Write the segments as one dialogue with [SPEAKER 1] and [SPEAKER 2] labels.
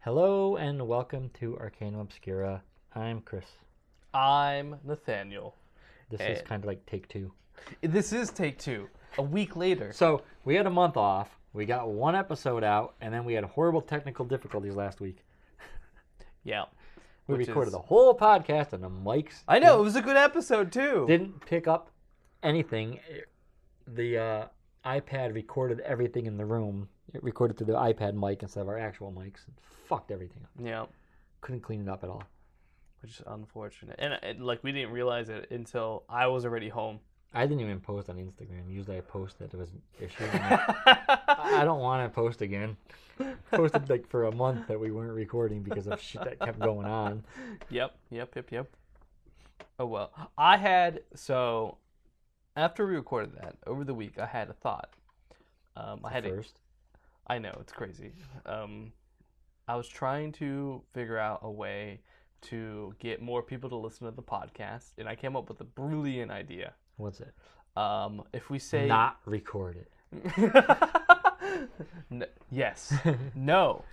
[SPEAKER 1] Hello and welcome to Arcanum Obscura. I'm Chris.
[SPEAKER 2] I'm Nathaniel.
[SPEAKER 1] This is
[SPEAKER 2] Hey.
[SPEAKER 1] kind of like take two.
[SPEAKER 2] This is take two. A week later.
[SPEAKER 1] So we had a month off. We got one episode out, and then we had horrible technical difficulties last week.
[SPEAKER 2] Yeah.
[SPEAKER 1] We
[SPEAKER 2] Which
[SPEAKER 1] recorded
[SPEAKER 2] is-
[SPEAKER 1] the whole podcast, and the mics
[SPEAKER 2] I know, it was a good episode too.
[SPEAKER 1] didn't pick up anything. It- The uh, iPad recorded everything in the room. It recorded through the iPad mic instead of our actual mics. It fucked everything up.
[SPEAKER 2] yeah.
[SPEAKER 1] Couldn't clean it up at all.
[SPEAKER 2] Which is unfortunate. And, and like we didn't realize it until I was already home.
[SPEAKER 1] I didn't even post on Instagram. Usually I post that there was issues. and I I don't want to post again. Posted like for a month that we weren't recording because of shit that kept going on.
[SPEAKER 2] Yep, yep, yep, yep. Oh well. I had so after we recorded that over the week, I had a thought. Um, I had a,
[SPEAKER 1] First,
[SPEAKER 2] I know it's crazy. Um, I was trying to figure out a way to get more people to listen to the podcast, and I came up with a brilliant idea.
[SPEAKER 1] what's it?
[SPEAKER 2] Um, if we say
[SPEAKER 1] Not record it.
[SPEAKER 2] N- yes, no.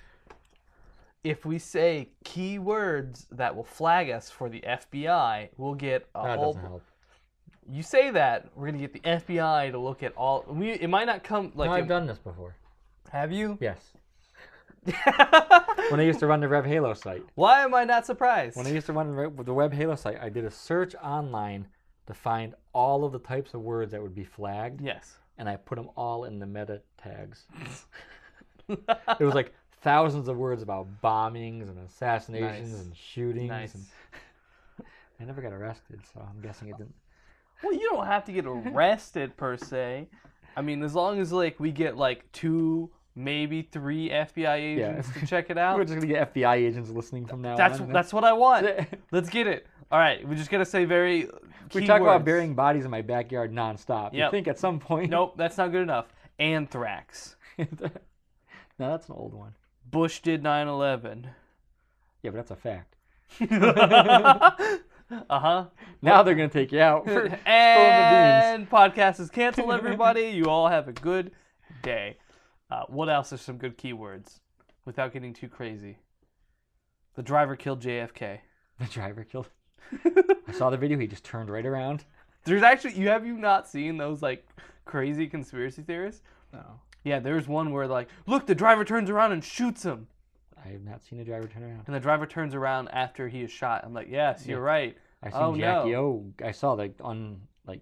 [SPEAKER 2] If we say keywords that will flag us for the FBI, we'll get a
[SPEAKER 1] That
[SPEAKER 2] whole.
[SPEAKER 1] doesn't help.
[SPEAKER 2] You say that we're gonna get the FBI to look at all. We it might not come like
[SPEAKER 1] No, I've
[SPEAKER 2] it-
[SPEAKER 1] done this before.
[SPEAKER 2] have you?
[SPEAKER 1] Yes. When I used to run the Rev Halo site.
[SPEAKER 2] Why am I not surprised?
[SPEAKER 1] When I used to run the Rev- the Web Halo site, I did a search online to find all of the types of words that would be flagged,
[SPEAKER 2] Yes.
[SPEAKER 1] and I put them all in the meta tags. It was like thousands of words about bombings and assassinations
[SPEAKER 2] Nice.
[SPEAKER 1] and shootings.
[SPEAKER 2] nice.
[SPEAKER 1] And I never got arrested, so I'm guessing it didn't.
[SPEAKER 2] Well, you don't have to get arrested per se. I mean, as long as like we get like two, maybe three FBI
[SPEAKER 1] Yeah.
[SPEAKER 2] agents to check it
[SPEAKER 1] We're
[SPEAKER 2] out.
[SPEAKER 1] just gonna get FBI agents listening from now
[SPEAKER 2] That's
[SPEAKER 1] on.
[SPEAKER 2] that's what I want. Let's get it. All right, we just gotta say very.
[SPEAKER 1] we
[SPEAKER 2] key
[SPEAKER 1] talk
[SPEAKER 2] words.
[SPEAKER 1] about burying bodies in my backyard nonstop. You
[SPEAKER 2] Yep.
[SPEAKER 1] think at some point?
[SPEAKER 2] Nope, that's not good enough. Anthrax.
[SPEAKER 1] no, that's an old one.
[SPEAKER 2] Bush did 9/11.
[SPEAKER 1] Yeah, but that's a fact.
[SPEAKER 2] uh huh.
[SPEAKER 1] Now they're gonna take you out. For,
[SPEAKER 2] And podcast is canceled. Everybody, you all have a good day. Uh, what else are some good keywords without getting too crazy? The driver killed JFK.
[SPEAKER 1] the driver killed. I saw the video. He just turned right around.
[SPEAKER 2] There's actually you have you not seen those like crazy conspiracy theorists?
[SPEAKER 1] No,
[SPEAKER 2] Yeah, there's one where like, look, the driver turns around and shoots him,
[SPEAKER 1] I have not seen a driver turn around.
[SPEAKER 2] and the driver turns around after he is shot. I'm like, yes, you're right.
[SPEAKER 1] I seen
[SPEAKER 2] Oh,
[SPEAKER 1] Jackie
[SPEAKER 2] no.
[SPEAKER 1] O. I saw the on like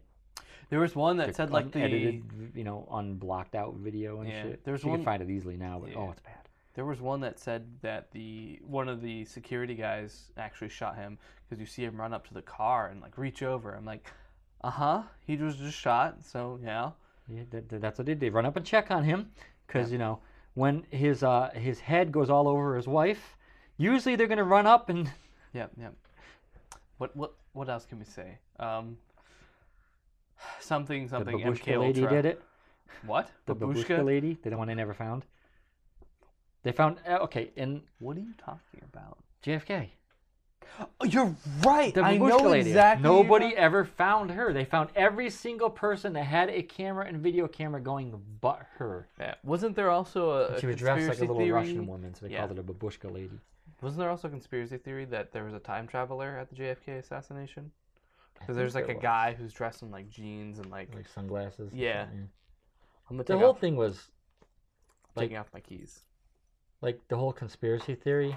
[SPEAKER 2] There was one that said like the
[SPEAKER 1] unedited, you know, unblocked out video and
[SPEAKER 2] Yeah,
[SPEAKER 1] shit.
[SPEAKER 2] there's
[SPEAKER 1] you
[SPEAKER 2] one-
[SPEAKER 1] can find it easily now, but oh,
[SPEAKER 2] Yeah.
[SPEAKER 1] it's bad.
[SPEAKER 2] There was one that said that the one of the security guys actually shot him because you see him run up to the car and like reach over. I'm like, uh huh. He was just shot, so yeah.
[SPEAKER 1] Yeah, that, that- that's what they did. They run up and check on him because you know when his uh, his head goes all over his wife. Usually they're gonna run up and
[SPEAKER 2] Yep, yep. What what what else can we say? Um, something
[SPEAKER 1] the
[SPEAKER 2] something.
[SPEAKER 1] babushka
[SPEAKER 2] MK
[SPEAKER 1] lady
[SPEAKER 2] Ultra.
[SPEAKER 1] did it.
[SPEAKER 2] What
[SPEAKER 1] The babushka? lady, the one they never found. They found uh, okay in
[SPEAKER 2] What are you talking about?
[SPEAKER 1] JFK.
[SPEAKER 2] Oh, you're right.
[SPEAKER 1] The
[SPEAKER 2] I
[SPEAKER 1] babushka
[SPEAKER 2] know
[SPEAKER 1] lady.
[SPEAKER 2] exactly. you're
[SPEAKER 1] Nobody
[SPEAKER 2] talking-
[SPEAKER 1] ever found her. They found every single person that had a camera and video camera going but her.
[SPEAKER 2] Yeah. Wasn't there also a, a
[SPEAKER 1] She was dressed like a
[SPEAKER 2] conspiracy
[SPEAKER 1] little
[SPEAKER 2] theory?
[SPEAKER 1] Russian woman, so they
[SPEAKER 2] Yeah.
[SPEAKER 1] called it a babushka lady.
[SPEAKER 2] Wasn't there also a conspiracy theory that there was a time traveler at the JFK assassination? Because there's like
[SPEAKER 1] think
[SPEAKER 2] a
[SPEAKER 1] there was.
[SPEAKER 2] guy who's dressed in like jeans and like
[SPEAKER 1] like sunglasses. and
[SPEAKER 2] Yeah.
[SPEAKER 1] shit,
[SPEAKER 2] I'm gonna
[SPEAKER 1] The
[SPEAKER 2] take,
[SPEAKER 1] whole
[SPEAKER 2] off,
[SPEAKER 1] thing was
[SPEAKER 2] taking off my keys.
[SPEAKER 1] like the whole conspiracy theory.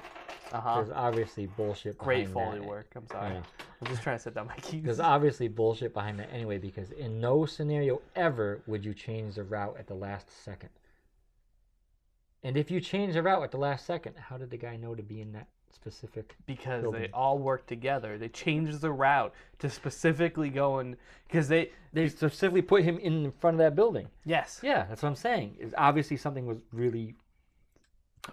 [SPEAKER 2] Uh huh.
[SPEAKER 1] There's obviously bullshit.
[SPEAKER 2] Great
[SPEAKER 1] behind
[SPEAKER 2] foley
[SPEAKER 1] that.
[SPEAKER 2] work. I'm
[SPEAKER 1] I
[SPEAKER 2] sorry.
[SPEAKER 1] know.
[SPEAKER 2] I'm just trying to set down my keys.
[SPEAKER 1] There's obviously bullshit behind that anyway, because in no scenario ever would you change the route at the last second. And if you change the route at the last second, how did the guy know to be in that specific?
[SPEAKER 2] Because they
[SPEAKER 1] building.
[SPEAKER 2] all work together. They changed the route to specifically going because they
[SPEAKER 1] They specifically put him in front of that building.
[SPEAKER 2] yes.
[SPEAKER 1] Yeah, that's what I'm saying. Is obviously something was really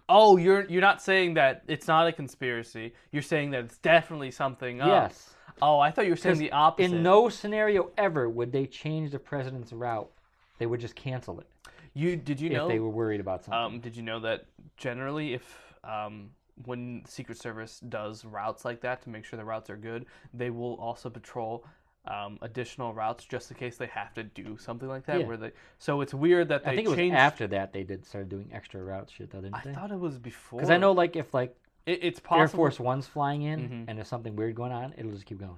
[SPEAKER 2] Oh, you're you're not saying that it's not a conspiracy. You're saying that it's definitely something. Up.
[SPEAKER 1] yes.
[SPEAKER 2] Oh, I thought you were saying the opposite.
[SPEAKER 1] In no scenario ever would they change the president's route. They would just cancel it
[SPEAKER 2] you did you
[SPEAKER 1] if
[SPEAKER 2] know
[SPEAKER 1] they were worried about something.
[SPEAKER 2] Um, did you know that generally, if um, when Secret Service does routes like that to make sure the routes are good, they will also patrol um, additional routes just in case they have to do something like that.
[SPEAKER 1] Yeah.
[SPEAKER 2] Where they so it's weird that they
[SPEAKER 1] I think it
[SPEAKER 2] changed.
[SPEAKER 1] was after that they did started doing extra route shit though, didn't
[SPEAKER 2] I
[SPEAKER 1] they?
[SPEAKER 2] thought it was before.
[SPEAKER 1] Because I know like if like
[SPEAKER 2] it, it's
[SPEAKER 1] Air
[SPEAKER 2] possible.
[SPEAKER 1] Force One's flying in
[SPEAKER 2] Mhm.
[SPEAKER 1] and there's something weird going on, it'll just keep going.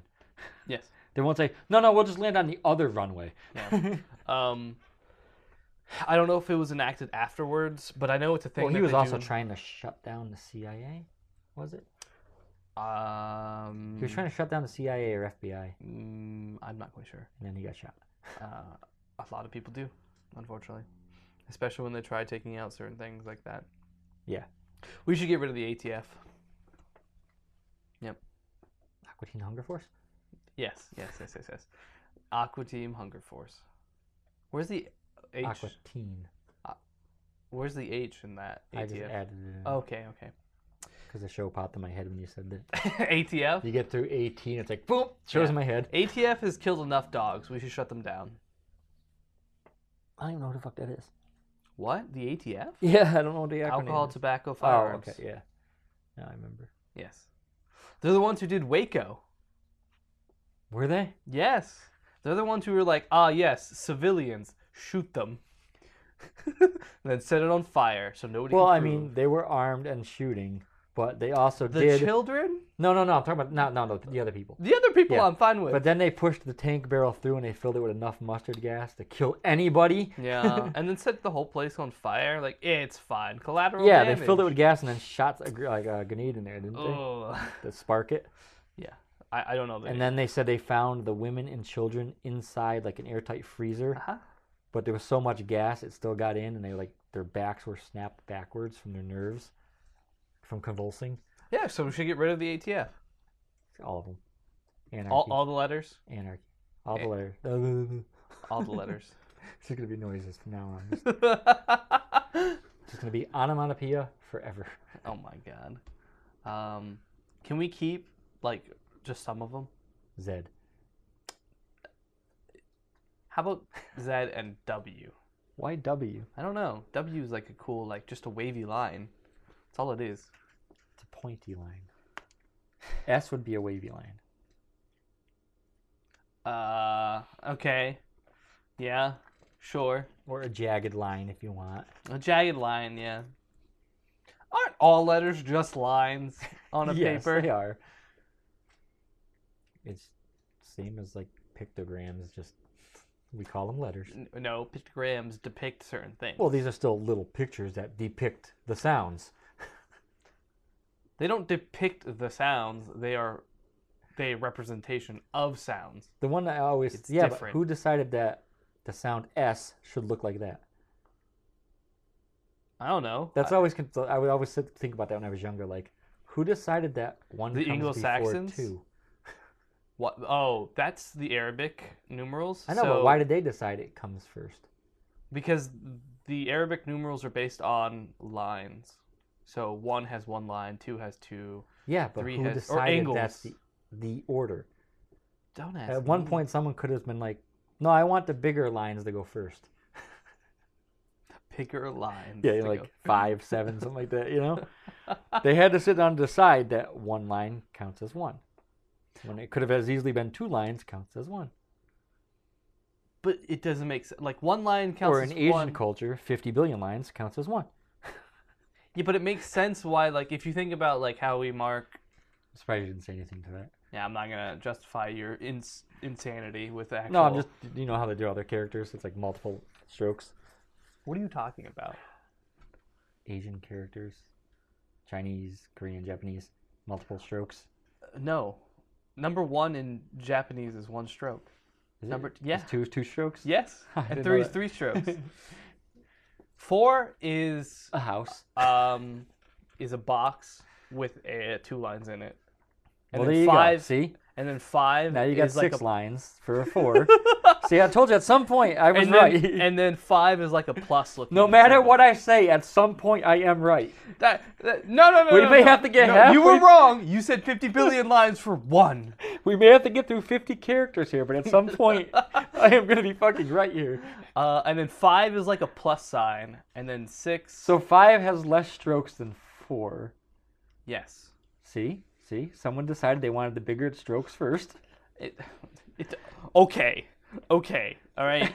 [SPEAKER 2] Yes.
[SPEAKER 1] They won't say, No, no, we'll just land on the other runway.
[SPEAKER 2] Yeah. um, I don't know if it was enacted afterwards, but I know it's a thing.
[SPEAKER 1] Well he
[SPEAKER 2] that
[SPEAKER 1] was
[SPEAKER 2] they
[SPEAKER 1] also
[SPEAKER 2] do.
[SPEAKER 1] trying to shut down the CIA, was it? He
[SPEAKER 2] Um,
[SPEAKER 1] was
[SPEAKER 2] Mm-hmm.
[SPEAKER 1] trying to shut down the CIA or FBI and
[SPEAKER 2] Mm, I'm not quite sure.
[SPEAKER 1] then he got shot.
[SPEAKER 2] Uh, a lot of people do, unfortunately, especially when they try taking out certain things like that.
[SPEAKER 1] Yeah.
[SPEAKER 2] We should get rid of the ATF.
[SPEAKER 1] Aqua Teen Hunger Force?
[SPEAKER 2] Yes, yes, yes, yes, yes. Aqua Team Hunger Force. Where's the H?
[SPEAKER 1] Aqua Teen.
[SPEAKER 2] Where's the H Oh. in that
[SPEAKER 1] I just
[SPEAKER 2] ATF?
[SPEAKER 1] added it in
[SPEAKER 2] Okay, okay.
[SPEAKER 1] because the show popped in my head when you said that.
[SPEAKER 2] ATF.
[SPEAKER 1] You get through 18, it's like, boom, shows
[SPEAKER 2] Yeah.
[SPEAKER 1] in my head.
[SPEAKER 2] ATF has killed enough dogs. We should shut them down.
[SPEAKER 1] I don't even know who the fuck that is.
[SPEAKER 2] What? The ATF?
[SPEAKER 1] Yeah, I don't know what the acronym
[SPEAKER 2] Alcohol,
[SPEAKER 1] is.
[SPEAKER 2] tobacco,
[SPEAKER 1] Oh,
[SPEAKER 2] firearms.
[SPEAKER 1] okay, yeah. Now I remember.
[SPEAKER 2] Yes. They're the ones who did Waco.
[SPEAKER 1] Were they?
[SPEAKER 2] Yes. They're the ones who were like, ah, yes, civilians, shoot them. and then set it on fire so nobody
[SPEAKER 1] Well,
[SPEAKER 2] can
[SPEAKER 1] I mean,
[SPEAKER 2] prove.
[SPEAKER 1] they were armed and shooting, but they also
[SPEAKER 2] the
[SPEAKER 1] did.
[SPEAKER 2] children?
[SPEAKER 1] no, no, no. I'm talking about not, no, no, the other people.
[SPEAKER 2] The other people
[SPEAKER 1] Yeah,
[SPEAKER 2] I'm fine with.
[SPEAKER 1] But then they pushed the tank barrel through and they filled it with enough mustard gas to kill anybody.
[SPEAKER 2] yeah. And then set the whole place on fire. Like, eh, it's fine. Collateral
[SPEAKER 1] yeah,
[SPEAKER 2] damage.
[SPEAKER 1] they filled it with gas and then shot a, gr- like a grenade in there, didn't they?
[SPEAKER 2] Ugh.
[SPEAKER 1] To spark it.
[SPEAKER 2] Yeah. I, I don't know. The
[SPEAKER 1] And then they said they found the women and children inside like an airtight freezer,
[SPEAKER 2] Uh-huh.
[SPEAKER 1] but there was so much gas it still got in, and they like their backs were snapped backwards from their nerves, from convulsing.
[SPEAKER 2] Yeah, so we should get rid of the ATF.
[SPEAKER 1] All of them. Anarchy.
[SPEAKER 2] All, all the letters.
[SPEAKER 1] Anarchy. All
[SPEAKER 2] Eh.
[SPEAKER 1] the letters. There's
[SPEAKER 2] All the letters.
[SPEAKER 1] gonna be noises from now on. It's just gonna be onomatopoeia forever.
[SPEAKER 2] Oh my god. Um, can we keep like just some of them?
[SPEAKER 1] Zed.
[SPEAKER 2] How about Z and W?
[SPEAKER 1] Why W?
[SPEAKER 2] I don't know. W is like a cool, like just a wavy line. That's all it is.
[SPEAKER 1] It's a pointy line. S would be a wavy line.
[SPEAKER 2] Uh, okay. Yeah, sure.
[SPEAKER 1] Or a jagged line if you want.
[SPEAKER 2] A jagged line, yeah. Aren't all letters just lines on a
[SPEAKER 1] yes,
[SPEAKER 2] paper?
[SPEAKER 1] They are. It's same as like pictograms, just we call them letters.
[SPEAKER 2] N- No, pictograms depict certain things.
[SPEAKER 1] Well, these are still little pictures that depict the sounds.
[SPEAKER 2] they don't depict the sounds. They are they a representation of sounds.
[SPEAKER 1] The one that I always
[SPEAKER 2] It's
[SPEAKER 1] yeah,
[SPEAKER 2] different.
[SPEAKER 1] but who decided that the sound S should look like that?
[SPEAKER 2] I don't know.
[SPEAKER 1] That's
[SPEAKER 2] I-
[SPEAKER 1] always con- I would always sit- think about that when I was younger. Like, who decided that one
[SPEAKER 2] The
[SPEAKER 1] comes
[SPEAKER 2] Anglo-Saxons?
[SPEAKER 1] before two?
[SPEAKER 2] What? Oh, that's the Arabic numerals.
[SPEAKER 1] I know,
[SPEAKER 2] so,
[SPEAKER 1] but why did they decide it comes first?
[SPEAKER 2] Because the Arabic numerals are based on lines. So one has one line, two has two.
[SPEAKER 1] Yeah, but
[SPEAKER 2] Three
[SPEAKER 1] who
[SPEAKER 2] has- or
[SPEAKER 1] decided that's the,
[SPEAKER 2] angles.
[SPEAKER 1] the order?
[SPEAKER 2] Don't ask.
[SPEAKER 1] At one
[SPEAKER 2] me.
[SPEAKER 1] point, someone could have been like, "No, I want the bigger lines to go first.
[SPEAKER 2] bigger lines.
[SPEAKER 1] Yeah,
[SPEAKER 2] to
[SPEAKER 1] like
[SPEAKER 2] go.
[SPEAKER 1] five, seven, something like that. You know, they had to sit down and decide that one line counts as one. When it could have as easily been two lines counts as one.
[SPEAKER 2] But it doesn't make sense. Like one line counts
[SPEAKER 1] or in
[SPEAKER 2] as
[SPEAKER 1] Asian
[SPEAKER 2] one.
[SPEAKER 1] culture, fifty billion lines counts as one.
[SPEAKER 2] yeah, but it makes sense why. Like if you think about like how we mark.
[SPEAKER 1] I'm surprised you didn't say anything to that.
[SPEAKER 2] Yeah, I'm not gonna justify your ins- insanity with actual.
[SPEAKER 1] No, I'm just you know how they do other characters. It's like multiple strokes.
[SPEAKER 2] What are you talking about?
[SPEAKER 1] Asian characters, Chinese, Korean, Japanese, multiple strokes.
[SPEAKER 2] No, number one in Japanese is one stroke.
[SPEAKER 1] Is
[SPEAKER 2] Number-
[SPEAKER 1] it,
[SPEAKER 2] yeah.
[SPEAKER 1] is two two strokes.
[SPEAKER 2] Yes,
[SPEAKER 1] I
[SPEAKER 2] and
[SPEAKER 1] didn't
[SPEAKER 2] three
[SPEAKER 1] know
[SPEAKER 2] is
[SPEAKER 1] that.
[SPEAKER 2] three strokes. Four is
[SPEAKER 1] A house.
[SPEAKER 2] um is a box with a, two lines in it. And
[SPEAKER 1] well, there
[SPEAKER 2] then
[SPEAKER 1] you
[SPEAKER 2] five
[SPEAKER 1] go. See,
[SPEAKER 2] and then five
[SPEAKER 1] now you got
[SPEAKER 2] is
[SPEAKER 1] six
[SPEAKER 2] like a
[SPEAKER 1] lines for a four. See, I told you at some point I was
[SPEAKER 2] and then,
[SPEAKER 1] right.
[SPEAKER 2] and then five is like a plus looking.
[SPEAKER 1] no matter
[SPEAKER 2] symbol.
[SPEAKER 1] what I say, at some point I am right.
[SPEAKER 2] that, that- no no no
[SPEAKER 1] We
[SPEAKER 2] no,
[SPEAKER 1] may
[SPEAKER 2] no.
[SPEAKER 1] have to get
[SPEAKER 2] no, You were
[SPEAKER 1] halfway-
[SPEAKER 2] wrong. You said 50 billion lines for one.
[SPEAKER 1] We may have to get through 50 characters here, but at some point I am going to be fucking right here.
[SPEAKER 2] Uh, and then five is like a plus sign and then six
[SPEAKER 1] So five has less strokes than four.
[SPEAKER 2] yes.
[SPEAKER 1] See, see, someone decided they wanted the bigger strokes first.
[SPEAKER 2] It, It, okay. Okay. All right.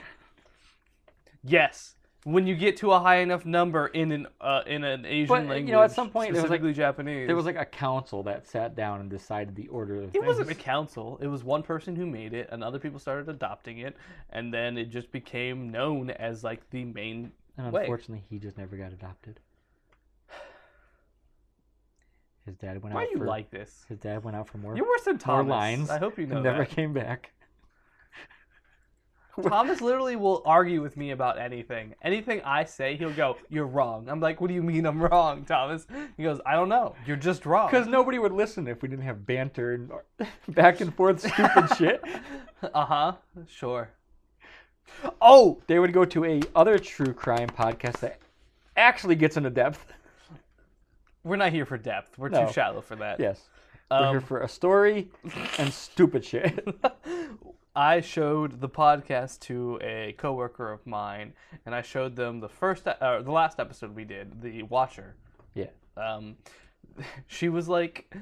[SPEAKER 2] yes. When you get to a high enough number in an uh, in an Asian
[SPEAKER 1] But, you know,
[SPEAKER 2] language,
[SPEAKER 1] at some point there was, like-
[SPEAKER 2] specifically Japanese,
[SPEAKER 1] There was like a council that sat down and decided the order of
[SPEAKER 2] it
[SPEAKER 1] things.
[SPEAKER 2] wasn't a council. It was one person who made it, and other people started adopting it, and then it just became known as like the main
[SPEAKER 1] and
[SPEAKER 2] way.
[SPEAKER 1] unfortunately, he just never got adopted. His dad went
[SPEAKER 2] Why
[SPEAKER 1] out.
[SPEAKER 2] do you
[SPEAKER 1] for,
[SPEAKER 2] like this?
[SPEAKER 1] His dad went out for more,
[SPEAKER 2] You're worse than
[SPEAKER 1] more
[SPEAKER 2] Thomas.
[SPEAKER 1] lines.
[SPEAKER 2] I hope you know
[SPEAKER 1] and never
[SPEAKER 2] that.
[SPEAKER 1] came back.
[SPEAKER 2] Thomas literally will argue with me about anything. Anything I say, he'll go, "You're wrong." I'm like, "What do you mean I'm wrong, Thomas?" He goes, "I don't know. You're just wrong."
[SPEAKER 1] Because nobody would listen if we didn't have banter and back and forth stupid shit.
[SPEAKER 2] uh huh. Sure. Oh,
[SPEAKER 1] They would go to a other true crime podcast that actually gets into depth.
[SPEAKER 2] we're not here for depth. We're
[SPEAKER 1] No.
[SPEAKER 2] too shallow for that. Um,
[SPEAKER 1] Yes. We're here for a story and stupid shit.
[SPEAKER 2] I showed the podcast to a coworker of mine, and I showed them the first, uh, the last episode we did, the Watcher.
[SPEAKER 1] yeah.
[SPEAKER 2] Um, she was like,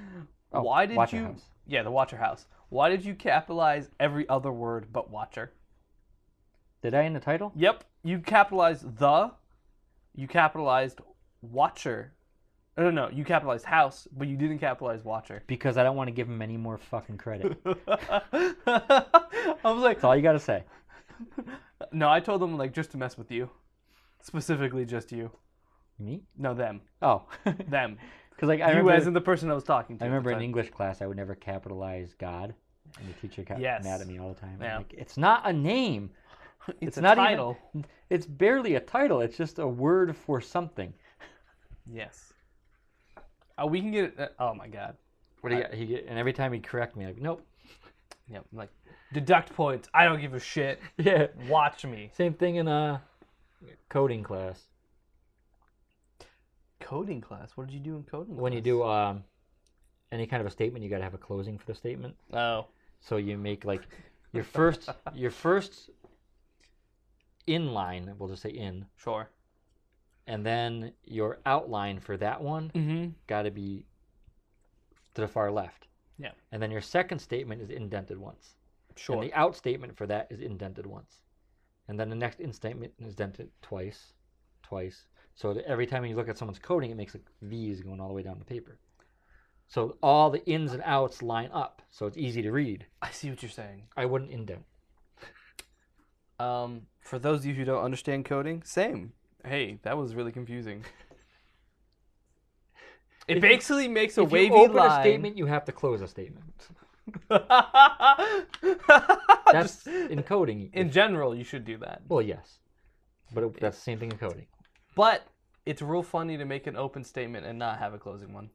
[SPEAKER 2] "Why did
[SPEAKER 1] Oh, Watcher
[SPEAKER 2] you?"
[SPEAKER 1] House.
[SPEAKER 2] Yeah, the Watcher House. Why did you capitalize every other word but Watcher?
[SPEAKER 1] Did I in the title?
[SPEAKER 2] Yep, you capitalized the, you capitalized Watcher. No, no, no, you capitalized House, but you didn't capitalize Watcher.
[SPEAKER 1] Because I don't want to give him any more fucking credit.
[SPEAKER 2] I was like,
[SPEAKER 1] That's all you got to say.
[SPEAKER 2] No, I told them like just to mess with you, specifically just you.
[SPEAKER 1] Me?
[SPEAKER 2] No, them,
[SPEAKER 1] Oh.
[SPEAKER 2] them.
[SPEAKER 1] Because like, I
[SPEAKER 2] you
[SPEAKER 1] remember,
[SPEAKER 2] as in the person I was talking to.
[SPEAKER 1] I
[SPEAKER 2] at the
[SPEAKER 1] remember in
[SPEAKER 2] time.
[SPEAKER 1] English class, I would never capitalize God. And the teacher got
[SPEAKER 2] Yes.
[SPEAKER 1] mad at me all the time. I'm
[SPEAKER 2] Yeah.
[SPEAKER 1] Like, it's not a name.
[SPEAKER 2] it's,
[SPEAKER 1] it's
[SPEAKER 2] a
[SPEAKER 1] not even-
[SPEAKER 2] title.
[SPEAKER 1] It's barely a title. It's just a word for something.
[SPEAKER 2] Yes. Oh, we can get it. uh, oh my god.
[SPEAKER 1] What do you got? He get, and every time he'd correct me, like, nope.
[SPEAKER 2] Yep. Like deduct points. I don't give a shit.
[SPEAKER 1] Yeah.
[SPEAKER 2] Watch me.
[SPEAKER 1] Same thing in uh, coding class.
[SPEAKER 2] Coding class. What did you do in coding?
[SPEAKER 1] When you do um, any kind of a statement, you got to have a closing for the statement.
[SPEAKER 2] Oh.
[SPEAKER 1] So you make like your first your first inline, we'll just say in,
[SPEAKER 2] Sure.
[SPEAKER 1] and then your outline for that one
[SPEAKER 2] Mm-hmm.
[SPEAKER 1] got to be to the far left.
[SPEAKER 2] Yeah.
[SPEAKER 1] And then your second statement is indented once.
[SPEAKER 2] Sure.
[SPEAKER 1] And the out statement for that is indented once. And then the next in statement is indented twice, twice. So that every time you look at someone's coding, it makes like V's going all the way down the paper. So all the ins and outs line up, so it's easy to read.
[SPEAKER 2] I see what you're saying.
[SPEAKER 1] I wouldn't indent.
[SPEAKER 2] Um, for those of you who don't understand coding, same. Hey, that was really confusing.
[SPEAKER 1] If
[SPEAKER 2] It
[SPEAKER 1] you-
[SPEAKER 2] basically makes a
[SPEAKER 1] if you
[SPEAKER 2] wavy
[SPEAKER 1] open
[SPEAKER 2] line.
[SPEAKER 1] a statement, you have to close a statement. That's
[SPEAKER 2] That's
[SPEAKER 1] in coding.
[SPEAKER 2] in general, you should do that.
[SPEAKER 1] well, yes, but it, that's the same thing in coding.
[SPEAKER 2] But it's real funny to make an open statement and not have a closing one.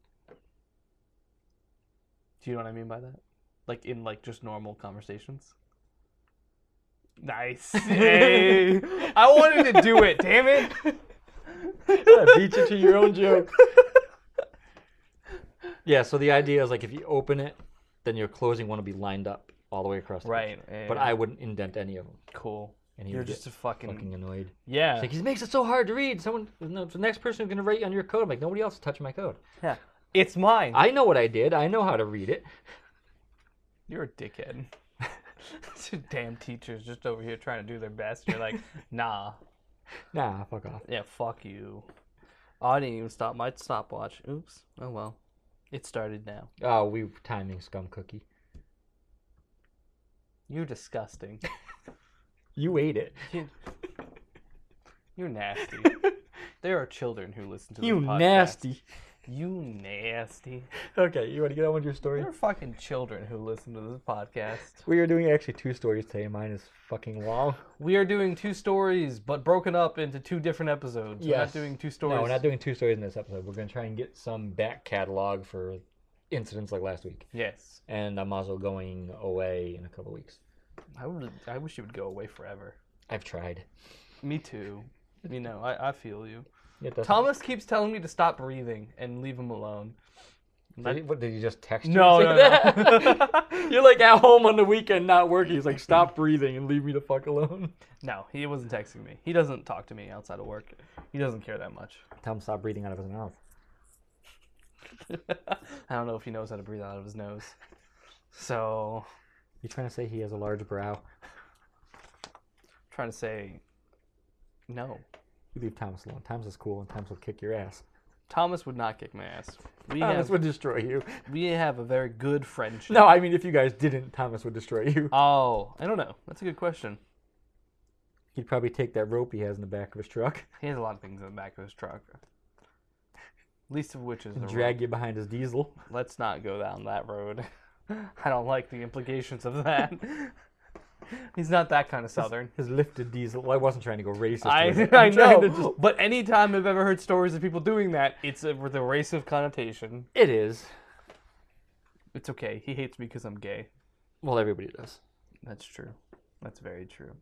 [SPEAKER 2] Do you know what I mean by that? Like in like just normal conversations. Nice. Hey. I wanted to do it. Damn it.
[SPEAKER 1] I beat you to your own joke. Yeah. So the idea is like if you open it, then your closing one will be lined up all the way across. The page.
[SPEAKER 2] Right.
[SPEAKER 1] But I wouldn't indent any of them,
[SPEAKER 2] cool.
[SPEAKER 1] and he
[SPEAKER 2] You're
[SPEAKER 1] would
[SPEAKER 2] just
[SPEAKER 1] just
[SPEAKER 2] a fucking,
[SPEAKER 1] fucking annoyed.
[SPEAKER 2] yeah.
[SPEAKER 1] It's like he makes it so hard to read. Someone, no, the next person who's gonna write on your code, I'm like nobody else touched my code.
[SPEAKER 2] yeah. It's mine.
[SPEAKER 1] I know what I did. I know how to read it.
[SPEAKER 2] You're a dickhead. Two damn teachers just over here trying to do their best. You're like, nah.
[SPEAKER 1] Nah, fuck off.
[SPEAKER 2] Yeah, fuck you. Oh, I didn't even stop my stopwatch. Oops. Oh well. It started now.
[SPEAKER 1] Oh, we timing scum cookie.
[SPEAKER 2] You're disgusting.
[SPEAKER 1] You ate it.
[SPEAKER 2] You- You're nasty. there are children who listen to this
[SPEAKER 1] You
[SPEAKER 2] podcast.
[SPEAKER 1] nasty.
[SPEAKER 2] You nasty.
[SPEAKER 1] Okay, you want to get on with your story?
[SPEAKER 2] There are fucking children who listen to this podcast.
[SPEAKER 1] We are doing actually two stories today. Mine is fucking long.
[SPEAKER 2] We are doing two stories, but broken up into two different episodes. We're not
[SPEAKER 1] Yes.
[SPEAKER 2] doing two stories.
[SPEAKER 1] No, we're not doing two stories in this episode. We're gonna try and get some back catalog for incidents like last week.
[SPEAKER 2] Yes.
[SPEAKER 1] And I'm also going away in a couple weeks.
[SPEAKER 2] I, would, I wish you would go away forever.
[SPEAKER 1] I've tried.
[SPEAKER 2] Me too. You know, I, I feel you.
[SPEAKER 1] It doesn't-
[SPEAKER 2] Thomas keeps telling me to stop breathing and leave him alone.
[SPEAKER 1] Did, he- what, did you just text? him
[SPEAKER 2] No,
[SPEAKER 1] and
[SPEAKER 2] no,
[SPEAKER 1] say
[SPEAKER 2] no.
[SPEAKER 1] that? You're like at home on the weekend, not working. He's like, stop breathing and leave me the fuck alone.
[SPEAKER 2] No, he wasn't texting me. He doesn't talk to me outside of work. He doesn't care that much.
[SPEAKER 1] Tom, stop breathing out of his mouth.
[SPEAKER 2] I don't know if he knows how to breathe out of his nose. So
[SPEAKER 1] You trying to say he has a large brow?
[SPEAKER 2] trying to say no.
[SPEAKER 1] You leave Thomas alone. Thomas is cool, and Thomas will kick your ass.
[SPEAKER 2] Thomas would not kick my ass. We
[SPEAKER 1] Thomas
[SPEAKER 2] have
[SPEAKER 1] would destroy you.
[SPEAKER 2] we have a very good friendship.
[SPEAKER 1] No, I mean, if you guys didn't, Thomas would destroy you.
[SPEAKER 2] Oh, I don't know. That's a good question.
[SPEAKER 1] He'd probably take that rope he has in the back of his truck
[SPEAKER 2] He has a lot of things in the back of his truck. Least of which is the
[SPEAKER 1] and
[SPEAKER 2] road.
[SPEAKER 1] drag you behind his diesel.
[SPEAKER 2] Let's not go down that road. I don't like the implications of that. He's not that kind of southern.
[SPEAKER 1] His lifted diesel. Well, I wasn't trying to go racist. with
[SPEAKER 2] I,
[SPEAKER 1] it.
[SPEAKER 2] I
[SPEAKER 1] I'm trying to
[SPEAKER 2] know,
[SPEAKER 1] just-
[SPEAKER 2] but anytime I've ever heard stories of people doing that, it's a, with a racist connotation.
[SPEAKER 1] It is.
[SPEAKER 2] It's okay. He hates me because I'm gay.
[SPEAKER 1] Well, everybody does.
[SPEAKER 2] That's true. That's very true.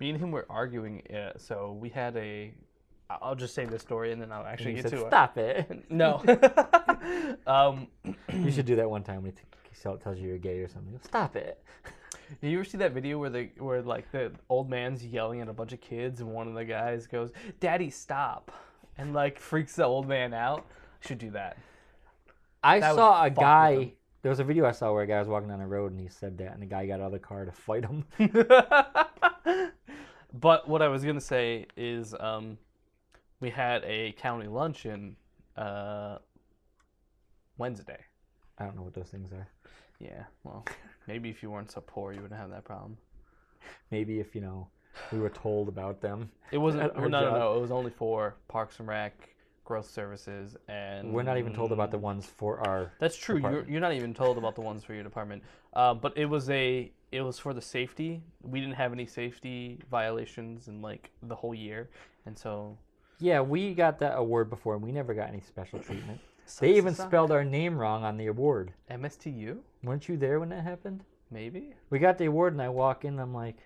[SPEAKER 2] Me and him were arguing, uh, so we had a. I- I'll just say this story and then I'll actually
[SPEAKER 1] You
[SPEAKER 2] get
[SPEAKER 1] said,
[SPEAKER 2] to
[SPEAKER 1] Stop it.
[SPEAKER 2] it. No. um,
[SPEAKER 1] you should do that one time when he t- he tell- tells you you're gay or something. Stop it.
[SPEAKER 2] Did you ever see that video where the where like the old man's yelling at a bunch of kids and one of the guys goes, "Daddy, stop!" and like freaks the old man out? Should do that.
[SPEAKER 1] I
[SPEAKER 2] That would
[SPEAKER 1] saw a
[SPEAKER 2] fuck with
[SPEAKER 1] guy. There was a video I saw where a guy was walking down the road and he said that, and the guy got out of the car to fight him.
[SPEAKER 2] but what I was gonna say is, um, we had a county luncheon uh, Wednesday.
[SPEAKER 1] I don't know what those things are.
[SPEAKER 2] Yeah, well, maybe if you weren't so poor, you wouldn't have that problem.
[SPEAKER 1] Maybe if you know we were told about them.
[SPEAKER 2] It wasn't.
[SPEAKER 1] At
[SPEAKER 2] No,
[SPEAKER 1] our
[SPEAKER 2] no,
[SPEAKER 1] job.
[SPEAKER 2] no. It was only for Parks and Rec, Growth Services, and
[SPEAKER 1] We're not even told about the ones for our.
[SPEAKER 2] That's true. You're,
[SPEAKER 1] department.
[SPEAKER 2] you're not even told about the ones for your department. Uh, but it was a it was for the safety. We didn't have any safety violations in like the whole year, and so
[SPEAKER 1] Yeah, we got that award before, and we never got any special treatment.
[SPEAKER 2] Sucks
[SPEAKER 1] They
[SPEAKER 2] to
[SPEAKER 1] even
[SPEAKER 2] suck.
[SPEAKER 1] spelled our name wrong on the award.
[SPEAKER 2] MSTU
[SPEAKER 1] Weren't you there when that happened?
[SPEAKER 2] maybe.
[SPEAKER 1] We got the award, and I walk in, and I'm like,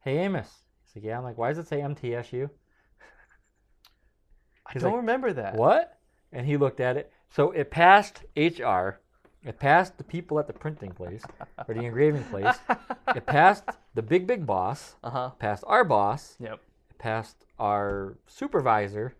[SPEAKER 1] "Hey, Amos." He's like, "Yeah." I'm like, "Why does it say MTSU?"
[SPEAKER 2] I
[SPEAKER 1] He's
[SPEAKER 2] don't
[SPEAKER 1] like,
[SPEAKER 2] remember that.
[SPEAKER 1] What? And he looked at it. So it passed HR. It passed the people at the printing place or the engraving place. It passed the big big boss.
[SPEAKER 2] Uh huh.
[SPEAKER 1] Passed our boss.
[SPEAKER 2] Yep.
[SPEAKER 1] It passed our supervisor.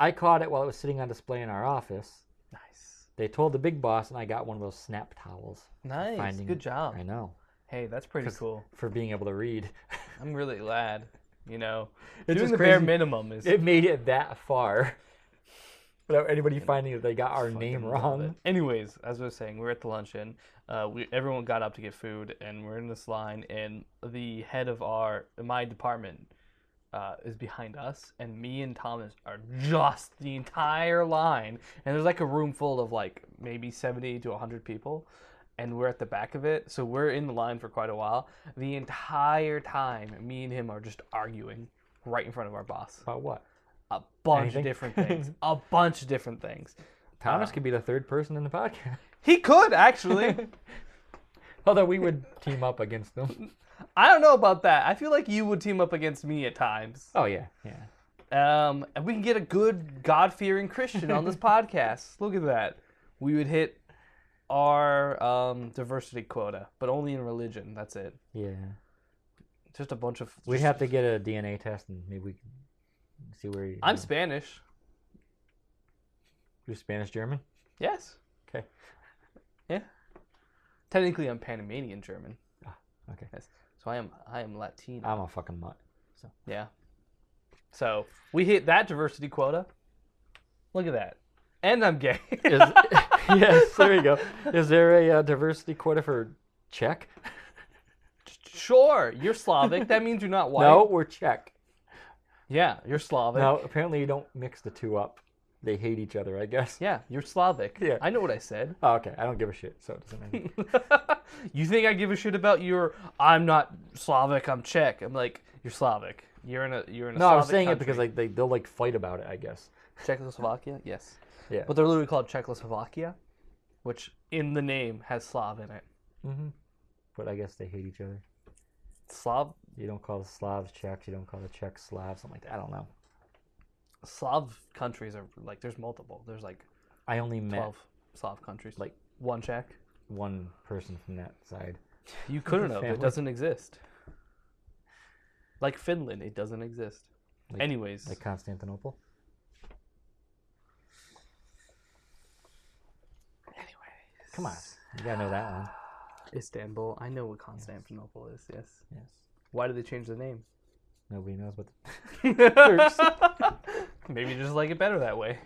[SPEAKER 1] I caught it while it was sitting on display in our office.
[SPEAKER 2] Nice.
[SPEAKER 1] They told the big boss, and I got one of those snap towels.
[SPEAKER 2] Nice.
[SPEAKER 1] Finding-
[SPEAKER 2] Good job.
[SPEAKER 1] I know
[SPEAKER 2] Hey, that's pretty
[SPEAKER 1] 'Cause-
[SPEAKER 2] cool.
[SPEAKER 1] for being able to read.
[SPEAKER 2] I'm really glad. You know,
[SPEAKER 1] It's
[SPEAKER 2] doing
[SPEAKER 1] just
[SPEAKER 2] the bare
[SPEAKER 1] crazy.
[SPEAKER 2] minimum is
[SPEAKER 1] It made it that far without anybody finding that they got our name
[SPEAKER 2] fucking love
[SPEAKER 1] wrong.
[SPEAKER 2] it. Anyways, as I was saying, we were at the luncheon. Uh, we everyone got up to get food, and we're in this line, and the head of our my department uh, is behind us, and me and Thomas are just the entire line, and there's like a room full of like maybe seventy to hundred people. And we're at the back of it, so we're in the line for quite a while. The entire time, me and him are just arguing right in front of our boss.
[SPEAKER 1] About what?
[SPEAKER 2] A bunch
[SPEAKER 1] Anything?
[SPEAKER 2] of different things. a bunch of different things.
[SPEAKER 1] Thomas could be the third person in the podcast.
[SPEAKER 2] He could actually.
[SPEAKER 1] Although we would team up against them.
[SPEAKER 2] I don't know about that. I feel like you would team up against me at times.
[SPEAKER 1] Oh yeah, yeah.
[SPEAKER 2] Um, and we can get a good God-fearing Christian on this podcast. Look at that. We would hit our um, diversity quota, but only in religion. That's it.
[SPEAKER 1] Yeah.
[SPEAKER 2] Just a bunch of.
[SPEAKER 1] We'd
[SPEAKER 2] just-
[SPEAKER 1] have to get a DNA test and maybe we can see where you
[SPEAKER 2] I'm Spanish.
[SPEAKER 1] you Spanish German?
[SPEAKER 2] Yes.
[SPEAKER 1] Okay.
[SPEAKER 2] Yeah. Technically, I'm Panamanian German.
[SPEAKER 1] Okay.
[SPEAKER 2] Yes. So I am. I am Latino.
[SPEAKER 1] I'm a fucking mutt.
[SPEAKER 2] Yeah. So we hit that diversity quota. Look at that. And I'm gay.
[SPEAKER 1] Is, yes, there you go. Is there a uh, diversity quota for Czech?
[SPEAKER 2] sure, you're Slavic. That means you're not white.
[SPEAKER 1] No, we're Czech.
[SPEAKER 2] Yeah, you're Slavic.
[SPEAKER 1] No, apparently you don't mix the two up. They hate each other, I guess.
[SPEAKER 2] Yeah, you're Slavic.
[SPEAKER 1] Yeah.
[SPEAKER 2] I know what I said.
[SPEAKER 1] Oh, okay, I don't give a shit, so it doesn't matter.
[SPEAKER 2] you think I give a shit about your I'm not Slavic, I'm Czech. I'm like, you're Slavic. You're in a you're in a
[SPEAKER 1] No, I was
[SPEAKER 2] Slavic
[SPEAKER 1] saying it
[SPEAKER 2] country.
[SPEAKER 1] because like they they'll like fight about it, I guess.
[SPEAKER 2] Czechoslovakia, yes.
[SPEAKER 1] Yeah.
[SPEAKER 2] But they're literally called Czechoslovakia, which in the name has Slav in it.
[SPEAKER 1] hmm But I guess they hate each other.
[SPEAKER 2] Slav
[SPEAKER 1] You don't call the Slavs Czechs. You don't call the Czechs Slavs. Something like that. I don't know.
[SPEAKER 2] Slav countries are like there's multiple. There's like
[SPEAKER 1] I only met
[SPEAKER 2] twelve Slav countries.
[SPEAKER 1] Like-
[SPEAKER 2] one Czech.
[SPEAKER 1] one person from that side.
[SPEAKER 2] You couldn't have. It
[SPEAKER 1] Family.
[SPEAKER 2] doesn't exist. Like Finland, it doesn't exist.
[SPEAKER 1] Like-
[SPEAKER 2] Anyways,
[SPEAKER 1] Like Constantinople.
[SPEAKER 2] anyway,
[SPEAKER 1] Come on. You gotta know that one.
[SPEAKER 2] Istanbul. I know what Constantinople is. Yes.
[SPEAKER 1] Yes.
[SPEAKER 2] Why did they change the name?
[SPEAKER 1] Nobody knows what. The...
[SPEAKER 2] Maybe you just like it better that way.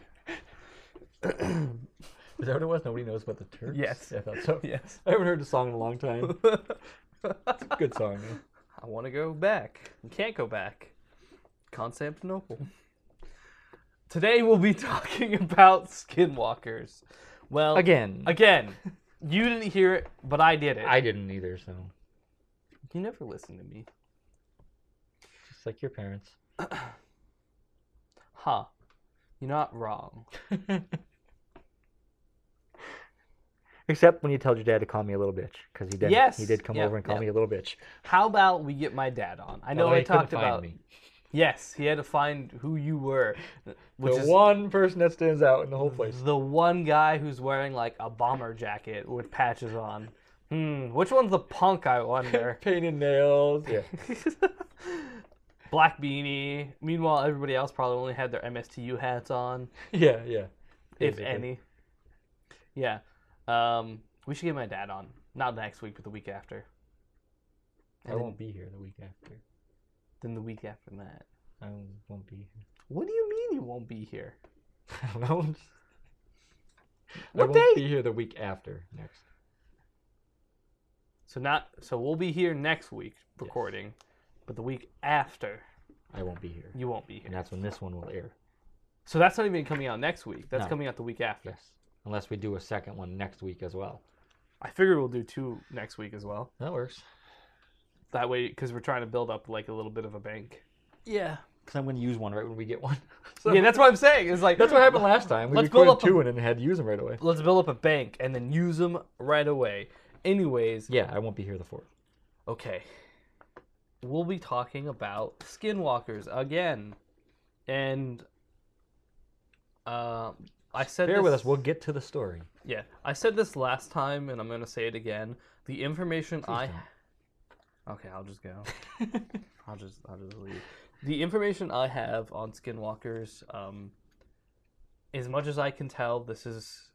[SPEAKER 1] Is that what it was? Nobody knows what the Turks.
[SPEAKER 2] Yes.
[SPEAKER 1] I thought so.
[SPEAKER 2] yes.
[SPEAKER 1] I haven't heard the song in a long time.
[SPEAKER 2] I
[SPEAKER 1] Good song. though.
[SPEAKER 2] want to go back. You can't go back. Constantinople. Today we'll be talking about skinwalkers. Well,
[SPEAKER 1] Again,
[SPEAKER 2] again, you didn't hear it, but I did it.
[SPEAKER 1] I didn't either. So
[SPEAKER 2] you never listen to me,
[SPEAKER 1] just like your parents.
[SPEAKER 2] huh? You're not wrong.
[SPEAKER 1] Except when you tell your dad to call me a little bitch, because he did.
[SPEAKER 2] Yes.
[SPEAKER 1] He did come
[SPEAKER 2] Yep,
[SPEAKER 1] over and call
[SPEAKER 2] yep.
[SPEAKER 1] me a little bitch.
[SPEAKER 2] How about we get my dad on? I know
[SPEAKER 1] Although
[SPEAKER 2] I
[SPEAKER 1] Oh, he couldn't
[SPEAKER 2] talked
[SPEAKER 1] find
[SPEAKER 2] about.
[SPEAKER 1] me.
[SPEAKER 2] Yes, he had to find who you were, which
[SPEAKER 1] the
[SPEAKER 2] is
[SPEAKER 1] one person that stands out in the whole place.
[SPEAKER 2] the one guy who's wearing like a bomber jacket with patches on. Hmm, which one's the punk? I wonder.
[SPEAKER 1] Painted nails. Yeah.
[SPEAKER 2] Black beanie. Meanwhile, everybody else probably only had their MSTU hats on,
[SPEAKER 1] Yeah. Yeah.
[SPEAKER 2] if
[SPEAKER 1] Basically.
[SPEAKER 2] any. Yeah, um, we should get my dad on. Not next week, but the week after.
[SPEAKER 1] I
[SPEAKER 2] And then,
[SPEAKER 1] won't be here the week after.
[SPEAKER 2] then the week after that.
[SPEAKER 1] I won't be here.
[SPEAKER 2] What do you mean you won't be here?
[SPEAKER 1] I don't know. I
[SPEAKER 2] What
[SPEAKER 1] won't
[SPEAKER 2] day?
[SPEAKER 1] be here the week after next.
[SPEAKER 2] So not so we'll be here next week recording, but the week after
[SPEAKER 1] I won't be here.
[SPEAKER 2] you won't be
[SPEAKER 1] And
[SPEAKER 2] here.
[SPEAKER 1] that's when this one will air.
[SPEAKER 2] So that's not even coming out next week. That's
[SPEAKER 1] No.
[SPEAKER 2] coming out the week after.
[SPEAKER 1] Yes. Unless we do a second one next week as well.
[SPEAKER 2] I figure we'll do two next week as well.
[SPEAKER 1] That works.
[SPEAKER 2] That way, because we're trying to build up like a little bit of a bank. Yeah.
[SPEAKER 1] Because I'm going to use one right when we get one. so
[SPEAKER 2] Yeah, that's what I'm saying. It's like
[SPEAKER 1] that's what happened last time. We
[SPEAKER 2] Let's build
[SPEAKER 1] recorded
[SPEAKER 2] up a-
[SPEAKER 1] two and then had to use them right away.
[SPEAKER 2] Let's build up a bank and then use them right away. Anyways,
[SPEAKER 1] Yeah, I won't be here the fourth.
[SPEAKER 2] okay. We'll be talking about skinwalkers again, and uh, I said
[SPEAKER 1] Bear
[SPEAKER 2] this,
[SPEAKER 1] with us. We'll get to the story.
[SPEAKER 2] Yeah, I said this last time, and I'm gonna say it again. The information I
[SPEAKER 1] don't.
[SPEAKER 2] okay, I'll just go. I'll just I'll just leave. The information I have on skinwalkers, um, as much as I can tell, this is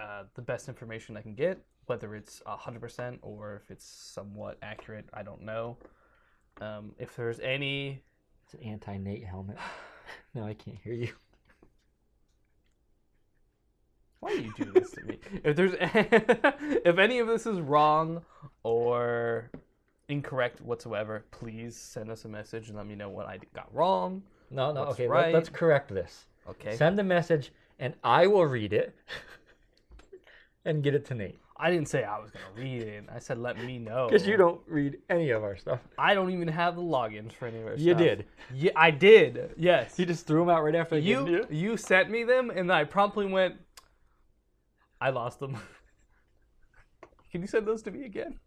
[SPEAKER 2] uh, the best information I can get. Whether it's hundred percent or if it's somewhat accurate, I don't know. Um, if there's any,
[SPEAKER 1] It's an anti Nate helmet. No, I can't hear you.
[SPEAKER 2] why do you do this to me? If there's, if any of this is wrong or incorrect whatsoever, please send us a message and let me know what I got wrong.
[SPEAKER 1] No, no.
[SPEAKER 2] What's
[SPEAKER 1] okay,
[SPEAKER 2] right?
[SPEAKER 1] let, us correct this.
[SPEAKER 2] Okay.
[SPEAKER 1] Send the message, and I will read it and get it to Nate.
[SPEAKER 2] I didn't say I was gonna read it. I said let me know.
[SPEAKER 1] Because you don't read any of our stuff.
[SPEAKER 2] I don't even have the logins for any of our
[SPEAKER 1] You
[SPEAKER 2] stuff.
[SPEAKER 1] did.
[SPEAKER 2] Yeah, I did. Yes.
[SPEAKER 1] You just threw them out right after I gave 'em to
[SPEAKER 2] You you sent me them, and I promptly went. I lost them. Can you send those to me again?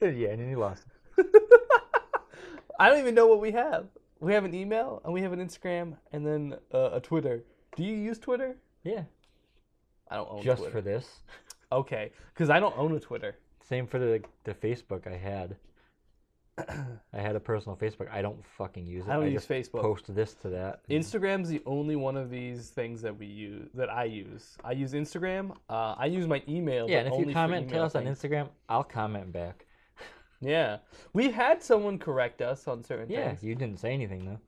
[SPEAKER 1] Yeah, and then you lost. 'em.
[SPEAKER 2] I don't even know what we have. We have an email, and we have an Instagram, and then uh, a Twitter. Do you use Twitter?
[SPEAKER 1] Yeah.
[SPEAKER 2] I don't own
[SPEAKER 1] Just
[SPEAKER 2] Twitter.
[SPEAKER 1] for this.
[SPEAKER 2] Okay, because I don't own a Twitter.
[SPEAKER 1] Same for the the Facebook I had. I had a personal Facebook. I don't fucking use it.
[SPEAKER 2] I don't use
[SPEAKER 1] just
[SPEAKER 2] Facebook.
[SPEAKER 1] post this to that.
[SPEAKER 2] Instagram's the only one of these things that we use that I use. I use Instagram. Uh, I use my email.
[SPEAKER 1] yeah,
[SPEAKER 2] but
[SPEAKER 1] and if
[SPEAKER 2] only
[SPEAKER 1] you
[SPEAKER 2] for
[SPEAKER 1] comment and tell
[SPEAKER 2] email
[SPEAKER 1] us on
[SPEAKER 2] things.
[SPEAKER 1] Instagram, I'll comment back.
[SPEAKER 2] yeah, we've had someone correct us on certain
[SPEAKER 1] Yeah,
[SPEAKER 2] things.
[SPEAKER 1] you didn't say anything though.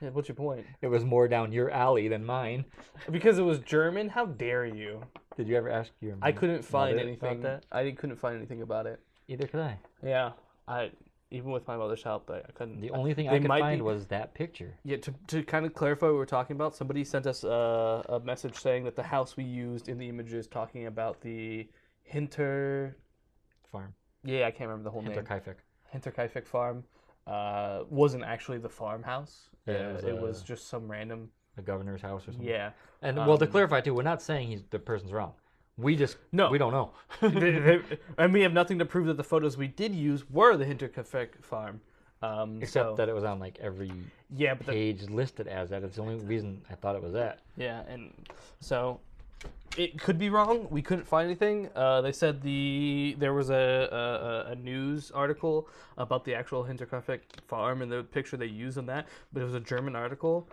[SPEAKER 2] Yeah, What's your point?
[SPEAKER 1] It was more down your alley than mine.
[SPEAKER 2] Because it was German. How dare you?
[SPEAKER 1] Did you ever ask your?
[SPEAKER 2] I couldn't find
[SPEAKER 1] mother
[SPEAKER 2] anything.
[SPEAKER 1] about that.
[SPEAKER 2] I couldn't find anything about it.
[SPEAKER 1] Either could I.
[SPEAKER 2] Yeah, I even with my mother's help, I, I couldn't.
[SPEAKER 1] The only thing I
[SPEAKER 2] They
[SPEAKER 1] could
[SPEAKER 2] might
[SPEAKER 1] find
[SPEAKER 2] be-
[SPEAKER 1] was that picture.
[SPEAKER 2] Yeah, to, to kind of clarify what we're talking about, somebody sent us uh, a, a message saying that the house we used in the images talking about the Hinter.
[SPEAKER 1] Farm.
[SPEAKER 2] Yeah, I can't remember the whole
[SPEAKER 1] Hinter
[SPEAKER 2] name.
[SPEAKER 1] Kaifik.
[SPEAKER 2] Hinterkaifeck Farm uh, wasn't actually the farmhouse.
[SPEAKER 1] Yeah, it
[SPEAKER 2] Uh, it, was,
[SPEAKER 1] was, uh,
[SPEAKER 2] just some random.
[SPEAKER 1] The governor's house or something.
[SPEAKER 2] Yeah,
[SPEAKER 1] And well, to
[SPEAKER 2] um,
[SPEAKER 1] clarify too, we're not saying he's the person's wrong. We just
[SPEAKER 2] No.
[SPEAKER 1] we don't know.
[SPEAKER 2] They- they- and we have nothing to prove that the photos we did use were the Hinterkaifeck Farm. Um,
[SPEAKER 1] Except
[SPEAKER 2] so-
[SPEAKER 1] that it was on like every
[SPEAKER 2] yeah, but the,
[SPEAKER 1] page listed as that. It's the only reason I thought it was that.
[SPEAKER 2] yeah, and so it could be wrong. We couldn't find anything. Uh, they said the there was a, a- a, a news article about the actual Hinterkaifeck Farm and the picture they used on that, but it was a German article.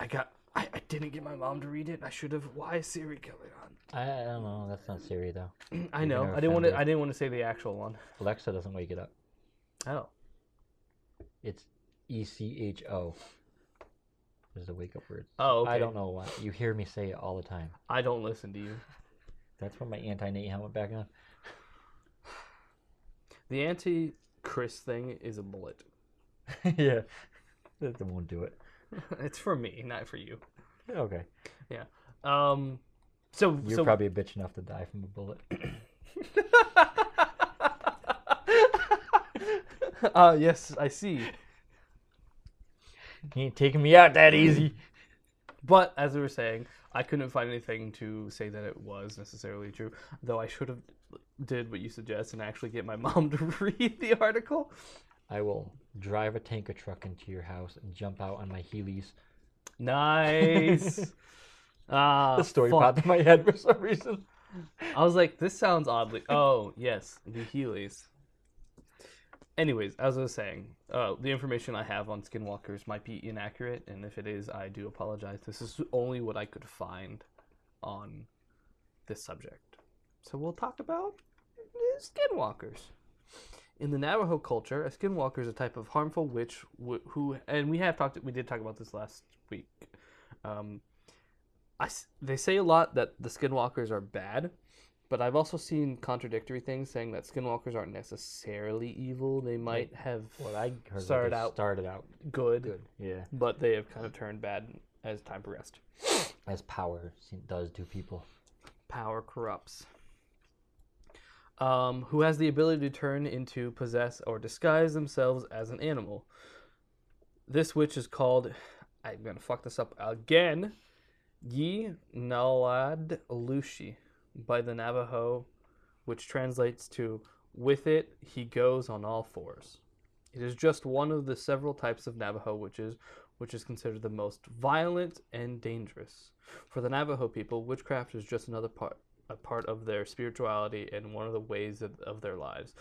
[SPEAKER 2] I got I, I didn't get my mom to read it. I should have. Why is Siri coming on?
[SPEAKER 1] I, I don't know. That's not Siri though.
[SPEAKER 2] I know.
[SPEAKER 1] gonna
[SPEAKER 2] I didn't want to.
[SPEAKER 1] offend her.
[SPEAKER 2] I didn't want to say the actual one.
[SPEAKER 1] Alexa doesn't wake it up.
[SPEAKER 2] Oh,
[SPEAKER 1] It's E C H O. Is the wake up word.
[SPEAKER 2] oh.
[SPEAKER 1] I don't know why. You hear me say it all the time.
[SPEAKER 2] I don't listen to you.
[SPEAKER 1] That's when my anti Nate helmet back on.
[SPEAKER 2] The anti Chris thing is a bullet.
[SPEAKER 1] yeah. That won't do it.
[SPEAKER 2] it's for me, not for you.
[SPEAKER 1] Okay.
[SPEAKER 2] Um, so
[SPEAKER 1] You're
[SPEAKER 2] so
[SPEAKER 1] probably a bitch enough to die from a bullet.
[SPEAKER 2] uh, yes, I see.
[SPEAKER 1] you ain't taking me out that easy.
[SPEAKER 2] But as we were saying, I couldn't find anything to say that it was necessarily true. Though I should have did what you suggest and actually get my mom to read the article.
[SPEAKER 1] I will drive a tanker truck into your house and jump out on my Heelys.
[SPEAKER 2] Nice. Ah,
[SPEAKER 1] The story
[SPEAKER 2] fuck.
[SPEAKER 1] popped in my head for some reason.
[SPEAKER 2] I was like, this sounds oddly. Oh, yes, the Heelys. Anyways, as I was saying, uh, the information I have on skinwalkers might be inaccurate, and if it is, I do apologize. This is only what I could find on this subject. So we'll talk about uh, skinwalkers. In the Navajo culture, a skinwalker is a type of harmful witch wh- who, and we have talked, we did talk about this last week. Um, I s they say a lot that the skinwalkers are bad, but I've also seen contradictory things saying that skinwalkers aren't necessarily evil. They might have
[SPEAKER 1] What I heard was
[SPEAKER 2] Started
[SPEAKER 1] they
[SPEAKER 2] out.
[SPEAKER 1] started out
[SPEAKER 2] good,
[SPEAKER 1] good. Yeah.
[SPEAKER 2] but they have kind of turned bad as time progressed.
[SPEAKER 1] As power se- does to people.
[SPEAKER 2] Power corrupts. Um, who has the ability to turn into, possess, or disguise themselves as an animal. This witch is called, I'm going to fuck this up again, Yi Nalad Lushi by the Navajo, which translates to, with it, he goes on all fours. It is just one of the several types of Navajo witches, which is considered the most violent and dangerous. For the Navajo people, witchcraft is just another part, a part of their spirituality and one of the ways of, of their lives.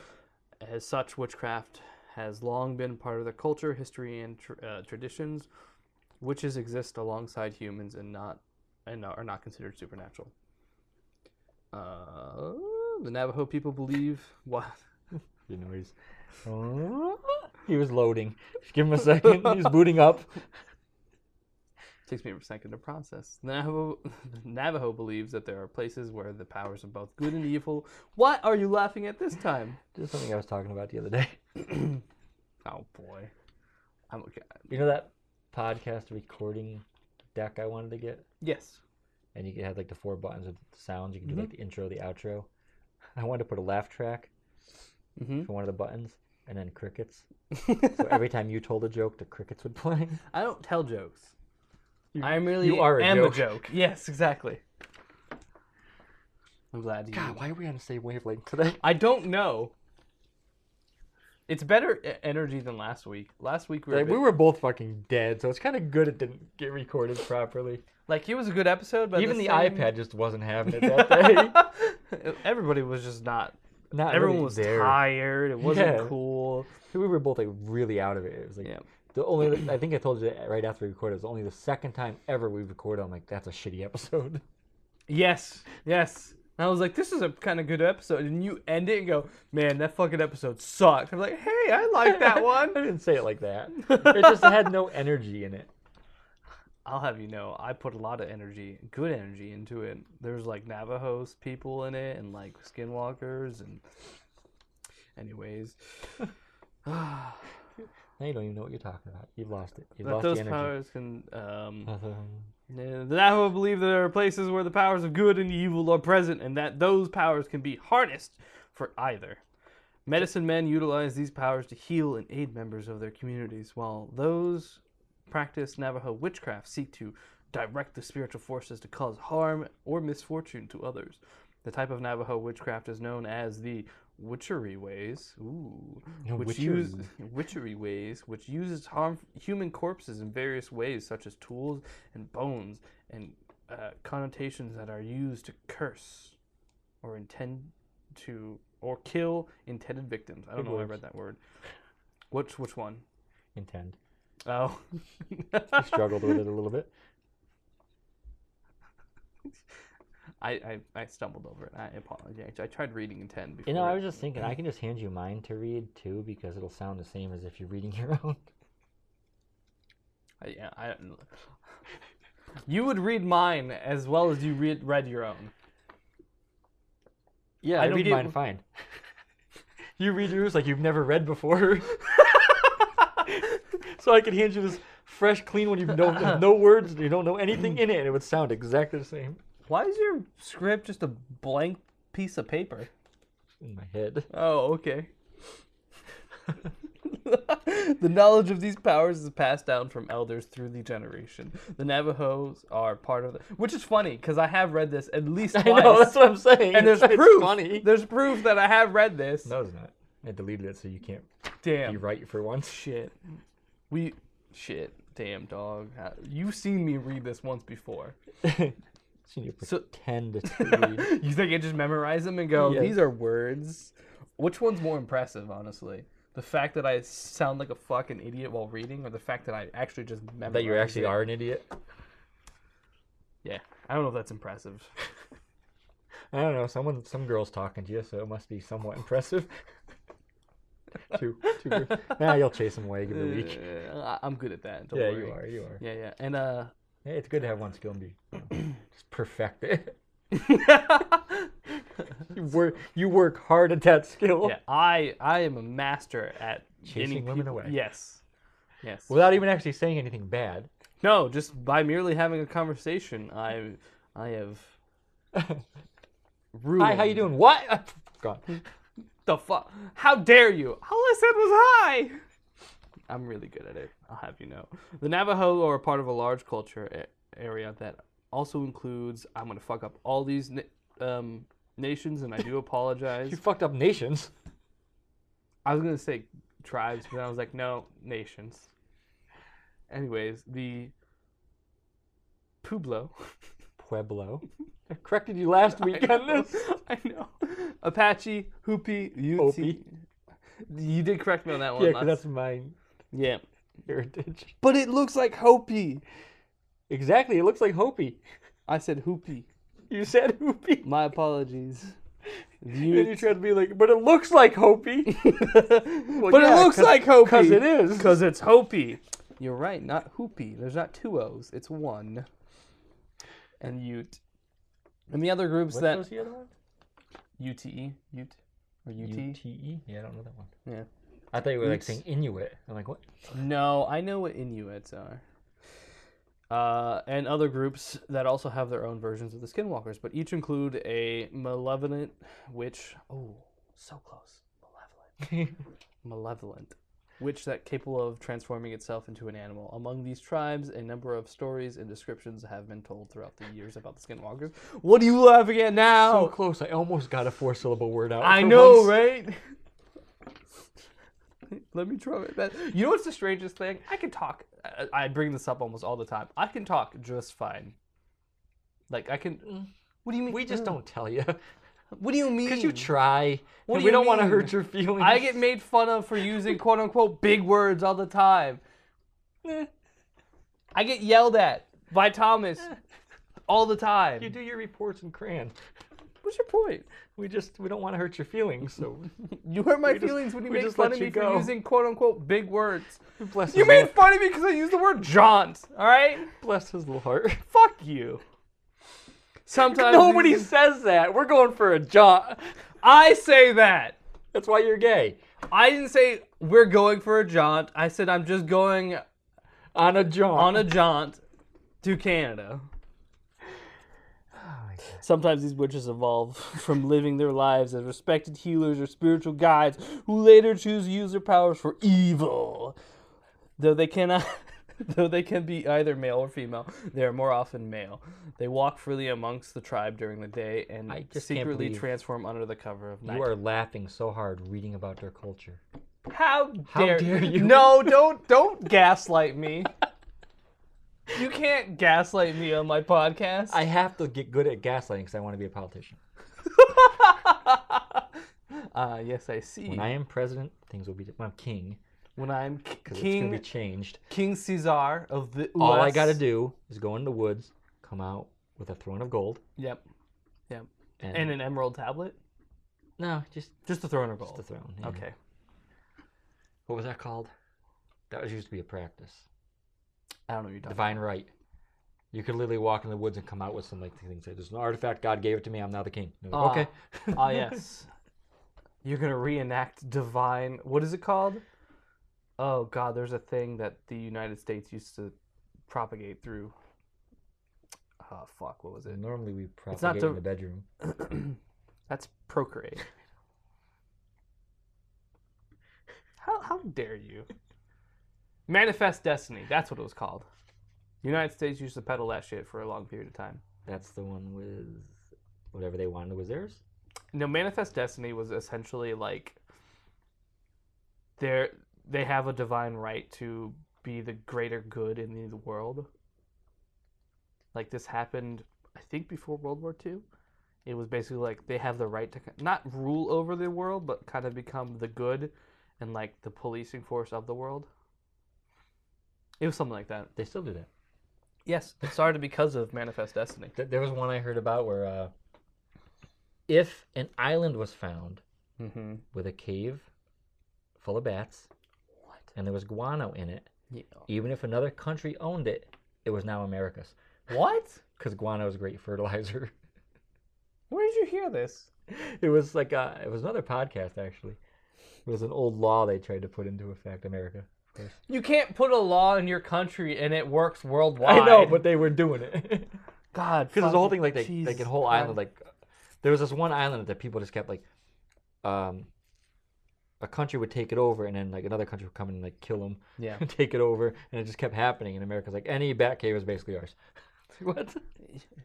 [SPEAKER 2] As such, witchcraft has long been part of their culture, history, and tr- uh, traditions. Witches exist alongside humans and not and are not considered supernatural. Uh, the Navajo people believe what
[SPEAKER 1] The noise. he was loading. Just give him a second. He's booting up.
[SPEAKER 2] Takes me a second to process. Navajo, Navajo believes that there are places where the powers of both good and evil. What are you laughing at this time?
[SPEAKER 1] This is something I was talking about the other day.
[SPEAKER 2] Oh boy, I'm okay.
[SPEAKER 1] You know that podcast recording deck I wanted to get?
[SPEAKER 2] Yes,
[SPEAKER 1] And you could have like the four buttons with the sounds. You can do like the intro, the outro. I wanted to put a laugh track
[SPEAKER 2] hmm
[SPEAKER 1] for one of the buttons and then crickets. so every time you told a joke, the crickets would play.
[SPEAKER 2] I don't tell jokes. I'm really
[SPEAKER 1] you are a
[SPEAKER 2] am
[SPEAKER 1] joke.
[SPEAKER 2] a joke. Yes, exactly. I'm glad you.
[SPEAKER 1] God, why are we on the same wavelength today?
[SPEAKER 2] I don't know. It's better e- energy than last week. Last week we were, a
[SPEAKER 1] Like,
[SPEAKER 2] bit-
[SPEAKER 1] we were both fucking dead, so it's kind of good it didn't get recorded properly.
[SPEAKER 2] like it was a good episode, but at
[SPEAKER 1] Even the
[SPEAKER 2] same-
[SPEAKER 1] iPad just wasn't having it that day.
[SPEAKER 2] Everybody was just not
[SPEAKER 1] Not
[SPEAKER 2] Everyone
[SPEAKER 1] really
[SPEAKER 2] was
[SPEAKER 1] there.
[SPEAKER 2] tired. It wasn't
[SPEAKER 1] Yeah.
[SPEAKER 2] cool.
[SPEAKER 1] We were both like really out of it. It was like
[SPEAKER 2] Yeah.
[SPEAKER 1] the only. I think I told you that right after we recorded. It was only the second time ever we recorded. I'm like, that's a shitty episode.
[SPEAKER 2] Yes. Yes. And I was like, this is a kind of good episode. And you end it and go, man, that fucking episode sucked. I'm like, hey, I like that
[SPEAKER 1] I
[SPEAKER 2] one.
[SPEAKER 1] didn't say it like that. It just had no energy in it.
[SPEAKER 2] I'll have you know, I put a lot of energy, good energy into it. There's like Navajos people in it and like skinwalkers and anyways.
[SPEAKER 1] Now you don't even know what you're talking about. You've lost it. You've
[SPEAKER 2] That
[SPEAKER 1] lost the
[SPEAKER 2] those
[SPEAKER 1] energy.
[SPEAKER 2] powers can um
[SPEAKER 1] Um,
[SPEAKER 2] The Navajo believe there are places where the powers of good and evil are present, and that those powers can be harnessed for either. Medicine men utilize these powers to heal and aid members of their communities, while those practice Navajo witchcraft seek to direct the spiritual forces to cause harm or misfortune to others. The type of Navajo witchcraft is known as the witchery ways, ooh,
[SPEAKER 1] No,
[SPEAKER 2] which use witchery ways, which uses harm human corpses in various ways, such as tools and bones and uh, connotations that are used to curse or intend to or kill intended victims. I don't
[SPEAKER 1] Big
[SPEAKER 2] know why I
[SPEAKER 1] words.
[SPEAKER 2] read that word. Which which one?
[SPEAKER 1] intend.
[SPEAKER 2] Oh,
[SPEAKER 1] Struggled with it a little bit.
[SPEAKER 2] I, I, I stumbled over it. I apologize. I tried reading in 10 before.
[SPEAKER 1] You know, I
[SPEAKER 2] it-
[SPEAKER 1] was just thinking I can just hand you mine to read too because it'll sound the same as if you're reading your own.
[SPEAKER 2] I, yeah, I don't know. You would read mine as well as you read, read your own.
[SPEAKER 1] Yeah,
[SPEAKER 2] I
[SPEAKER 1] I,
[SPEAKER 2] don't
[SPEAKER 1] read
[SPEAKER 2] get-
[SPEAKER 1] mine fine. you read yours like you've never read before. so I could hand you this fresh, clean one you don't with no words, you don't know anything in it, and it would sound exactly the same
[SPEAKER 2] Why is your script just a blank piece of paper?
[SPEAKER 1] in my head.
[SPEAKER 2] Oh, okay. the knowledge of these powers is passed down from elders through the generation. The Navajos are part of the, which is funny because I have read this at least
[SPEAKER 1] I
[SPEAKER 2] twice,
[SPEAKER 1] know that's what I'm saying.
[SPEAKER 2] and there's
[SPEAKER 1] It's
[SPEAKER 2] proof.
[SPEAKER 1] Funny.
[SPEAKER 2] There's proof that I have read this.
[SPEAKER 1] No, it's not. I deleted it so you can't
[SPEAKER 2] Damn.
[SPEAKER 1] be right for once.
[SPEAKER 2] Shit. We. Shit. Damn, dog. Uh, You've seen me read this once before.
[SPEAKER 1] So you
[SPEAKER 2] So-
[SPEAKER 1] pretend it's read.
[SPEAKER 2] you think I just memorize them and go,
[SPEAKER 1] Yes.
[SPEAKER 2] these are words? Which one's more impressive, honestly? The fact that I sound like a fucking idiot while reading, or the fact that I actually just memorize
[SPEAKER 1] that you actually
[SPEAKER 2] it?
[SPEAKER 1] are an idiot.
[SPEAKER 2] Yeah. I don't know if that's impressive.
[SPEAKER 1] I don't know. Someone, some girl's talking to you, so it must be somewhat impressive. two, two. girls. Nah, you'll chase them away. Give it a week.
[SPEAKER 2] Uh, I- I'm good at that. Don't
[SPEAKER 1] yeah,
[SPEAKER 2] worry.
[SPEAKER 1] you are. You are.
[SPEAKER 2] Yeah, yeah. And, uh,.
[SPEAKER 1] Hey, it's good to have one skill and be you know, just perfect it. You work, you work hard at that skill
[SPEAKER 2] yeah, I I am a master at
[SPEAKER 1] Chasing
[SPEAKER 2] getting
[SPEAKER 1] women
[SPEAKER 2] people-
[SPEAKER 1] away.
[SPEAKER 2] Yes, yes.
[SPEAKER 1] without even actually saying anything bad.
[SPEAKER 2] No, just by merely having a conversation, I I have ruined.
[SPEAKER 1] Hi, how you doing? What? God,
[SPEAKER 2] The fuck? How dare you? All I said was hi. I'm really good at it. I'll have you know. The Navajo are a part of a large culture a- area that also includes. I'm gonna fuck up all these na- um, nations, and I do apologize.
[SPEAKER 1] you fucked up nations.
[SPEAKER 2] I was gonna say tribes, but then I was like, no, nations. Anyways, the Pueblo.
[SPEAKER 1] Pueblo. I corrected you last week on this.
[SPEAKER 2] I know. Apache, Hopi, Ute.
[SPEAKER 1] Hopi.
[SPEAKER 2] You did correct me on that one.
[SPEAKER 1] Yeah,
[SPEAKER 2] last-
[SPEAKER 1] 'cause that's my
[SPEAKER 2] yeah.
[SPEAKER 1] heritage.
[SPEAKER 2] But it looks like Hopi.
[SPEAKER 1] Exactly. It looks like Hopi.
[SPEAKER 2] I said Hopi.
[SPEAKER 1] You said Hopi.
[SPEAKER 2] My apologies.
[SPEAKER 1] And you
[SPEAKER 2] Ute.
[SPEAKER 1] tried to be like, but it looks like Hopi.
[SPEAKER 2] but
[SPEAKER 1] yeah,
[SPEAKER 2] it looks
[SPEAKER 1] 'cause-
[SPEAKER 2] like Hopi.
[SPEAKER 1] Because it is.
[SPEAKER 2] Because it's Hopi. You're right, not Hopi. There's not two O's, it's one. And Ute. And the other groups that.
[SPEAKER 1] the other one?
[SPEAKER 2] UTE? Ute? Or UT?
[SPEAKER 1] UTE? E? Yeah, I don't know that one.
[SPEAKER 2] Yeah.
[SPEAKER 1] I thought you were like
[SPEAKER 2] Utes.
[SPEAKER 1] saying Inuit. I'm like, what?
[SPEAKER 2] No, I know what Inuits are. Uh, and other groups that also have their own versions of the Skinwalkers, but each include a malevolent witch. Oh, so close. Malevolent. malevolent, witch that capable of transforming itself into an animal. Among these tribes, a number of stories and descriptions have been told throughout the years about the skinwalkers. What are you laughing at now?
[SPEAKER 1] so close. I almost got a four syllable word out.
[SPEAKER 2] I
[SPEAKER 1] for
[SPEAKER 2] know,
[SPEAKER 1] once.
[SPEAKER 2] right? Let me try it. That you know what's the strangest thing? I can talk. I, I bring this up almost all the time. I can talk just fine. Like I can. What do you mean?
[SPEAKER 1] Mm. We just don't tell you.
[SPEAKER 2] What do you mean?
[SPEAKER 1] Because you try.
[SPEAKER 2] What
[SPEAKER 1] and
[SPEAKER 2] do
[SPEAKER 1] we
[SPEAKER 2] you
[SPEAKER 1] don't want to
[SPEAKER 2] mean?
[SPEAKER 1] hurt your feelings.
[SPEAKER 2] I get made fun of for using quote unquote big words all the time.
[SPEAKER 1] Eh,
[SPEAKER 2] I get yelled at by Thomas all the time.
[SPEAKER 1] You do your reports in crayon.
[SPEAKER 2] What's your point?
[SPEAKER 1] We just we don't want to hurt your feelings, so
[SPEAKER 2] You hurt my
[SPEAKER 1] We just-
[SPEAKER 2] feelings when you
[SPEAKER 1] we
[SPEAKER 2] make
[SPEAKER 1] just
[SPEAKER 2] fun
[SPEAKER 1] let
[SPEAKER 2] of
[SPEAKER 1] you
[SPEAKER 2] me
[SPEAKER 1] go.
[SPEAKER 2] for using quote unquote big words.
[SPEAKER 1] bless.
[SPEAKER 2] You
[SPEAKER 1] his
[SPEAKER 2] made
[SPEAKER 1] little-
[SPEAKER 2] fun of me because I used the word jaunt, alright?
[SPEAKER 1] bless his little heart.
[SPEAKER 2] Fuck you. Sometimes
[SPEAKER 1] Nobody says that. We're going for a jaunt.
[SPEAKER 2] I say that.
[SPEAKER 1] That's why you're gay.
[SPEAKER 2] I didn't say we're going for a jaunt. I said I'm just going
[SPEAKER 1] On a jaunt.
[SPEAKER 2] on a jaunt to Canada.
[SPEAKER 1] Oh,
[SPEAKER 2] Sometimes these witches evolve from living their lives as respected healers or spiritual guides who later choose to use their powers for evil. Though they cannot though they can be either male or female, they are more often male. They walk freely amongst the tribe during the day and
[SPEAKER 1] I just can't
[SPEAKER 2] secretly
[SPEAKER 1] believe
[SPEAKER 2] transform under the cover of night.
[SPEAKER 1] You are laughing so hard reading about their culture.
[SPEAKER 2] How dare,
[SPEAKER 1] dare you.
[SPEAKER 2] No, don't don't gaslight me. You can't gaslight me on my podcast.
[SPEAKER 1] I have to get good at gaslighting because I want to be a politician.
[SPEAKER 2] uh, yes, I see.
[SPEAKER 1] When I am president, things will be. di- When I'm king,
[SPEAKER 2] When I'm
[SPEAKER 1] because it's
[SPEAKER 2] king,
[SPEAKER 1] gonna be changed.
[SPEAKER 2] King Caesar of the.
[SPEAKER 1] All I
[SPEAKER 2] US.
[SPEAKER 1] gotta do is go in the woods, come out, with a throne of gold
[SPEAKER 2] Yep.
[SPEAKER 1] and,
[SPEAKER 2] And an emerald tablet?
[SPEAKER 1] no, just
[SPEAKER 2] Just a throne of
[SPEAKER 1] just
[SPEAKER 2] gold.
[SPEAKER 1] the throne. yeah.
[SPEAKER 2] Okay.
[SPEAKER 1] What was that called? That was used to be a practice.
[SPEAKER 2] I don't know what you're talking
[SPEAKER 1] Divine right. You could literally walk in the woods and come out with some like things. Like, There's an artifact. God gave it to me. I'm now the king. And they're like, okay.
[SPEAKER 2] about. Ah, yes. You're going to reenact divine. What is it called? Oh, God, there's a thing that the United States used to propagate through. Oh, fuck, what was it?
[SPEAKER 1] Normally we propagate
[SPEAKER 2] not
[SPEAKER 1] in
[SPEAKER 2] the-
[SPEAKER 1] the bedroom.
[SPEAKER 2] That's procreate. how how dare you? Manifest destiny. That's what it was called. The United States used to peddle that shit for a long period of time.
[SPEAKER 1] That's the one with whatever they wanted was theirs.
[SPEAKER 2] No, manifest destiny was essentially like they they have a divine right to be the greater good in the world. Like this happened, I think, before World War II. It was basically like they have the right to ki- not rule over the world, but kind of become the good and like the policing force of the world. It was something like that.
[SPEAKER 1] They still do that.
[SPEAKER 2] Yes, it started because of Manifest Destiny.
[SPEAKER 1] Th- There was one I heard about where uh, if an island was found
[SPEAKER 2] Mm-hmm.
[SPEAKER 1] with a cave full of bats
[SPEAKER 2] What?
[SPEAKER 1] and there was guano in it,
[SPEAKER 2] Yeah.
[SPEAKER 1] even if another country owned it, it was now America's
[SPEAKER 2] What?
[SPEAKER 1] because guano is a great fertilizer.
[SPEAKER 2] Where did you hear this?
[SPEAKER 1] it was like uh, it was another podcast actually. It was an old law they tried to put into effect America. Of course.
[SPEAKER 2] You can't put a law in your country and it works worldwide.
[SPEAKER 1] I know, but they were doing it.
[SPEAKER 2] God,
[SPEAKER 1] Because there's a whole thing like
[SPEAKER 2] they
[SPEAKER 1] they like a whole island like there was this one island that people just kept like um a country would take it over and then like another country would come in and like kill them
[SPEAKER 2] Yeah.
[SPEAKER 1] and take it over and it just kept happening and America's like any bat cave is basically ours. what?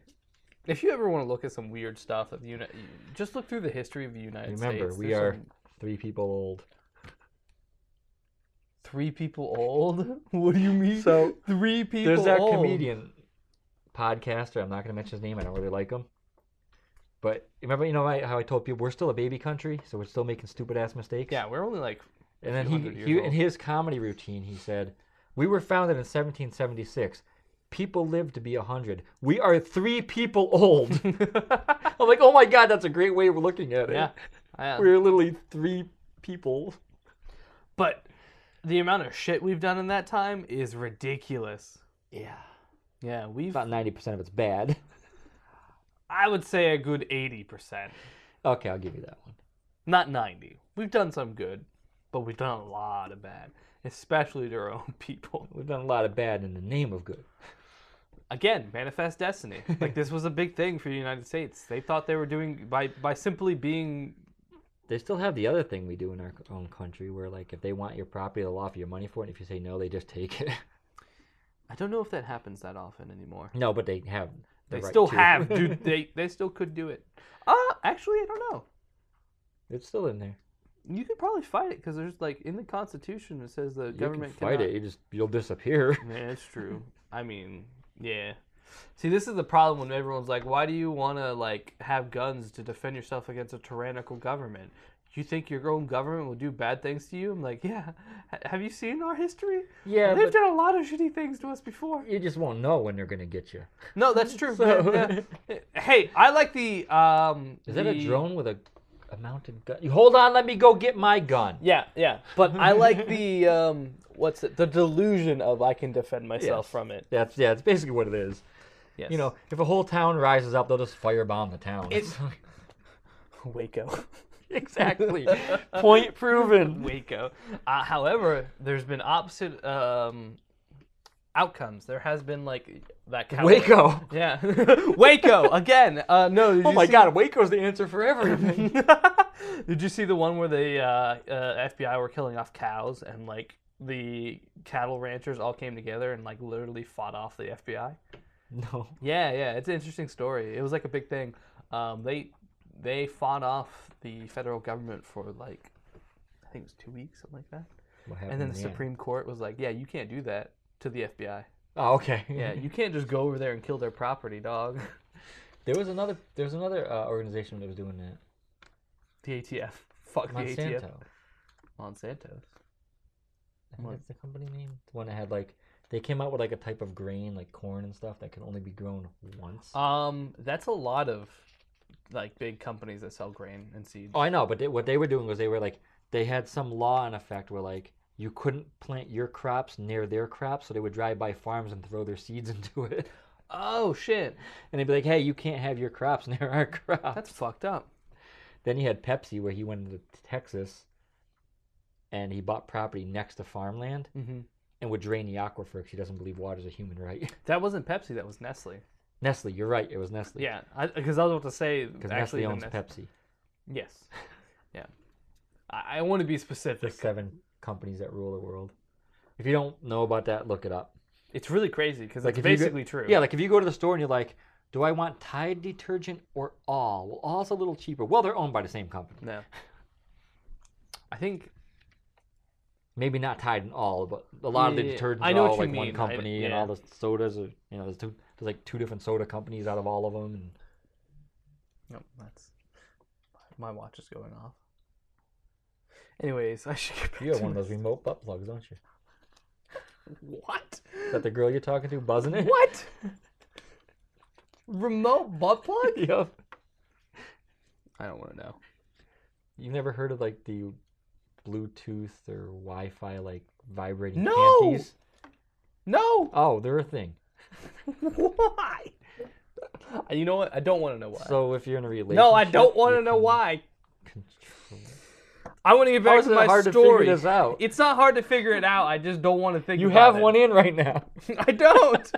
[SPEAKER 2] If you ever want to look at some weird stuff of the uni- just look through the history of the United
[SPEAKER 1] Remember,
[SPEAKER 2] States.
[SPEAKER 1] we
[SPEAKER 2] There's
[SPEAKER 1] are
[SPEAKER 2] some-
[SPEAKER 1] three people old.
[SPEAKER 2] three people old. What do you mean?
[SPEAKER 1] So,
[SPEAKER 2] three people.
[SPEAKER 1] There's that
[SPEAKER 2] old.
[SPEAKER 1] comedian podcaster. I'm not going to mention his name. I don't really like him. But remember, you know I, how I told people we're still a baby country, so we're still making stupid ass mistakes.
[SPEAKER 2] Yeah, we're only like
[SPEAKER 1] And then
[SPEAKER 2] few hundred
[SPEAKER 1] he,
[SPEAKER 2] years
[SPEAKER 1] he
[SPEAKER 2] old.
[SPEAKER 1] in his comedy routine, he said, "We were founded in 1776. People lived to be 100. We are three people old." I'm like, "Oh my god, that's a great way of looking at it."
[SPEAKER 2] yeah. I-
[SPEAKER 1] We're literally three people.
[SPEAKER 2] but the amount of shit we've done in that time is ridiculous.
[SPEAKER 1] Yeah.
[SPEAKER 2] Yeah, we've.
[SPEAKER 1] About 90% of it's bad.
[SPEAKER 2] I would say a good eighty percent.
[SPEAKER 1] Okay, I'll give you that one.
[SPEAKER 2] not 90. We've done some good, but we've done a lot of bad, especially to our own people.
[SPEAKER 1] We've done a lot of bad in the name of good.
[SPEAKER 2] Again, manifest destiny. Like this was a big thing for the United States. They thought they were doing by by simply being
[SPEAKER 1] They still have the other thing we do in our own country where, like, if they want your property, they'll offer you money for it. And if you say no, they just take it.
[SPEAKER 2] I don't know if that happens that often anymore.
[SPEAKER 1] no, but they have. the
[SPEAKER 2] They
[SPEAKER 1] right
[SPEAKER 2] still
[SPEAKER 1] to.
[SPEAKER 2] have, dude. They they still could do it. Uh, actually, I don't know.
[SPEAKER 1] it's still in there.
[SPEAKER 2] You could probably fight it because there's like in the Constitution it says the
[SPEAKER 1] You
[SPEAKER 2] government
[SPEAKER 1] can fight
[SPEAKER 2] cannot-
[SPEAKER 1] it. You just you'll disappear.
[SPEAKER 2] Yeah, it's true. I mean, yeah. See, this is the problem when everyone's like, "Why do you want to like have guns to defend yourself against a tyrannical government? You think your own government will do bad things to you?" I'm like, "Yeah. H- have you seen our history?
[SPEAKER 1] Yeah,
[SPEAKER 2] They've done a lot of shitty things to us before."
[SPEAKER 1] you just won't know when they're gonna get you.
[SPEAKER 2] No, that's true.
[SPEAKER 1] So-
[SPEAKER 2] Yeah. hey, I like the um.
[SPEAKER 1] Is that a
[SPEAKER 2] the-
[SPEAKER 1] drone with a, a mounted gun? You hold on, let me go get my gun.
[SPEAKER 2] Yeah, yeah. But I like the um. What's it? The delusion of I can defend myself
[SPEAKER 1] Yes.
[SPEAKER 2] from it.
[SPEAKER 1] That's yeah, it's basically what it is.
[SPEAKER 2] Yes.
[SPEAKER 1] You know, if a whole town rises up, they'll just firebomb the town.
[SPEAKER 2] It's- Waco.
[SPEAKER 1] exactly point proven.
[SPEAKER 2] Waco. Uh, however, there's been opposite um, outcomes. There has been like that. Coward.
[SPEAKER 1] Waco.
[SPEAKER 2] Yeah. Waco again. Uh, no. Did
[SPEAKER 1] Oh
[SPEAKER 2] you
[SPEAKER 1] my
[SPEAKER 2] see-
[SPEAKER 1] God, Waco's the answer for everything.
[SPEAKER 2] did you see the one where the uh, uh, FBI were killing off cows and like the cattle ranchers all came together and like literally fought off the FBI?
[SPEAKER 1] no,
[SPEAKER 2] Yeah, yeah. It's an interesting story. It was like a big thing. Um, they they fought off the federal government for like I think it was two weeks, something like that.
[SPEAKER 1] what happened
[SPEAKER 2] And then
[SPEAKER 1] in
[SPEAKER 2] the
[SPEAKER 1] end?
[SPEAKER 2] Supreme Court was like, "Yeah, you can't do that to the FBI.
[SPEAKER 1] Oh, okay.
[SPEAKER 2] Yeah, you can't just go over there and kill their property, dog."
[SPEAKER 1] There was another. There was another uh, organization that was doing that.
[SPEAKER 2] The ATF. Fuck the ATF.
[SPEAKER 1] Monsanto.
[SPEAKER 2] Monsanto.
[SPEAKER 1] I think that's the company name. The one that had like They came out with like a type of grain, like corn and stuff, that can only be grown once.
[SPEAKER 2] Um, that's a lot of like big companies that sell grain and seeds.
[SPEAKER 1] oh, I know, but they, what they were doing was they were like they had some law in effect where like you couldn't plant your crops near their crops, so they would drive by farms and throw their seeds into it,
[SPEAKER 2] Oh shit,
[SPEAKER 1] and they'd be like, "Hey, you can't have your crops near our crops."
[SPEAKER 2] that's fucked up.
[SPEAKER 1] Then he had Pepsi, where he went to Texas, and he bought property next to farmland
[SPEAKER 2] Mm-hmm.
[SPEAKER 1] and would drain the aquifer because he doesn't believe water's a human right.
[SPEAKER 2] That wasn't Pepsi. That was Nestle.
[SPEAKER 1] Nestle, you're right. It was Nestle.
[SPEAKER 2] Yeah, because I, was about to say
[SPEAKER 1] Because
[SPEAKER 2] actually
[SPEAKER 1] Nestle
[SPEAKER 2] the
[SPEAKER 1] owns
[SPEAKER 2] Nes-
[SPEAKER 1] Pepsi.
[SPEAKER 2] Yes. Yeah. I, I want to be
[SPEAKER 1] The
[SPEAKER 2] specific.
[SPEAKER 1] seven companies that rule the world. If you don't know about that, look it up.
[SPEAKER 2] It's really crazy because
[SPEAKER 1] Like,
[SPEAKER 2] it's
[SPEAKER 1] if you go-
[SPEAKER 2] basically true.
[SPEAKER 1] Yeah, like if you go to the store and you're like, do I want Tide detergent or all? Well, all's a little cheaper. Well, they're owned by the same company.
[SPEAKER 2] No. I think
[SPEAKER 1] Maybe not Tide and all, but a lot of the
[SPEAKER 2] Yeah,
[SPEAKER 1] detergents
[SPEAKER 2] I know
[SPEAKER 1] are all
[SPEAKER 2] what you
[SPEAKER 1] like one
[SPEAKER 2] mean. I-
[SPEAKER 1] company, and
[SPEAKER 2] yeah.
[SPEAKER 1] all the sodas are, you know, there's, two, there's like two different soda companies out of all of them. And
[SPEAKER 2] no. That's my watch is going off. Anyways, I should get back
[SPEAKER 1] you have
[SPEAKER 2] to
[SPEAKER 1] one of
[SPEAKER 2] my-
[SPEAKER 1] those remote butt plugs, don't you?
[SPEAKER 2] What?
[SPEAKER 1] Is that the girl you're talking to buzzing it?
[SPEAKER 2] What? Remote butt plug?
[SPEAKER 1] Yep.
[SPEAKER 2] I don't want to know.
[SPEAKER 1] You've never heard of like the Bluetooth or Wi-Fi like vibrating
[SPEAKER 2] No!
[SPEAKER 1] panties?
[SPEAKER 2] No.
[SPEAKER 1] Oh, they're a thing.
[SPEAKER 2] why? You know what? I don't want to know why.
[SPEAKER 1] So if you're in a relationship,
[SPEAKER 2] no, I don't want to
[SPEAKER 1] you
[SPEAKER 2] know
[SPEAKER 1] can
[SPEAKER 2] why.
[SPEAKER 1] control-
[SPEAKER 2] I want to get
[SPEAKER 1] How
[SPEAKER 2] back
[SPEAKER 1] is
[SPEAKER 2] to
[SPEAKER 1] it
[SPEAKER 2] my
[SPEAKER 1] hard to
[SPEAKER 2] story.
[SPEAKER 1] figure this out?
[SPEAKER 2] It's not hard to figure it out. I just don't want to think.
[SPEAKER 1] You
[SPEAKER 2] about
[SPEAKER 1] have
[SPEAKER 2] it.
[SPEAKER 1] one in right now.
[SPEAKER 2] I don't.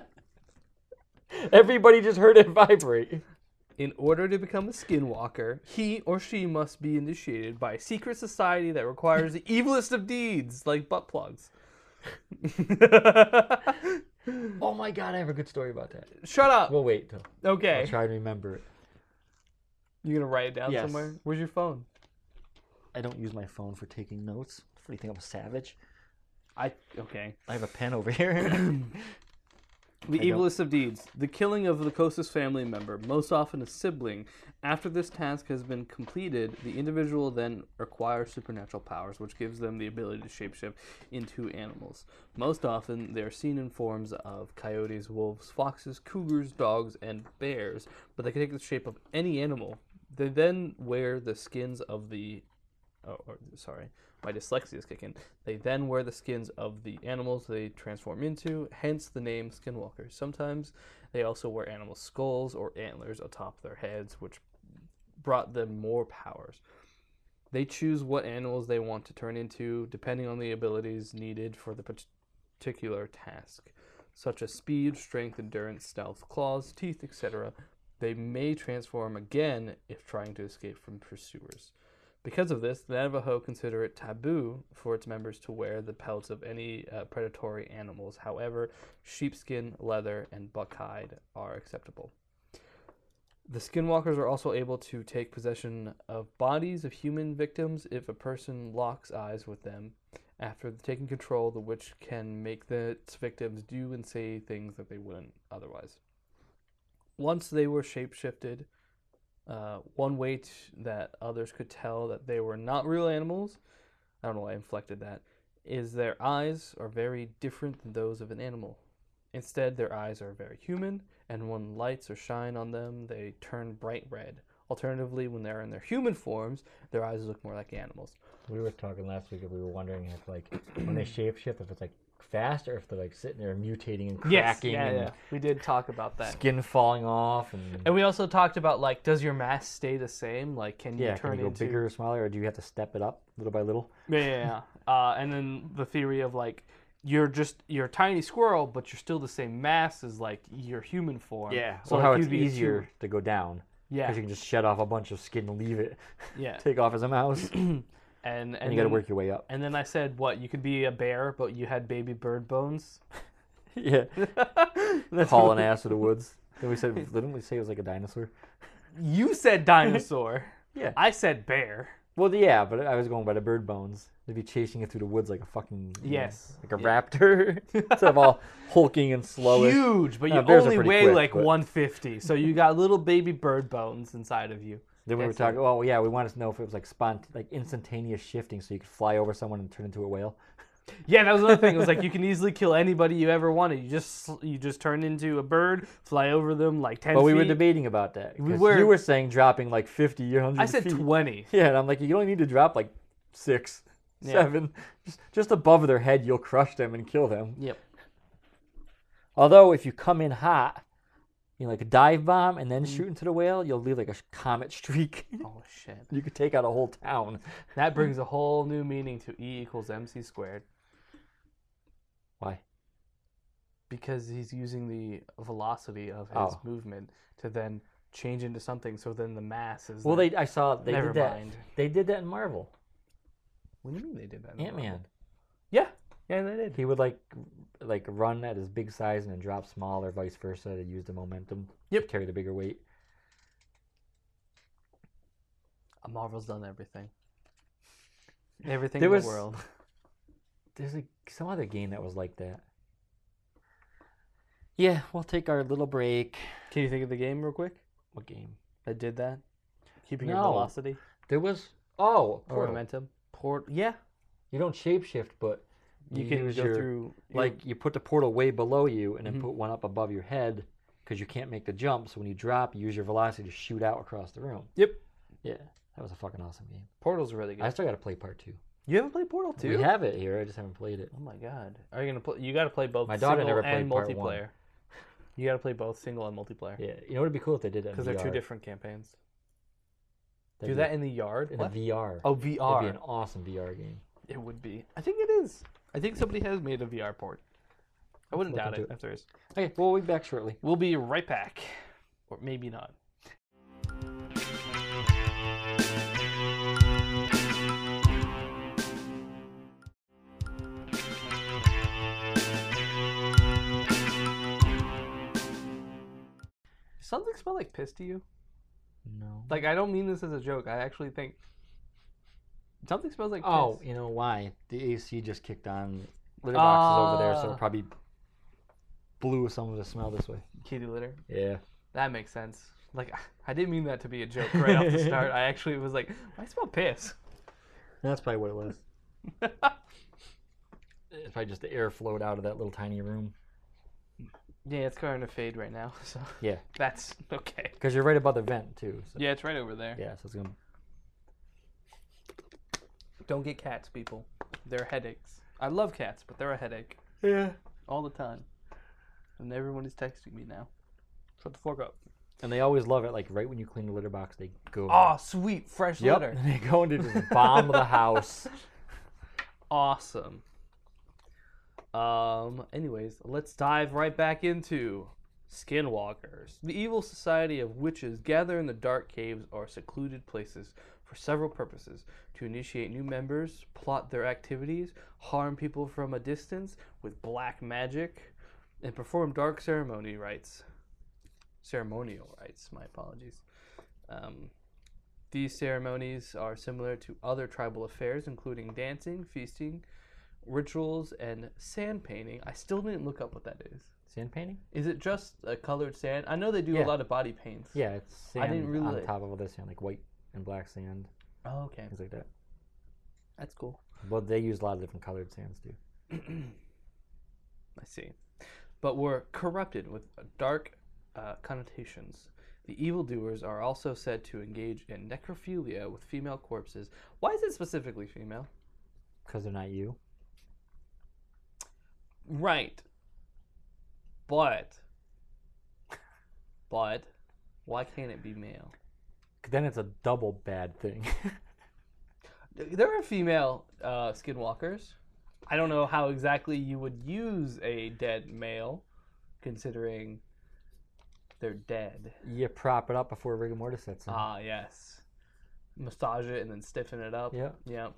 [SPEAKER 1] Everybody just heard it vibrate.
[SPEAKER 2] In order to become a skinwalker, he or she must be initiated by a secret society that requires the evilest of deeds, like butt plugs.
[SPEAKER 1] Oh my god, I have a good story about that.
[SPEAKER 2] Shut up.
[SPEAKER 1] We'll wait till I'll
[SPEAKER 2] Okay.
[SPEAKER 1] try and remember it.
[SPEAKER 2] You gonna write it down
[SPEAKER 1] Yes.
[SPEAKER 2] somewhere? Where's your phone?
[SPEAKER 1] I don't use my phone for taking notes. What do you think I'm a savage?
[SPEAKER 2] I okay.
[SPEAKER 1] I have a pen over here.
[SPEAKER 2] The
[SPEAKER 1] I don't-
[SPEAKER 2] evilest of deeds, the killing of the closest family member, most often a sibling. After this task has been completed, the individual then acquires supernatural powers, which gives them the ability to shapeshift into animals. Most often, they are seen in forms of coyotes, wolves, foxes, cougars, dogs, and bears, but they can take the shape of any animal. They then wear the skins of the oh, or, sorry, my dyslexia is kicking. They then wear the skins of the animals they transform into, hence the name skinwalkers. Sometimes they also wear animal skulls or antlers atop their heads, which brought them more powers. They choose what animals they want to turn into, depending on the abilities needed for the pat- particular task, such as speed, strength, endurance, stealth, claws, teeth, etc. They may transform again if trying to escape from pursuers. Because of this, the Navajo consider it taboo for its members to wear the pelts of any uh, predatory animals. However, sheepskin, leather, and buckhide are acceptable. The skinwalkers are also able to take possession of bodies of human victims if a person locks eyes with them. After taking control, the witch can make the, its victims do and say things that they wouldn't otherwise. Once they were shapeshifted, uh, one way t- that others could tell that they were not real animals, I don't know why I inflected that, is their eyes are very different than those of an animal. Instead, their eyes are very human, and when lights or shine on them, they turn bright red. Alternatively, when they're in their human forms, their eyes look more like animals.
[SPEAKER 1] We were talking last week, and we were wondering if, like, when they shapeshift, if it's like fast or if they're like sitting there mutating and cracking and
[SPEAKER 2] We did talk about that.
[SPEAKER 1] skin falling off, and,
[SPEAKER 2] And we also talked about like, does your mass stay the same? Like, can
[SPEAKER 1] yeah,
[SPEAKER 2] you turn
[SPEAKER 1] can you go
[SPEAKER 2] into
[SPEAKER 1] bigger or smaller, or do you have to step it up little by little?
[SPEAKER 2] Yeah, yeah, yeah. Uh, and then the theory of like you're just you're a tiny squirrel, but you're still the same mass as like your human form.
[SPEAKER 1] So
[SPEAKER 2] like,
[SPEAKER 1] how
[SPEAKER 2] you'd
[SPEAKER 1] it's
[SPEAKER 2] be a huge-
[SPEAKER 1] easier to go down
[SPEAKER 2] Yeah,
[SPEAKER 1] because you can just shed off a bunch of skin and leave it,
[SPEAKER 2] yeah.
[SPEAKER 1] take off as a mouse, and,
[SPEAKER 2] And and,
[SPEAKER 1] you got to
[SPEAKER 2] then,
[SPEAKER 1] work your way up.
[SPEAKER 2] And then I said, what? You could be a bear, but you had baby bird bones.
[SPEAKER 1] yeah,
[SPEAKER 2] That's
[SPEAKER 1] haul
[SPEAKER 2] what-
[SPEAKER 1] an ass to the woods. Then we said, didn't we say it was like a dinosaur?
[SPEAKER 2] You said dinosaur.
[SPEAKER 1] Yeah.
[SPEAKER 2] I said bear.
[SPEAKER 1] Well, yeah, but I was going by the bird bones. They'd be chasing it through the woods like a fucking you know,
[SPEAKER 2] Yes.
[SPEAKER 1] like a raptor instead of all hulking and slowish.
[SPEAKER 2] Huge, but you
[SPEAKER 1] Nah, bears are
[SPEAKER 2] only
[SPEAKER 1] pretty
[SPEAKER 2] weigh
[SPEAKER 1] quick,
[SPEAKER 2] like
[SPEAKER 1] but-
[SPEAKER 2] 150, so you got little baby bird bones inside of you.
[SPEAKER 1] Then we were
[SPEAKER 2] Excellent.
[SPEAKER 1] talking. Oh yeah, we wanted to know if it was like spont, like instantaneous shifting, so you could fly over someone and turn into a whale.
[SPEAKER 2] Yeah, that was another thing. It was like you can easily kill anybody you ever wanted. You just sl- you just turn into a bird, fly over them like ten.
[SPEAKER 1] But we
[SPEAKER 2] feet.
[SPEAKER 1] were debating about that.
[SPEAKER 2] We
[SPEAKER 1] 'cause
[SPEAKER 2] were.
[SPEAKER 1] You were saying dropping like 50 or 100
[SPEAKER 2] I said
[SPEAKER 1] feet.
[SPEAKER 2] twenty.
[SPEAKER 1] Yeah, and I'm like, you only need to drop like six,
[SPEAKER 2] Yeah.
[SPEAKER 1] seven, just, just above their head, you'll crush them and kill them.
[SPEAKER 2] Yep.
[SPEAKER 1] Although, if you come in hot, you know, like a dive bomb and
[SPEAKER 2] Mm.
[SPEAKER 1] then shoot into the whale, you'll leave like a sh- comet streak.
[SPEAKER 2] Oh shit.
[SPEAKER 1] you could take out a whole town.
[SPEAKER 2] That brings a whole new meaning to E equals MC squared
[SPEAKER 1] Why?
[SPEAKER 2] because he's using the velocity of his
[SPEAKER 1] Oh.
[SPEAKER 2] movement to then change into something. So then the mass is.
[SPEAKER 1] Well,
[SPEAKER 2] the-
[SPEAKER 1] they I saw they
[SPEAKER 2] Never
[SPEAKER 1] did that.
[SPEAKER 2] mind.
[SPEAKER 1] They did that in Marvel.
[SPEAKER 2] What do you mean they did that? in the
[SPEAKER 1] Ant Man.
[SPEAKER 2] Yeah, yeah, they did.
[SPEAKER 1] He would like like run at his big size and then drop small, or vice versa to use the momentum. to
[SPEAKER 2] Yep.
[SPEAKER 1] Carry the bigger weight.
[SPEAKER 2] Marvel's done everything. Everything
[SPEAKER 1] There
[SPEAKER 2] in
[SPEAKER 1] was-
[SPEAKER 2] the world.
[SPEAKER 1] There's like some other game that was like that. Yeah, we'll take our little break.
[SPEAKER 2] Can you think of the game real quick
[SPEAKER 1] What game?
[SPEAKER 2] that did that? Keeping your
[SPEAKER 1] No.
[SPEAKER 2] velocity
[SPEAKER 1] There was oh
[SPEAKER 2] or
[SPEAKER 1] portal.
[SPEAKER 2] momentum. Port. Yeah,
[SPEAKER 1] You don't shapeshift, but
[SPEAKER 2] you, can
[SPEAKER 1] use
[SPEAKER 2] go
[SPEAKER 1] your-
[SPEAKER 2] through your-
[SPEAKER 1] like you put the portal way below you and then
[SPEAKER 2] Mhm.
[SPEAKER 1] put one up above your head because you can't make the jump. So when you drop, you use your velocity to shoot out across the room.
[SPEAKER 2] Yep.
[SPEAKER 1] Yeah, that was a fucking awesome game.
[SPEAKER 2] Portal's really good.
[SPEAKER 1] I still got to play part two.
[SPEAKER 2] You haven't played Portal
[SPEAKER 1] We
[SPEAKER 2] two?
[SPEAKER 1] have it here. I just haven't played it.
[SPEAKER 2] Oh my god! Are you gonna play? You gotta play both.
[SPEAKER 1] My daughter
[SPEAKER 2] single
[SPEAKER 1] never
[SPEAKER 2] and
[SPEAKER 1] played part one.
[SPEAKER 2] multiplayer. You gotta play both single and multiplayer
[SPEAKER 1] Yeah, you know it'd be cool if they did that
[SPEAKER 2] because
[SPEAKER 1] because
[SPEAKER 2] they're two different campaigns.
[SPEAKER 1] That'd
[SPEAKER 2] Do
[SPEAKER 1] be-
[SPEAKER 2] that in the yard.
[SPEAKER 1] in
[SPEAKER 2] What?
[SPEAKER 1] a VR.
[SPEAKER 2] oh,
[SPEAKER 1] That'd
[SPEAKER 2] VR.
[SPEAKER 1] be an awesome VR game.
[SPEAKER 2] It would be. I think it is. I think somebody has made a VR port. I wouldn't
[SPEAKER 1] look
[SPEAKER 2] doubt
[SPEAKER 1] into
[SPEAKER 2] it
[SPEAKER 1] it.
[SPEAKER 2] if there is.
[SPEAKER 1] Okay, well we'll be back shortly.
[SPEAKER 2] We'll be right back, or maybe not. Does Something smell like piss to you?
[SPEAKER 1] No.
[SPEAKER 2] Like I don't mean this as a joke. I actually think something smells like
[SPEAKER 1] Oh,
[SPEAKER 2] piss.
[SPEAKER 1] you know why? The AC just kicked on. Litter box is over there, so
[SPEAKER 2] Ah.
[SPEAKER 1] it probably blew some of the smell this way.
[SPEAKER 2] kitty litter.
[SPEAKER 1] Yeah.
[SPEAKER 2] That makes sense. Like I didn't mean that to be a joke right off the start. I actually was like, I smell piss.
[SPEAKER 1] That's probably what it was. It's probably just the air flowed out of that little tiny room.
[SPEAKER 2] Yeah, it's kind of fade right now, so
[SPEAKER 1] Yeah.
[SPEAKER 2] that's okay.
[SPEAKER 1] Because you're right above the vent, too. So.
[SPEAKER 2] Yeah, it's right over there.
[SPEAKER 1] Yeah, so it's going to.
[SPEAKER 2] Don't get cats, people. They're headaches. I love cats, but they're a headache
[SPEAKER 1] Yeah.
[SPEAKER 2] all the time. And everyone is texting me now. Shut the fork up.
[SPEAKER 1] And they always love it. Like, right when you clean the litter box, they go.
[SPEAKER 2] Aw, Ah, sweet fresh
[SPEAKER 1] yep.
[SPEAKER 2] Oh, litter.
[SPEAKER 1] They go into just bomb the house.
[SPEAKER 2] Awesome. Um. Anyways, let's dive right back into Skinwalkers. The evil society of witches gather in the dark caves or secluded places for several purposes to initiate new members, plot their activities, harm people from a distance with black magic, and perform dark ceremony rites. Ceremonial rites, my apologies. Um, these ceremonies are similar to other tribal affairs, including dancing, feasting, rituals, and sand painting. I still didn't look up what that is.
[SPEAKER 1] Sand painting?
[SPEAKER 2] Is it just a colored sand? I know they do a
[SPEAKER 1] Yeah.
[SPEAKER 2] lot of body paints.
[SPEAKER 1] Yeah, it's sand
[SPEAKER 2] I didn't really-
[SPEAKER 1] on top of all this sand, like white and black sand,
[SPEAKER 2] Oh, okay.
[SPEAKER 1] things like that.
[SPEAKER 2] That's cool.
[SPEAKER 1] But they use a lot of different colored sands, too.
[SPEAKER 2] I see. But were corrupted with dark uh, connotations. The evildoers are also said to engage in necrophilia with female corpses. Why is it specifically female?
[SPEAKER 1] Because they're not you.
[SPEAKER 2] Right. But. But. Why can't it be male?
[SPEAKER 1] 'Cause Then it's a double bad thing.
[SPEAKER 2] There are female uh, skinwalkers. I don't know how exactly you would use a dead male, considering they're dead.
[SPEAKER 1] you prop it up before rigor mortis sets in.
[SPEAKER 2] Ah, yes. Massage it and then stiffen it up.
[SPEAKER 1] Yeah.
[SPEAKER 2] Yep.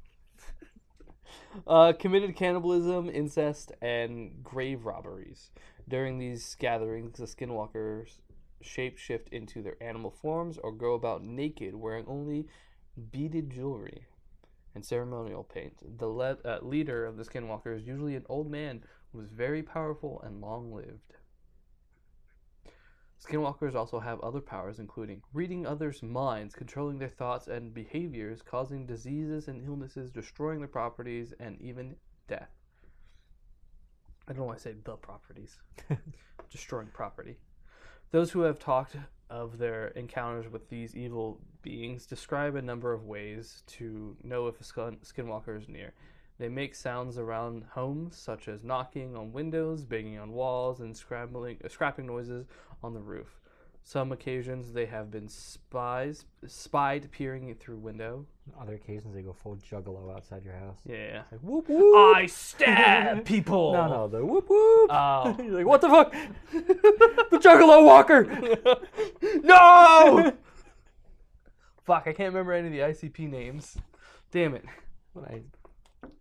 [SPEAKER 2] Uh, committed cannibalism, incest, and grave robberies. During these gatherings, the skinwalkers shapeshift into their animal forms or go about naked, wearing only beaded jewelry and ceremonial paint. The le- uh, leader of the skinwalker is usually an old man who is very powerful and long lived. Skinwalkers also have other powers, including reading others' minds, controlling their thoughts and behaviors, causing diseases and illnesses, destroying their properties, and even death. I don't know why I say the properties. destroying property. Those who have talked of their encounters with these evil beings describe a number of ways to know if a skin- skinwalker is near. They make sounds around homes, such as knocking on windows, banging on walls, and scrambling, uh, scrapping noises on the roof. Some occasions they have been spies spied peering through window.
[SPEAKER 1] On other occasions, they go full juggalo outside your house.
[SPEAKER 2] Yeah. Ah,
[SPEAKER 1] Like, whoop whoop.
[SPEAKER 2] I stab people.
[SPEAKER 1] No, no, the whoop whoop.
[SPEAKER 2] Oh.
[SPEAKER 1] You're like, what the fuck? the juggalo walker.
[SPEAKER 2] no! Fuck, I can't remember any of the ICP names. Damn it.
[SPEAKER 1] What I,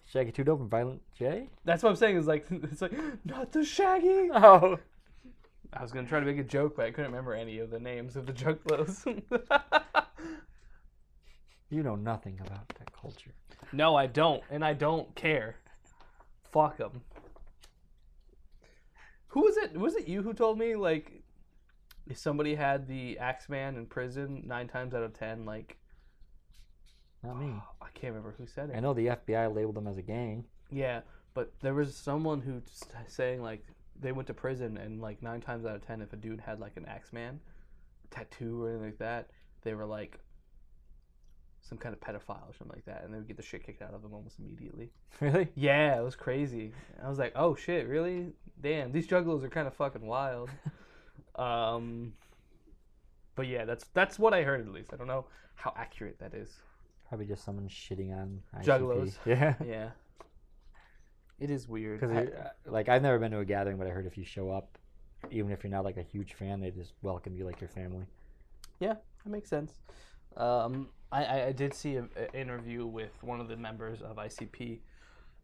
[SPEAKER 1] Shaggy Two Dope and Violent J.
[SPEAKER 2] That's what I'm saying. Is like it's like not the Shaggy.
[SPEAKER 1] Oh.
[SPEAKER 2] I was gonna try to make a joke, but I couldn't remember any of the names of the juggalos.
[SPEAKER 1] You know nothing about that culture.
[SPEAKER 2] no, I don't, and I don't care. Fuck them. Who was it? Was it you who told me like if somebody had the Axeman in prison nine times out of ten? Like
[SPEAKER 1] Not me.
[SPEAKER 2] I can't remember who said it.
[SPEAKER 1] I know the FBI labeled them as a gang.
[SPEAKER 2] Yeah, but there was someone who just saying like they went to prison and like nine times out of ten, if a dude had like an Axeman tattoo or anything like that, they were like some kind of pedophile or something like that, and they would get the shit kicked out of them almost immediately.
[SPEAKER 1] Really?
[SPEAKER 2] Yeah, it was crazy. I was like, oh shit, really? Damn, these juggalos are kind of fucking wild. um, but yeah, that's that's what I heard at least. I don't know how accurate that is.
[SPEAKER 1] Probably just someone shitting on ICP.
[SPEAKER 2] Juggalos.
[SPEAKER 1] Yeah.
[SPEAKER 2] Yeah, it is weird. I-
[SPEAKER 1] Because uh, like I've never been to a gathering, but I heard if you show up, even if you're not like a huge fan, they just welcome you like your family.
[SPEAKER 2] Yeah, that makes sense. Um, I, I, I did see an interview with one of the members of ICP,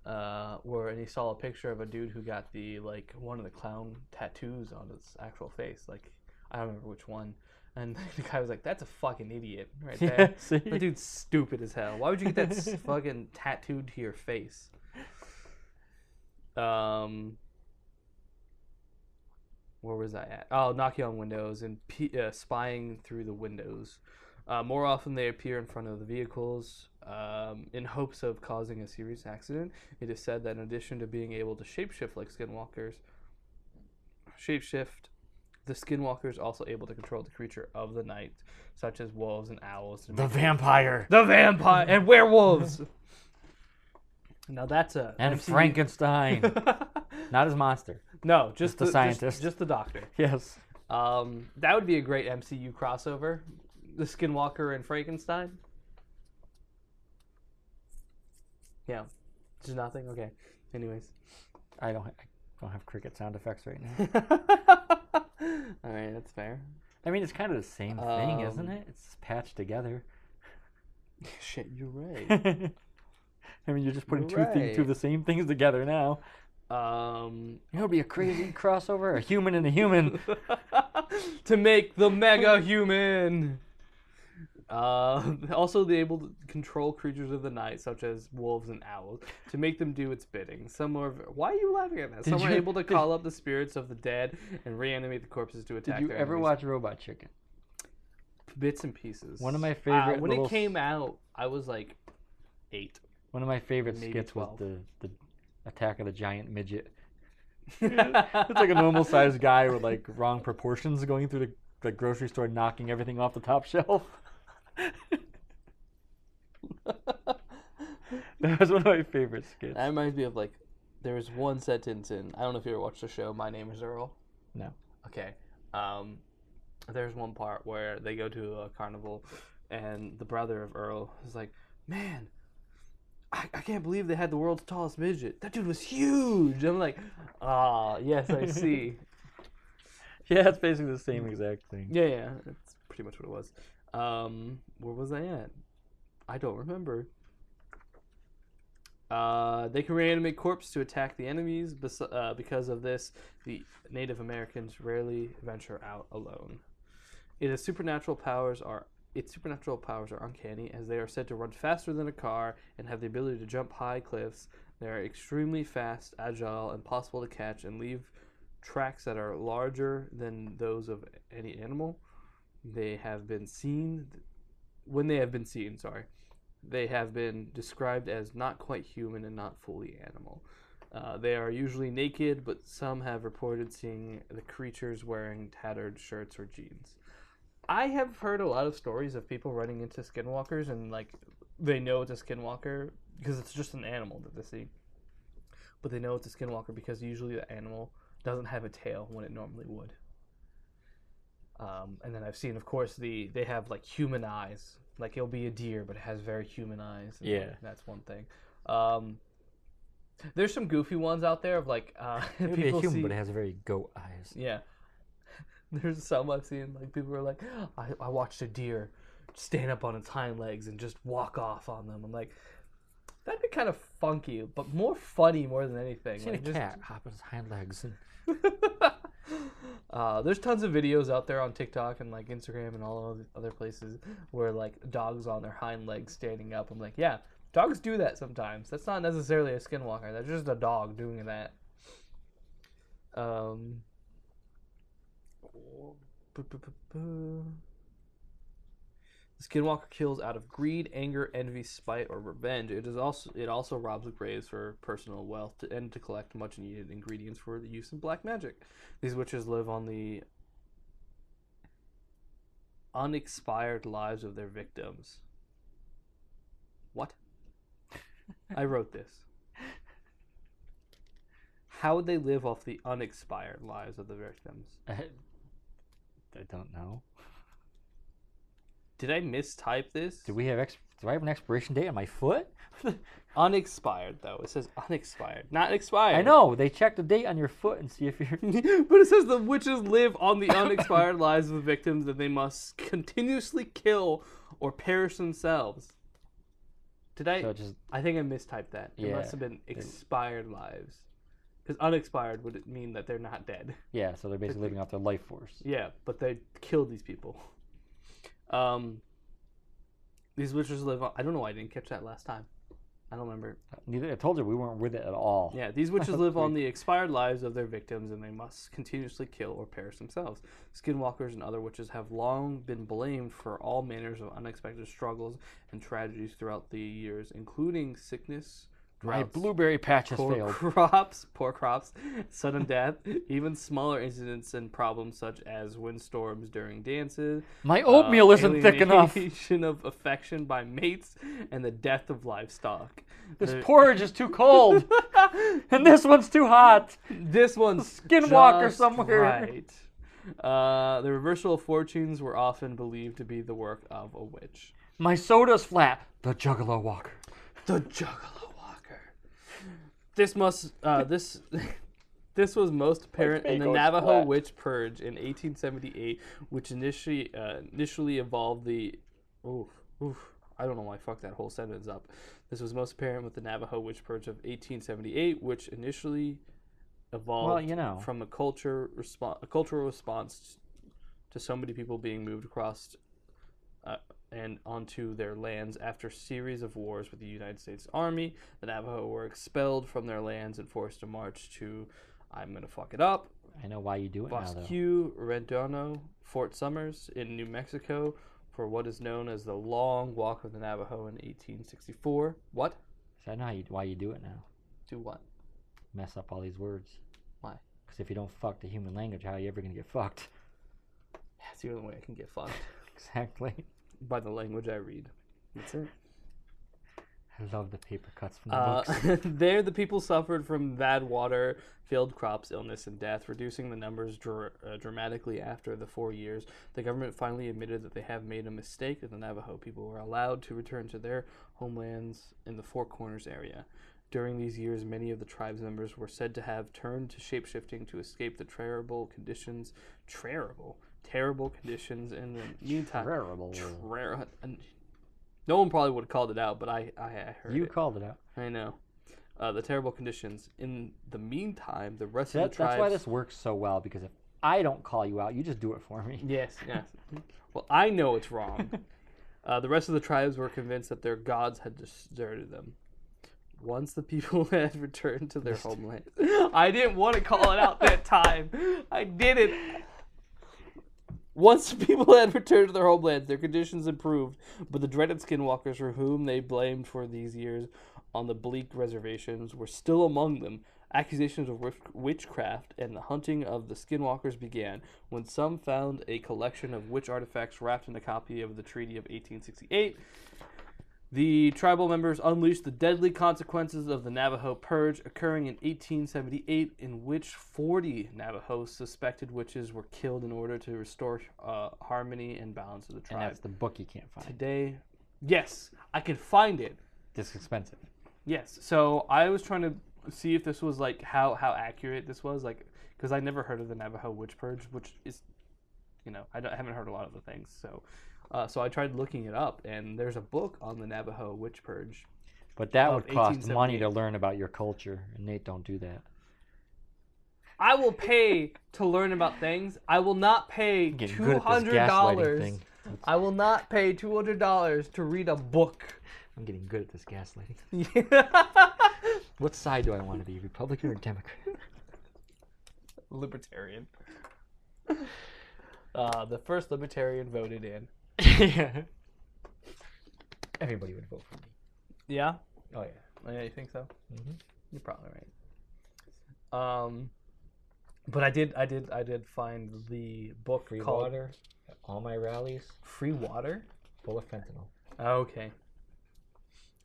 [SPEAKER 2] uh, where and he saw a picture of a dude who got the like one of the clown tattoos on his actual face. Like I don't remember which one. And the guy was like, "That's a fucking idiot right there.
[SPEAKER 1] see?
[SPEAKER 2] That dude's stupid as hell. Why would you get that s- fucking tattooed to your face?" Um, where was I at? Oh, knocking on windows and pe- uh, spying through the windows. Uh, more often, they appear in front of the vehicles um, in hopes of causing a serious accident. It is said that in addition to being able to shapeshift like skinwalkers, shapeshift, the skinwalker is also able to control the creature of the night, such as wolves and owls. and
[SPEAKER 1] The vampire
[SPEAKER 2] the vampire and werewolves. now that's a
[SPEAKER 1] and
[SPEAKER 2] MCU
[SPEAKER 1] Frankenstein, not his monster.
[SPEAKER 2] no, just,
[SPEAKER 1] the
[SPEAKER 2] the,
[SPEAKER 1] scientist.
[SPEAKER 2] just, just the doctor.
[SPEAKER 1] Yes.
[SPEAKER 2] Um, that would be a great MCU crossover. The Skinwalker and Frankenstein. Yeah. Just nothing? Okay. Anyways.
[SPEAKER 1] I don't. I don't have cricket sound effects right now.
[SPEAKER 2] Alright, that's fair.
[SPEAKER 1] I mean, it's kind of the same thing, isn't
[SPEAKER 2] Um,
[SPEAKER 1] it? It's just patched together.
[SPEAKER 2] Shit, you're right.
[SPEAKER 1] I mean, you're just putting two things, two of
[SPEAKER 2] Right.
[SPEAKER 1] the same things together now.
[SPEAKER 2] um
[SPEAKER 1] You know, it'd be a crazy crossover: a human and a human.
[SPEAKER 2] to make the mega human. Uh, also, they able to control creatures of the night, such as wolves and owls, to make them do its bidding. Some are. Why are you laughing at that? Some are
[SPEAKER 1] you-
[SPEAKER 2] able to call up the spirits of the dead and reanimate the corpses to attack.
[SPEAKER 1] Did you
[SPEAKER 2] their
[SPEAKER 1] ever
[SPEAKER 2] enemies.
[SPEAKER 1] watch Robot Chicken?
[SPEAKER 2] bits and pieces?
[SPEAKER 1] One of my
[SPEAKER 2] Uh,
[SPEAKER 1] favorite
[SPEAKER 2] when
[SPEAKER 1] little
[SPEAKER 2] it
[SPEAKER 1] s-
[SPEAKER 2] came out, I was like eight.
[SPEAKER 1] One of my favorite
[SPEAKER 2] Maybe
[SPEAKER 1] skits was
[SPEAKER 2] 12.
[SPEAKER 1] the the attack of the giant midget.
[SPEAKER 2] it's
[SPEAKER 1] It's like a normal sized guy with like wrong proportions going through the, the grocery store, knocking everything off the top shelf. that was one of my favorite skits.
[SPEAKER 2] That reminds me of like there was one sentence in I don't know if you ever watched the show My Name Is Earl.
[SPEAKER 1] No.
[SPEAKER 2] Okay. Um, there's one part where they go to a carnival, and the brother of Earl is like, "Man, I, I can't believe they had the world's tallest midget. That dude was huge." I'm like, "Ah, yes, I see."
[SPEAKER 1] Yeah, it's basically the same exact thing.
[SPEAKER 2] yeah, yeah, that's pretty much what it was. Um, where was I at? I don't remember. Uh, they can reanimate corpses to attack the enemies. Bes- uh, because of this, the Native Americans rarely venture out alone. It is supernatural powers are its supernatural powers are uncanny, as they are said to run faster than a car and have the ability to jump high cliffs. They are extremely fast, agile, and possible to catch and leave tracks that are larger than those of any animal. They have been seen, when they have been seen, sorry, they have been described as not quite human and not fully animal. Uh, they are usually naked, but some have reported seeing the creatures wearing tattered shirts or jeans. I have heard a lot of stories of people running into skinwalkers and like they know it's a skinwalker because it's just an animal that they see. But they know it's a skinwalker because usually the animal doesn't have a tail when it normally would. Um, and then I've seen, of course, the they have like human eyes. Like it'll be a deer, but it has very human eyes. and,
[SPEAKER 1] Yeah.
[SPEAKER 2] that's one thing. Um, there's some goofy ones out there of like uh,
[SPEAKER 1] It would be a
[SPEAKER 2] people
[SPEAKER 1] human,
[SPEAKER 2] see.
[SPEAKER 1] but it has very goat eyes.
[SPEAKER 2] Yeah. There's some I've seen, like, people are like, I, I watched a deer stand up on its hind legs and just walk off on them. I'm like, that'd be kind of funky, but more funny more than anything.
[SPEAKER 1] Seen a
[SPEAKER 2] like, just-
[SPEAKER 1] cat hop on its hind legs. And
[SPEAKER 2] uh, there's tons of videos out there on TikTok and like Instagram and all of the other places where like dogs on their hind legs standing up. I'm like, yeah, dogs do that sometimes. That's not necessarily a skinwalker. That's just a dog doing that. Um. bu- bu- bu- bu. The Skinwalker kills out of greed, anger, envy, spite, or revenge. It is also it also robs graves for personal wealth to, and to collect much needed ingredients for the use in black magic. These witches live on the unexpired lives of their victims. What? I wrote this. How would they live off the unexpired lives of the victims?
[SPEAKER 1] I, I don't know.
[SPEAKER 2] Did I mistype this?
[SPEAKER 1] Do we have ex- do I have an expiration date on my foot?
[SPEAKER 2] Unexpired though. It says unexpired, not expired.
[SPEAKER 1] I know they check the date on your foot and see if you're.
[SPEAKER 2] but it says the witches live on the unexpired lives of the victims that they must continuously kill or perish themselves. Did I?
[SPEAKER 1] so it just
[SPEAKER 2] I think I mistyped that. It
[SPEAKER 1] Yeah.
[SPEAKER 2] must have been expired lives, because unexpired would mean that they're not dead.
[SPEAKER 1] yeah. So they're basically living off their life force.
[SPEAKER 2] Yeah, but they killed these people. Um, these witches live on. I don't know why I didn't catch that last time. I don't remember.
[SPEAKER 1] Neither I told you we weren't with it at all.
[SPEAKER 2] Yeah, these witches live on the expired lives of their victims and they must continuously kill or perish themselves. Skinwalkers and other witches have long been blamed for all manners of unexpected struggles and tragedies throughout the years, including sickness,
[SPEAKER 1] My
[SPEAKER 2] droughts,
[SPEAKER 1] blueberry patch has
[SPEAKER 2] poor
[SPEAKER 1] failed.
[SPEAKER 2] crops, poor crops, sudden death, even smaller incidents and problems such as windstorms during dances,
[SPEAKER 1] My
[SPEAKER 2] uh,
[SPEAKER 1] oatmeal isn't thick enough.
[SPEAKER 2] alienation of affection by mates, and the death of livestock.
[SPEAKER 1] This
[SPEAKER 2] There-
[SPEAKER 1] porridge is too cold, and this one's too hot.
[SPEAKER 2] This one's
[SPEAKER 1] Skinwalker
[SPEAKER 2] just
[SPEAKER 1] somewhere.
[SPEAKER 2] Right. Uh, the reversal of fortunes were often believed to be the work of a witch.
[SPEAKER 1] My soda's flat. The Juggalo Walker.
[SPEAKER 2] The Juggalo Walker. This must. Uh, this. This was most apparent in the
[SPEAKER 1] bagels
[SPEAKER 2] Navajo
[SPEAKER 1] flat.
[SPEAKER 2] witch purge in 1878, which initially uh, initially evolved the. Oof, oof, I don't know why I fucked that whole sentence up. This was most apparent with the Navajo witch purge of 1878, which initially evolved
[SPEAKER 1] you know.
[SPEAKER 2] from a culture respo- a cultural response to so many people being moved across uh, and onto their lands after series of wars with the United States Army. The Navajo were expelled from their lands and forced to march to I'm gonna fuck it up
[SPEAKER 1] I know why you do it now though.
[SPEAKER 2] Bosque Redondo, Fort Summers in New Mexico for what is known as the Long Walk of the Navajo in 1864. What?
[SPEAKER 1] So I know how you, why you do it now.
[SPEAKER 2] Do what?
[SPEAKER 1] Mess up all these words.
[SPEAKER 2] Why?
[SPEAKER 1] Because if you don't fuck the human language, how are you ever gonna get fucked?
[SPEAKER 2] That's the only way I can get fucked
[SPEAKER 1] Exactly.
[SPEAKER 2] by the language I read. That's it.
[SPEAKER 1] I love the paper cuts from the
[SPEAKER 2] Uh,
[SPEAKER 1] books.
[SPEAKER 2] there, the people suffered from bad water, failed crops, illness, and death, reducing the numbers dr- uh, dramatically after the four years. The government finally admitted that they have made a mistake, and the Navajo people were allowed to return to their homelands in the Four Corners area. During these years, many of the tribe's members were said to have turned to shapeshifting to escape the terrible conditions. Terrible, terrible conditions. In the meantime,
[SPEAKER 1] Terrible.
[SPEAKER 2] Terrar- and- no one probably would have called it out, but I, I, I heard
[SPEAKER 1] You
[SPEAKER 2] it.
[SPEAKER 1] called it out.
[SPEAKER 2] I know. Uh, the terrible conditions. In the meantime, the rest of
[SPEAKER 1] That,
[SPEAKER 2] the
[SPEAKER 1] that's
[SPEAKER 2] tribes.
[SPEAKER 1] why this works so well because if I don't call you out, you just do it for me.
[SPEAKER 2] Yes, yes. well, I know it's wrong. uh, the rest of the tribes were convinced that their gods had deserted them. once the people had returned to their homeland. I didn't want to call it out that time. I didn't. Once the people had returned to their homelands, their conditions improved, but the dreaded skinwalkers for whom they blamed for these years on the bleak reservations were still among them. Accusations of witch- witchcraft and the hunting of the skinwalkers began when some found a collection of witch artifacts wrapped in a copy of the Treaty of 1868. The tribal members unleashed the deadly consequences of the Navajo Purge occurring in 1878, in which 40 Navajo suspected witches were killed in order to restore uh, harmony and balance of the
[SPEAKER 1] And
[SPEAKER 2] tribe.
[SPEAKER 1] that's the book you can't find.
[SPEAKER 2] Today, yes, I can find it.
[SPEAKER 1] It's expensive.
[SPEAKER 2] Yes. So I was trying to see if this was like how how accurate this was, like because I never heard of the Navajo witch purge, which is, you know, I, don't, I haven't heard a lot of the things. So, uh, so I tried looking it up, and there's a book on the Navajo witch purge.
[SPEAKER 1] But that
[SPEAKER 2] Of
[SPEAKER 1] would cost money to
[SPEAKER 2] 1878.
[SPEAKER 1] learn about your culture, and Nate don't do that.
[SPEAKER 2] I will pay to learn about things. I will not pay
[SPEAKER 1] Getting
[SPEAKER 2] two
[SPEAKER 1] good at
[SPEAKER 2] hundred
[SPEAKER 1] this gaslighting
[SPEAKER 2] dollars.
[SPEAKER 1] thing.
[SPEAKER 2] I will not pay two hundred dollars to read a book.
[SPEAKER 1] I'm getting good at this gaslighting.
[SPEAKER 2] Yeah.
[SPEAKER 1] What side do I want to be, Republican or Democrat?
[SPEAKER 2] libertarian. Uh, the first libertarian voted in.
[SPEAKER 1] Everybody would vote for me.
[SPEAKER 2] Yeah.
[SPEAKER 1] Oh yeah.
[SPEAKER 2] Yeah, you think so?
[SPEAKER 1] Mhm.
[SPEAKER 2] You're probably right. Um, but I did, I did, I did find the book
[SPEAKER 1] Free
[SPEAKER 2] called
[SPEAKER 1] water. at All my rallies
[SPEAKER 2] "Free Water."
[SPEAKER 1] full of fentanyl.
[SPEAKER 2] Okay.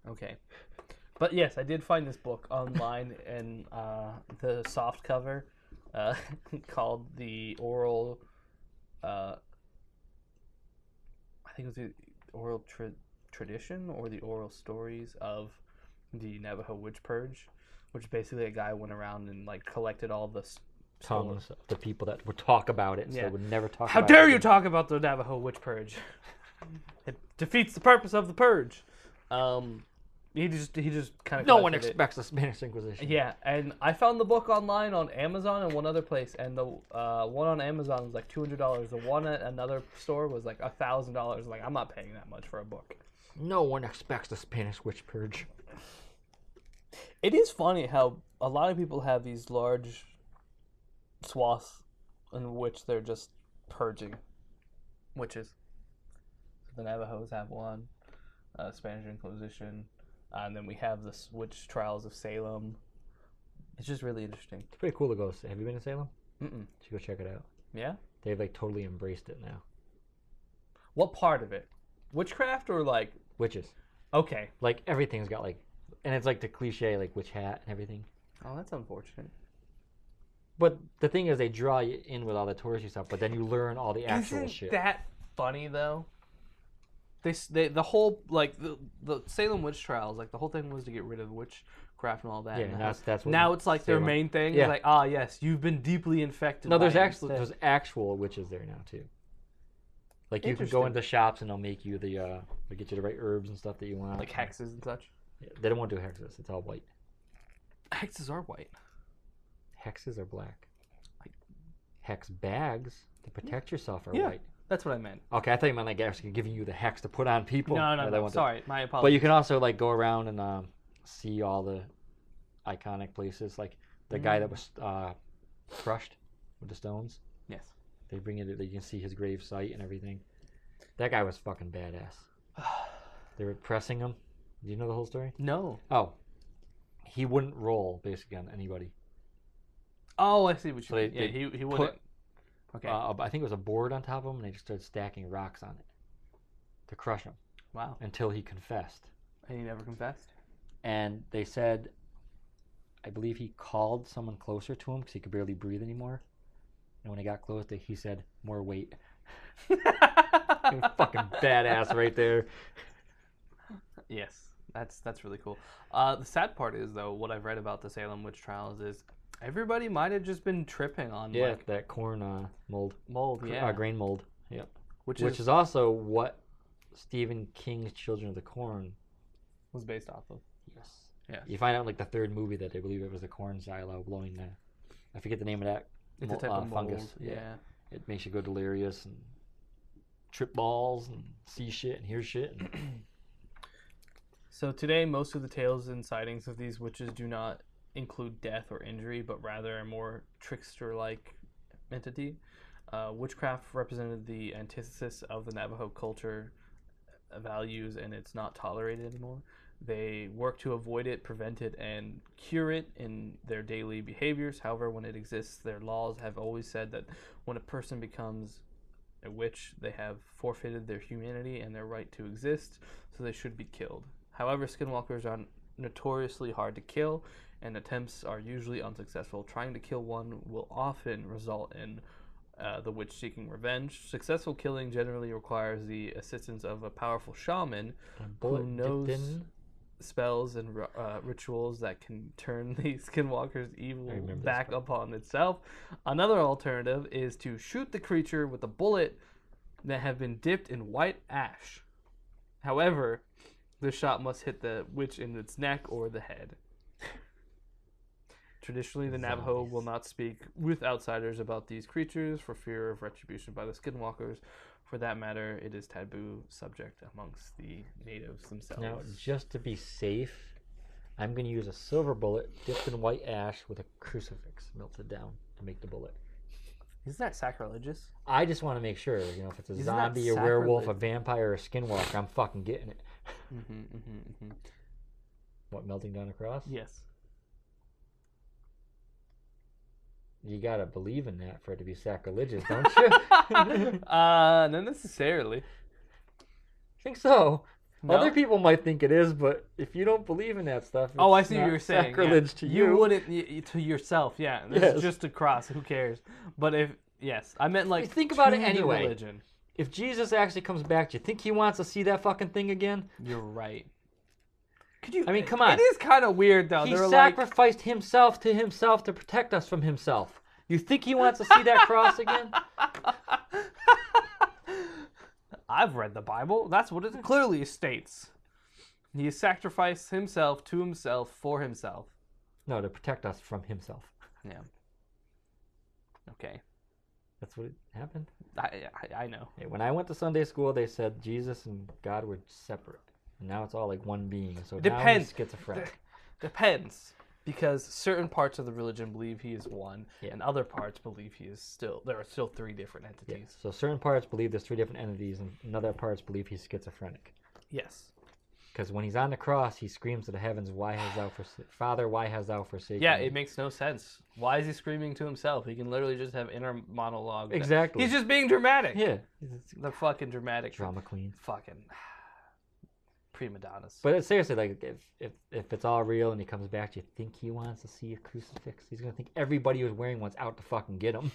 [SPEAKER 2] Okay. But yes, I did find this book online and uh, the soft cover uh, called The Oral. Uh, I think it was the Oral tra- Tradition or the Oral Stories of the Navajo Witch Purge, which basically a guy went around and like collected all the. s- stories.
[SPEAKER 1] Tongues of the people that would talk about it, so
[SPEAKER 2] Yeah.
[SPEAKER 1] they would never talk.
[SPEAKER 2] How
[SPEAKER 1] about
[SPEAKER 2] dare
[SPEAKER 1] it
[SPEAKER 2] you
[SPEAKER 1] again.
[SPEAKER 2] talk about the Navajo witch purge? It defeats the purpose of the purge. Um, he just he just kind of
[SPEAKER 1] No one expects the Spanish Inquisition.
[SPEAKER 2] Yeah, and I found the book online on Amazon and one other place, and the uh, one on Amazon was like two hundred dollars. The one at another store was like thousand dollars. Like I'm not paying that much for a book.
[SPEAKER 1] No one expects the Spanish witch purge.
[SPEAKER 2] It is funny how a lot of people have these large swaths in which they're just purging witches. So the Navajos have one, uh, Spanish Inquisition, uh, and then we have the s- witch trials of Salem. It's just really interesting.
[SPEAKER 1] It's pretty cool to go. Have you been to Salem?
[SPEAKER 2] Mm-mm.
[SPEAKER 1] You should go check it out.
[SPEAKER 2] Yeah.
[SPEAKER 1] They've like totally embraced it now.
[SPEAKER 2] What part of it? Witchcraft or like?
[SPEAKER 1] Witches.
[SPEAKER 2] Okay.
[SPEAKER 1] Like everything's got like, and it's like the cliche like witch hat and everything.
[SPEAKER 2] Oh, that's unfortunate.
[SPEAKER 1] But the thing is, they draw you in with all the touristy stuff, but then you learn all the actual
[SPEAKER 2] Isn't
[SPEAKER 1] shit.
[SPEAKER 2] that funny though? They, s- they the whole like the the Salem witch trials like the whole thing was to get rid of witchcraft and all that.
[SPEAKER 1] Yeah,
[SPEAKER 2] and
[SPEAKER 1] and
[SPEAKER 2] how-
[SPEAKER 1] that's- that's what
[SPEAKER 2] now it's like
[SPEAKER 1] Salem-
[SPEAKER 2] their main thing.
[SPEAKER 1] Yeah.
[SPEAKER 2] It's like ah yes, you've been deeply infected.
[SPEAKER 1] no, there's
[SPEAKER 2] by it."
[SPEAKER 1] actual there's actual witches there now too. Like you can go
[SPEAKER 2] Interesting.
[SPEAKER 1] into shops and they'll make you the uh, they get you the right herbs and stuff that you want.
[SPEAKER 2] like hexes and such.
[SPEAKER 1] Yeah, They don't want to do hexes. It's all white.
[SPEAKER 2] Hexes are white.
[SPEAKER 1] Hexes are black. Hex bags to protect yourself are
[SPEAKER 2] Yeah.
[SPEAKER 1] white.
[SPEAKER 2] That's what I meant.
[SPEAKER 1] Okay, I thought you meant like actually giving you the hex to put on people.
[SPEAKER 2] no,
[SPEAKER 1] Yeah,
[SPEAKER 2] no,
[SPEAKER 1] they
[SPEAKER 2] no.
[SPEAKER 1] want the-
[SPEAKER 2] Sorry, my
[SPEAKER 1] But
[SPEAKER 2] apologies.
[SPEAKER 1] you can also like go around and um, see all the iconic places, like the guy
[SPEAKER 2] Mm.
[SPEAKER 1] that was uh, crushed with the stones.
[SPEAKER 2] yes.
[SPEAKER 1] They bring you that you can see his grave site and everything. That guy was fucking badass. They were pressing him. Do you know the whole story?
[SPEAKER 2] No.
[SPEAKER 1] Oh, he wouldn't roll basically on anybody.
[SPEAKER 2] Oh, I see what you
[SPEAKER 1] So they-
[SPEAKER 2] mean. Yeah,
[SPEAKER 1] they
[SPEAKER 2] he he
[SPEAKER 1] put-
[SPEAKER 2] wouldn't. Okay.
[SPEAKER 1] Uh, I think it was a board on top of him, and they just started stacking rocks on it to crush him
[SPEAKER 2] wow.
[SPEAKER 1] until he confessed.
[SPEAKER 2] And he never confessed.
[SPEAKER 1] and they said i believe he called someone closer to him because he could barely breathe anymore and when he got close to he said more weight He was fucking badass right there
[SPEAKER 2] Yes, that's that's really cool. Uh, the sad part is though, what I've read about the Salem witch trials is everybody might have just been tripping on
[SPEAKER 1] yeah
[SPEAKER 2] like
[SPEAKER 1] that corn uh, mold
[SPEAKER 2] mold,
[SPEAKER 1] cr-
[SPEAKER 2] yeah,
[SPEAKER 1] uh, grain mold
[SPEAKER 2] which,
[SPEAKER 1] which
[SPEAKER 2] is,
[SPEAKER 1] is also what stephen king's children of the corn
[SPEAKER 2] was based off of.
[SPEAKER 1] yes
[SPEAKER 2] Yes.
[SPEAKER 1] you find out in, like the third movie that they believe it was the corn silo blowing the i forget the name of that
[SPEAKER 2] It's
[SPEAKER 1] mol-
[SPEAKER 2] a type
[SPEAKER 1] uh,
[SPEAKER 2] of mold.
[SPEAKER 1] fungus
[SPEAKER 2] Yeah.
[SPEAKER 1] it makes you go delirious and trip balls and see shit and hear shit and
[SPEAKER 2] So today, most of the tales and sightings of these witches do not include death or injury, but rather a more trickster-like entity. Uh, witchcraft represented the antithesis of the Navajo culture uh, values, and it's not tolerated anymore. They work to avoid it, prevent it, and cure it in their daily behaviors. However, when it exists, their laws have always said that when a person becomes a witch, they have forfeited their humanity and their right to exist, so they should be killed. However, skinwalkers are notoriously hard to kill, and attempts are usually unsuccessful. Trying to kill one will often result in uh, the witch seeking revenge. Successful killing generally requires the assistance of a powerful shaman
[SPEAKER 1] Bullet dipped
[SPEAKER 2] knows?
[SPEAKER 1] in.
[SPEAKER 2] spells and ri- uh, rituals that can turn the skinwalker's evil
[SPEAKER 1] I remember this
[SPEAKER 2] back upon itself. Another alternative is to shoot the creature with a bullet that have been dipped in white ash. However, the shot must hit the witch in its neck or the head. Traditionally, the Navajo will
[SPEAKER 1] Zombies.
[SPEAKER 2] not speak with outsiders about these creatures for fear of retribution by the skinwalkers. For that matter, it is taboo subject amongst the natives themselves.
[SPEAKER 1] Now, just to be safe, I'm going to use a silver bullet dipped in white ash with a crucifix melted down to make the bullet.
[SPEAKER 2] Isn't that sacrilegious?
[SPEAKER 1] I just want to make sure, you know, if it's a
[SPEAKER 2] Isn't that
[SPEAKER 1] zombie, a werewolf, a
[SPEAKER 2] sacrilege?
[SPEAKER 1] vampire, or a skinwalker, I'm fucking getting it.
[SPEAKER 2] Mm-hmm, mm-hmm, mm-hmm.
[SPEAKER 1] What, melting down a cross?
[SPEAKER 2] Yes.
[SPEAKER 1] You gotta believe in that for it to be sacrilegious, don't you?
[SPEAKER 2] uh, not necessarily.
[SPEAKER 1] think so.
[SPEAKER 2] No?
[SPEAKER 1] Other people might think it is, but if you don't believe in that stuff,
[SPEAKER 2] oh, I
[SPEAKER 1] it's
[SPEAKER 2] see what
[SPEAKER 1] not
[SPEAKER 2] you're saying. yeah.
[SPEAKER 1] Sacrilege to you.
[SPEAKER 2] wouldn't y- y- to yourself. Yeah, this
[SPEAKER 1] Yes.
[SPEAKER 2] is just a cross. Who cares? But if yes, I meant like
[SPEAKER 1] think about
[SPEAKER 2] to
[SPEAKER 1] it
[SPEAKER 2] the
[SPEAKER 1] anyway.
[SPEAKER 2] Religion.
[SPEAKER 1] If Jesus actually comes back, do you think he wants to see that fucking thing again?
[SPEAKER 2] You're right. Could you?
[SPEAKER 1] I mean, come on.
[SPEAKER 2] It is kind of weird though.
[SPEAKER 1] he
[SPEAKER 2] They're like,
[SPEAKER 1] sacrificed himself to himself to protect us from himself. You think he wants to see that cross again?
[SPEAKER 2] I've read the Bible. That's what it clearly states. He sacrificed himself to himself for himself.
[SPEAKER 1] No, to protect us from himself.
[SPEAKER 2] Yeah. Okay.
[SPEAKER 1] That's what happened.
[SPEAKER 2] I I, I know.
[SPEAKER 1] Hey, When I went to Sunday school, they said Jesus and God were separate. And now it's all like one being. So now he's
[SPEAKER 2] Depends.
[SPEAKER 1] schizophrenic.
[SPEAKER 2] Depends. Because certain parts of the religion believe he is one,
[SPEAKER 1] Yeah.
[SPEAKER 2] and other parts believe he is still. There are still three different entities.
[SPEAKER 1] So certain parts believe there's three different entities, and another parts believe he's schizophrenic.
[SPEAKER 2] Yes.
[SPEAKER 1] Because when he's on the cross, he screams to the heavens, "Why has thou forsaken Father? Why has thou forsaken?"
[SPEAKER 2] Yeah,
[SPEAKER 1] me?"
[SPEAKER 2] it makes no sense. Why is he screaming to himself? He can literally just have inner monologue. that-
[SPEAKER 1] Exactly.
[SPEAKER 2] He's just being dramatic.
[SPEAKER 1] yeah,
[SPEAKER 2] The fucking dramatic.
[SPEAKER 1] drama queen.
[SPEAKER 2] Fucking prima donnas.
[SPEAKER 1] But it's seriously, like if, if if it's all real and he comes back, do you think he wants to see a crucifix? He's gonna think everybody who's wearing one's out to fucking get him.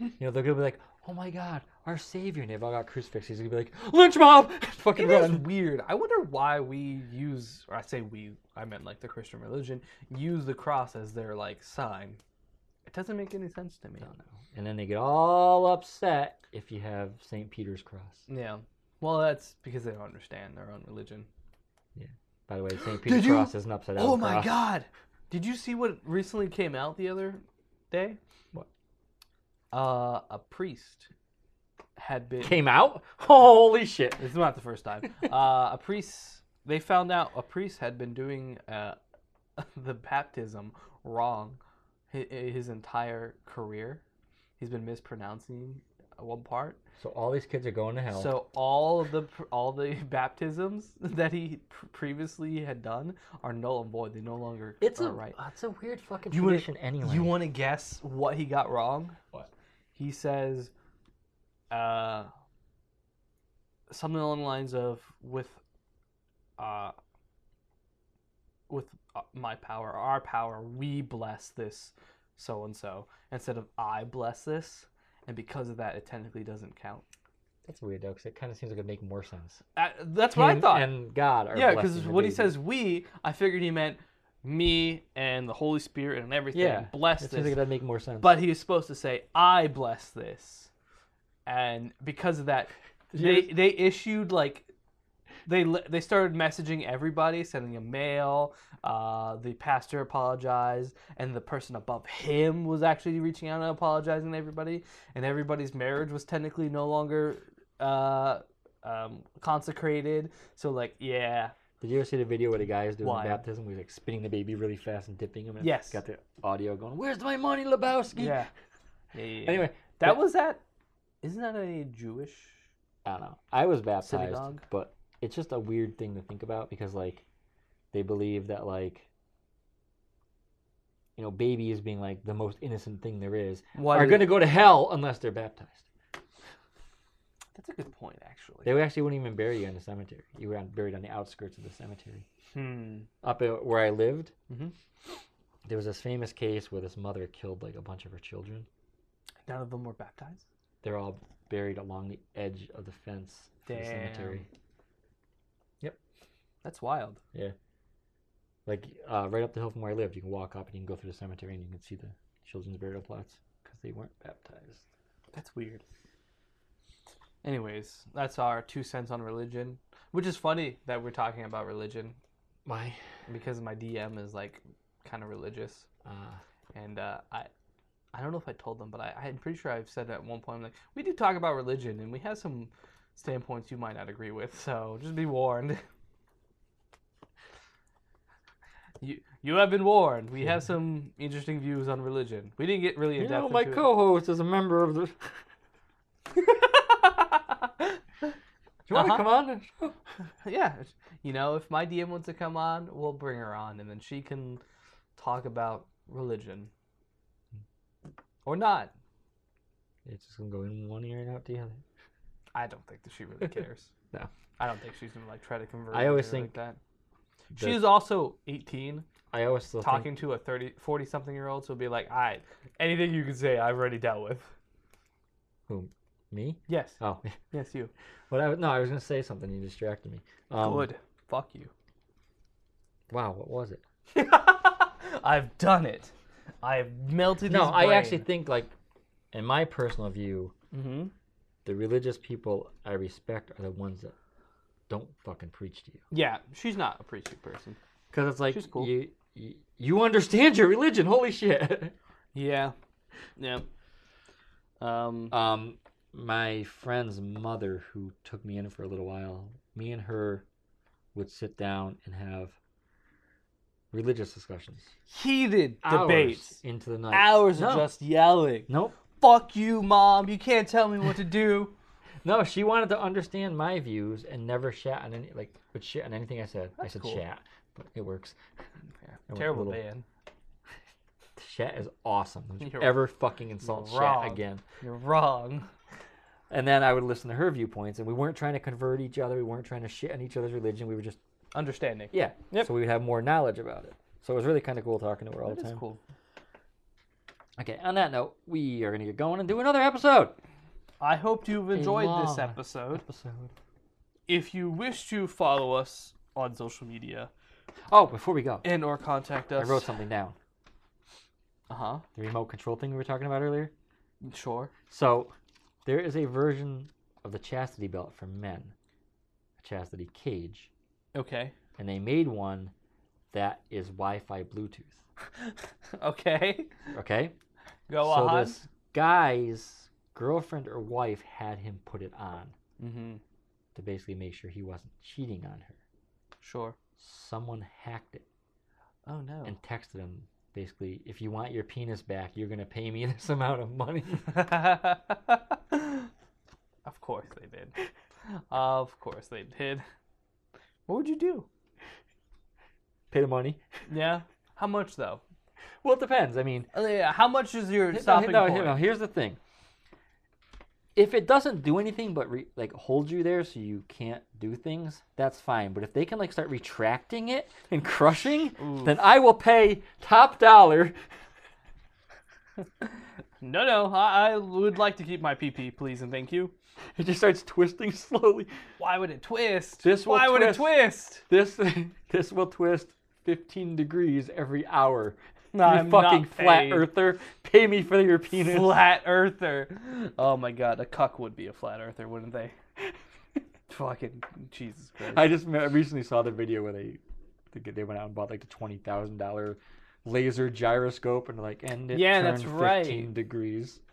[SPEAKER 1] you know, they're gonna be like, "Oh my God, our savior!" And they've all got crucifixes. He's gonna be like, "Lynch mob, fucking
[SPEAKER 2] It is
[SPEAKER 1] run!"
[SPEAKER 2] weird. I wonder why we use, or I say we, I meant like the Christian religion, use the cross as their like sign. It doesn't make any sense to me.
[SPEAKER 1] And then they get all upset if you have Saint Peter's cross.
[SPEAKER 2] Yeah. Well, that's because they don't understand their own religion.
[SPEAKER 1] By the way, Saint Peter's
[SPEAKER 2] you-
[SPEAKER 1] cross is an upside down
[SPEAKER 2] oh
[SPEAKER 1] cross.
[SPEAKER 2] my god! Did you see what recently came out the other day?
[SPEAKER 1] What?
[SPEAKER 2] Uh, a priest had been.
[SPEAKER 1] Came out. Holy shit!
[SPEAKER 2] This is not the first time. Uh, a priest. They found out a priest had been doing uh, the baptism wrong his, his entire career. He's been mispronouncing one part.
[SPEAKER 1] So all these kids are going to hell.
[SPEAKER 2] So all of the pr- all the baptisms that he pr- previously had done are null and void. They no longer
[SPEAKER 1] it's
[SPEAKER 2] are
[SPEAKER 1] a
[SPEAKER 2] right.
[SPEAKER 1] it's a weird fucking
[SPEAKER 2] You wanna-
[SPEAKER 1] tradition anyway.
[SPEAKER 2] You want to guess what he got wrong?
[SPEAKER 1] What?
[SPEAKER 2] He says, uh, something along the lines of with, uh, with uh, my power, our power, we bless this so and so instead of I bless this, and because of that, it technically doesn't count.
[SPEAKER 1] That's weird though, because it kind of seems like it'd make more sense.
[SPEAKER 2] Uh, that's what I
[SPEAKER 1] Him
[SPEAKER 2] thought.
[SPEAKER 1] And God are
[SPEAKER 2] yeah,
[SPEAKER 1] because
[SPEAKER 2] because when he says we, I figured he meant me and the Holy Spirit and everything.
[SPEAKER 1] yeah,
[SPEAKER 2] bless
[SPEAKER 1] it
[SPEAKER 2] this.
[SPEAKER 1] seems like that'd make more sense.
[SPEAKER 2] But he was supposed to say, I bless this. And because of that, they,
[SPEAKER 1] Yes.
[SPEAKER 2] they issued like. They, li- they started messaging everybody, sending a mail. Uh, the pastor apologized, and the person above him was actually reaching out and apologizing to everybody. And everybody's marriage was technically no longer uh, um, consecrated. So like, yeah,
[SPEAKER 1] Did you ever see the video where the guy is doing
[SPEAKER 2] Why?
[SPEAKER 1] the baptism? Where he's like spinning the baby really fast and dipping him. And it's
[SPEAKER 2] Yes.
[SPEAKER 1] Got the audio going. Where's my money, Lebowski?
[SPEAKER 2] yeah. yeah, yeah, yeah.
[SPEAKER 1] Anyway,
[SPEAKER 2] that
[SPEAKER 1] but-
[SPEAKER 2] was that. Isn't that a Jewish?
[SPEAKER 1] I don't know. I was baptized,
[SPEAKER 2] Synagogue?
[SPEAKER 1] but it's just a weird thing to think about because like they believe that like you know babies being like the most innocent thing there is
[SPEAKER 2] Why
[SPEAKER 1] are
[SPEAKER 2] did-
[SPEAKER 1] going to go to hell unless they're baptized.
[SPEAKER 2] That's a good point, actually.
[SPEAKER 1] They actually wouldn't even bury you in the cemetery. You were buried on the outskirts of the cemetery.
[SPEAKER 2] Hmm.
[SPEAKER 1] Up at where I lived,
[SPEAKER 2] Mhm.
[SPEAKER 1] there was this famous case where this mother killed like a bunch of her children.
[SPEAKER 2] None of them were baptized.
[SPEAKER 1] They're all buried along the edge of the fence for the cemetery.
[SPEAKER 2] That's wild.
[SPEAKER 1] like uh, right up the hill from where I lived. You can walk up and you can go through the cemetery and you can see the children's burial plots because they weren't baptized.
[SPEAKER 2] That's weird. Anyways, that's our two cents on religion, which is funny that we're talking about religion
[SPEAKER 1] Why?
[SPEAKER 2] because my DM is like kind of religious,
[SPEAKER 1] Uh,
[SPEAKER 2] and uh, I, I don't know if I told them, but I, I'm pretty sure I've said at one point like we do talk about religion, and we have some standpoints you might not agree with, so just be warned. You, you have been warned. We have some interesting views on religion. We didn't get really in
[SPEAKER 1] you
[SPEAKER 2] depth.
[SPEAKER 1] know, my
[SPEAKER 2] into it.
[SPEAKER 1] co-host is a member of the. Do you want to
[SPEAKER 2] Uh-huh.
[SPEAKER 1] come on? the show?
[SPEAKER 2] yeah, you know, if my DM wants to come on, we'll bring her on, and then she can talk about religion or not.
[SPEAKER 1] It's just gonna go in one ear and out the other.
[SPEAKER 2] I don't think that she really cares.
[SPEAKER 1] No.
[SPEAKER 2] I don't think she's gonna like try to convert.
[SPEAKER 1] I always
[SPEAKER 2] anything like that. She
[SPEAKER 1] that-
[SPEAKER 2] is also 18,
[SPEAKER 1] I always still think-
[SPEAKER 2] talking to a 30, 40 something year old, so be like, all right, anything you can say, I've already dealt with.
[SPEAKER 1] who me.
[SPEAKER 2] Yes,
[SPEAKER 1] Oh,
[SPEAKER 2] yes, you.
[SPEAKER 1] but I was- no, I was gonna say something. and You distracted me. Um,
[SPEAKER 2] Good. Fuck you.
[SPEAKER 1] Wow, what was it?
[SPEAKER 2] I've done it. I've melted.
[SPEAKER 1] No, I actually think like, in my personal view,
[SPEAKER 2] hmm
[SPEAKER 1] the religious people I respect are the ones that don't fucking preach to you.
[SPEAKER 2] Yeah, she's not a preaching person.
[SPEAKER 1] Because it's like
[SPEAKER 2] She's cool.
[SPEAKER 1] you, you you understand your religion. Holy shit.
[SPEAKER 2] Yeah. Yeah. Um
[SPEAKER 1] um, my friend's mother, who took me in for a little while, me and her would sit down and have religious discussions.
[SPEAKER 2] heated
[SPEAKER 1] Hours
[SPEAKER 2] debates.
[SPEAKER 1] into the night.
[SPEAKER 2] Hours
[SPEAKER 1] no.
[SPEAKER 2] of just yelling.
[SPEAKER 1] Nope.
[SPEAKER 2] Fuck you, mom. You can't tell me what to do.
[SPEAKER 1] No, she wanted to understand my views and never shat on any like would shit on anything I said. I said
[SPEAKER 2] cool.
[SPEAKER 1] shat, but it works. went
[SPEAKER 2] Terrible
[SPEAKER 1] little-
[SPEAKER 2] man.
[SPEAKER 1] Shat is awesome. Don't you
[SPEAKER 2] You're-
[SPEAKER 1] ever fucking insult
[SPEAKER 2] you're
[SPEAKER 1] shat
[SPEAKER 2] wrong.
[SPEAKER 1] again.
[SPEAKER 2] You're wrong.
[SPEAKER 1] And then I would listen to her viewpoints, and we weren't trying to convert each other. We weren't trying to shit on each other's religion. We were just
[SPEAKER 2] Understanding.
[SPEAKER 1] Yeah. So we would have more knowledge about it. So it was really kind of cool talking to her all
[SPEAKER 2] That
[SPEAKER 1] the
[SPEAKER 2] is
[SPEAKER 1] time.
[SPEAKER 2] cool.
[SPEAKER 1] Okay. On that note, we are going to get going and do another episode.
[SPEAKER 2] I hope you've enjoyed this
[SPEAKER 1] long
[SPEAKER 2] episode.
[SPEAKER 1] Episode.
[SPEAKER 2] If you wish to follow us on social media
[SPEAKER 1] Oh, before we go,
[SPEAKER 2] and or contact
[SPEAKER 1] I
[SPEAKER 2] us.
[SPEAKER 1] wrote something down.
[SPEAKER 2] Uh-huh.
[SPEAKER 1] The remote control thing we were talking about earlier.
[SPEAKER 2] Sure.
[SPEAKER 1] So there is a version of the chastity belt for men, a chastity cage,
[SPEAKER 2] Okay.
[SPEAKER 1] and they made one that is Wi-Fi Bluetooth.
[SPEAKER 2] okay.
[SPEAKER 1] Okay.
[SPEAKER 2] Go
[SPEAKER 1] so
[SPEAKER 2] on.
[SPEAKER 1] this guy's girlfriend or wife had him put it on
[SPEAKER 2] Mm-hmm.
[SPEAKER 1] to basically make sure he wasn't cheating on her.
[SPEAKER 2] Sure.
[SPEAKER 1] someone hacked it
[SPEAKER 2] Oh no.
[SPEAKER 1] and texted him basically, if you want your penis back, you're gonna pay me this amount of money.
[SPEAKER 2] of course they did. Of course they did. What would you do?
[SPEAKER 1] pay the money.
[SPEAKER 2] Yeah. How much though?
[SPEAKER 1] Well, it depends. I mean,
[SPEAKER 2] Uh, yeah, How much is your
[SPEAKER 1] no,
[SPEAKER 2] stopping
[SPEAKER 1] no,
[SPEAKER 2] point?
[SPEAKER 1] no, here's the thing. If it doesn't do anything but re- like hold you there so you can't do things, that's fine. But if they can like start retracting it and crushing,
[SPEAKER 2] Oof.
[SPEAKER 1] then I will pay top dollar.
[SPEAKER 2] No, no. I, I would like to keep my PP, please and thank you.
[SPEAKER 1] It just starts twisting slowly.
[SPEAKER 2] Why would it twist?
[SPEAKER 1] This will
[SPEAKER 2] Why would it twist?
[SPEAKER 1] This this will twist 15 degrees every hour.
[SPEAKER 2] No,
[SPEAKER 1] you
[SPEAKER 2] I'm
[SPEAKER 1] fucking
[SPEAKER 2] not
[SPEAKER 1] flat
[SPEAKER 2] paid.
[SPEAKER 1] earther. Pay me for your penis.
[SPEAKER 2] Flat earther. Oh my god, a cuck would be a flat earther, wouldn't they? Fucking Jesus Christ.
[SPEAKER 1] I just me- recently saw the video where they they- they went out and bought like the twenty thousand dollar laser gyroscope and like and it
[SPEAKER 2] Yeah,
[SPEAKER 1] turned
[SPEAKER 2] that's right.
[SPEAKER 1] 15 degrees.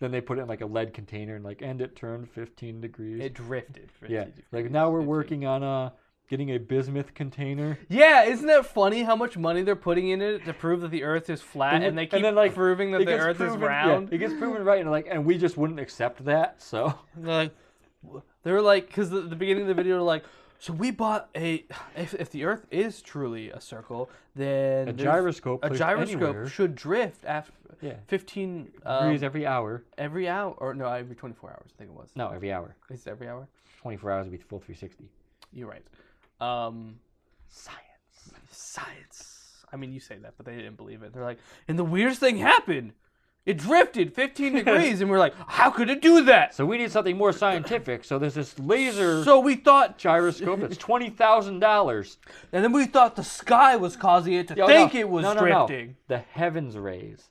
[SPEAKER 1] Then they put it in like a lead container and like, and it turned 15 degrees.
[SPEAKER 2] It drifted. for
[SPEAKER 1] yeah.
[SPEAKER 2] 50
[SPEAKER 1] Like
[SPEAKER 2] degrees,
[SPEAKER 1] now we're
[SPEAKER 2] fifty.
[SPEAKER 1] working on uh getting a bismuth container.
[SPEAKER 2] Yeah, isn't that funny how much money they're putting in it to prove that the Earth is flat, and, they keep proving that
[SPEAKER 1] it
[SPEAKER 2] the
[SPEAKER 1] gets
[SPEAKER 2] Earth
[SPEAKER 1] proven-
[SPEAKER 2] is
[SPEAKER 1] yeah,
[SPEAKER 2] round.
[SPEAKER 1] it gets proven right, and like, and we just wouldn't accept that. So
[SPEAKER 2] And they're like, w- they were like, because the, the beginning of the video, they're like, so we bought a. If, if the Earth is truly a circle, then
[SPEAKER 1] a
[SPEAKER 2] there's-
[SPEAKER 1] gyroscope,
[SPEAKER 2] a
[SPEAKER 1] placed
[SPEAKER 2] gyroscope
[SPEAKER 1] anywhere,
[SPEAKER 2] should drift after
[SPEAKER 1] Yeah.
[SPEAKER 2] 15 um,
[SPEAKER 1] degrees every hour.
[SPEAKER 2] every hour, or no, every 24 hours. I think it was.
[SPEAKER 1] No, every hour.
[SPEAKER 2] Is it every hour?
[SPEAKER 1] 24 hours would be full 360.
[SPEAKER 2] You're right. Um,
[SPEAKER 1] Science.
[SPEAKER 2] science. I mean, you say that, but they didn't believe it. They're like, and the weirdest thing happened. It drifted 15 degrees, and we're like, how could it do that?
[SPEAKER 1] So we need something more scientific. So there's this laser
[SPEAKER 2] So we thought,
[SPEAKER 1] gyroscope. It's twenty thousand dollars.
[SPEAKER 2] and then we thought the sky was causing it to think it was drifting.
[SPEAKER 1] The heavens rays.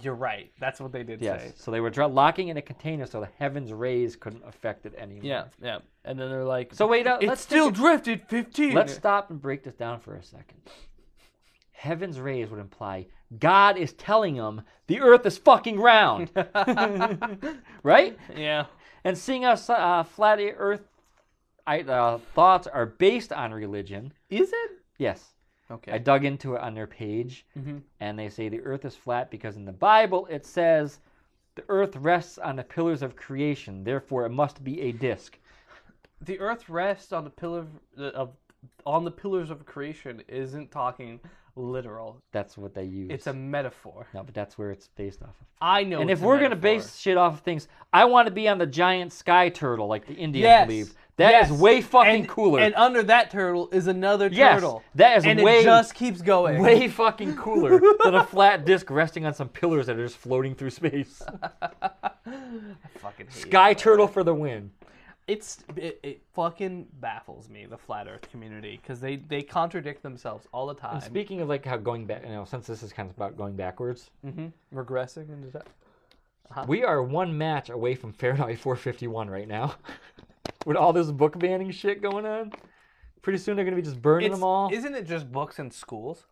[SPEAKER 2] You're right. That's what they did
[SPEAKER 1] Yes.
[SPEAKER 2] say.
[SPEAKER 1] So they were dra- locking in a container so the heavens rays couldn't affect it anymore.
[SPEAKER 2] Yeah, yeah. And then they're like,
[SPEAKER 1] So wait, uh,
[SPEAKER 2] it
[SPEAKER 1] let's
[SPEAKER 2] still
[SPEAKER 1] take
[SPEAKER 2] drifted 15.
[SPEAKER 1] a- let's stop and break this down for a second. Heavens rays would imply God is telling them the Earth is fucking round, right?
[SPEAKER 2] yeah.
[SPEAKER 1] And seeing us uh, flat Earth I, uh, thoughts are based on religion.
[SPEAKER 2] Is it?
[SPEAKER 1] Yes.
[SPEAKER 2] Okay.
[SPEAKER 1] I dug into it on their page,
[SPEAKER 2] Mhm.
[SPEAKER 1] and they say the earth is flat because in the Bible it says the earth rests on the pillars of creation, therefore it must be a disc.
[SPEAKER 2] the earth rests on the pillar of, of on the pillars of creation isn't talking literal
[SPEAKER 1] That's what they use.
[SPEAKER 2] it's a metaphor
[SPEAKER 1] no, but that's where it's based off of.
[SPEAKER 2] i know
[SPEAKER 1] and
[SPEAKER 2] it's
[SPEAKER 1] if
[SPEAKER 2] a
[SPEAKER 1] we're gonna
[SPEAKER 2] metaphor.
[SPEAKER 1] base shit off of things, I want to be on the giant sky turtle like the Indians
[SPEAKER 2] Yes.
[SPEAKER 1] believe. That is
[SPEAKER 2] Yes.
[SPEAKER 1] way fucking
[SPEAKER 2] and,
[SPEAKER 1] cooler.
[SPEAKER 2] and under that turtle is another
[SPEAKER 1] Yes,
[SPEAKER 2] turtle
[SPEAKER 1] that is
[SPEAKER 2] and
[SPEAKER 1] way-
[SPEAKER 2] it just keeps going
[SPEAKER 1] way fucking cooler than a flat disc resting on some pillars that are just floating through space.
[SPEAKER 2] I fucking hate it.
[SPEAKER 1] Sky turtle for the win.
[SPEAKER 2] it's it, it fucking baffles me the flat earth community because they they contradict themselves all the time
[SPEAKER 1] Speaking of like how going back, you know, since this is kind of about going backwards,
[SPEAKER 2] Mhm. regressing into that
[SPEAKER 1] We are one match away from Fahrenheit 451 right now. With all this book banning shit going on. Pretty soon they're going to be just burning
[SPEAKER 2] It's-
[SPEAKER 1] them all.
[SPEAKER 2] isn't it just books in schools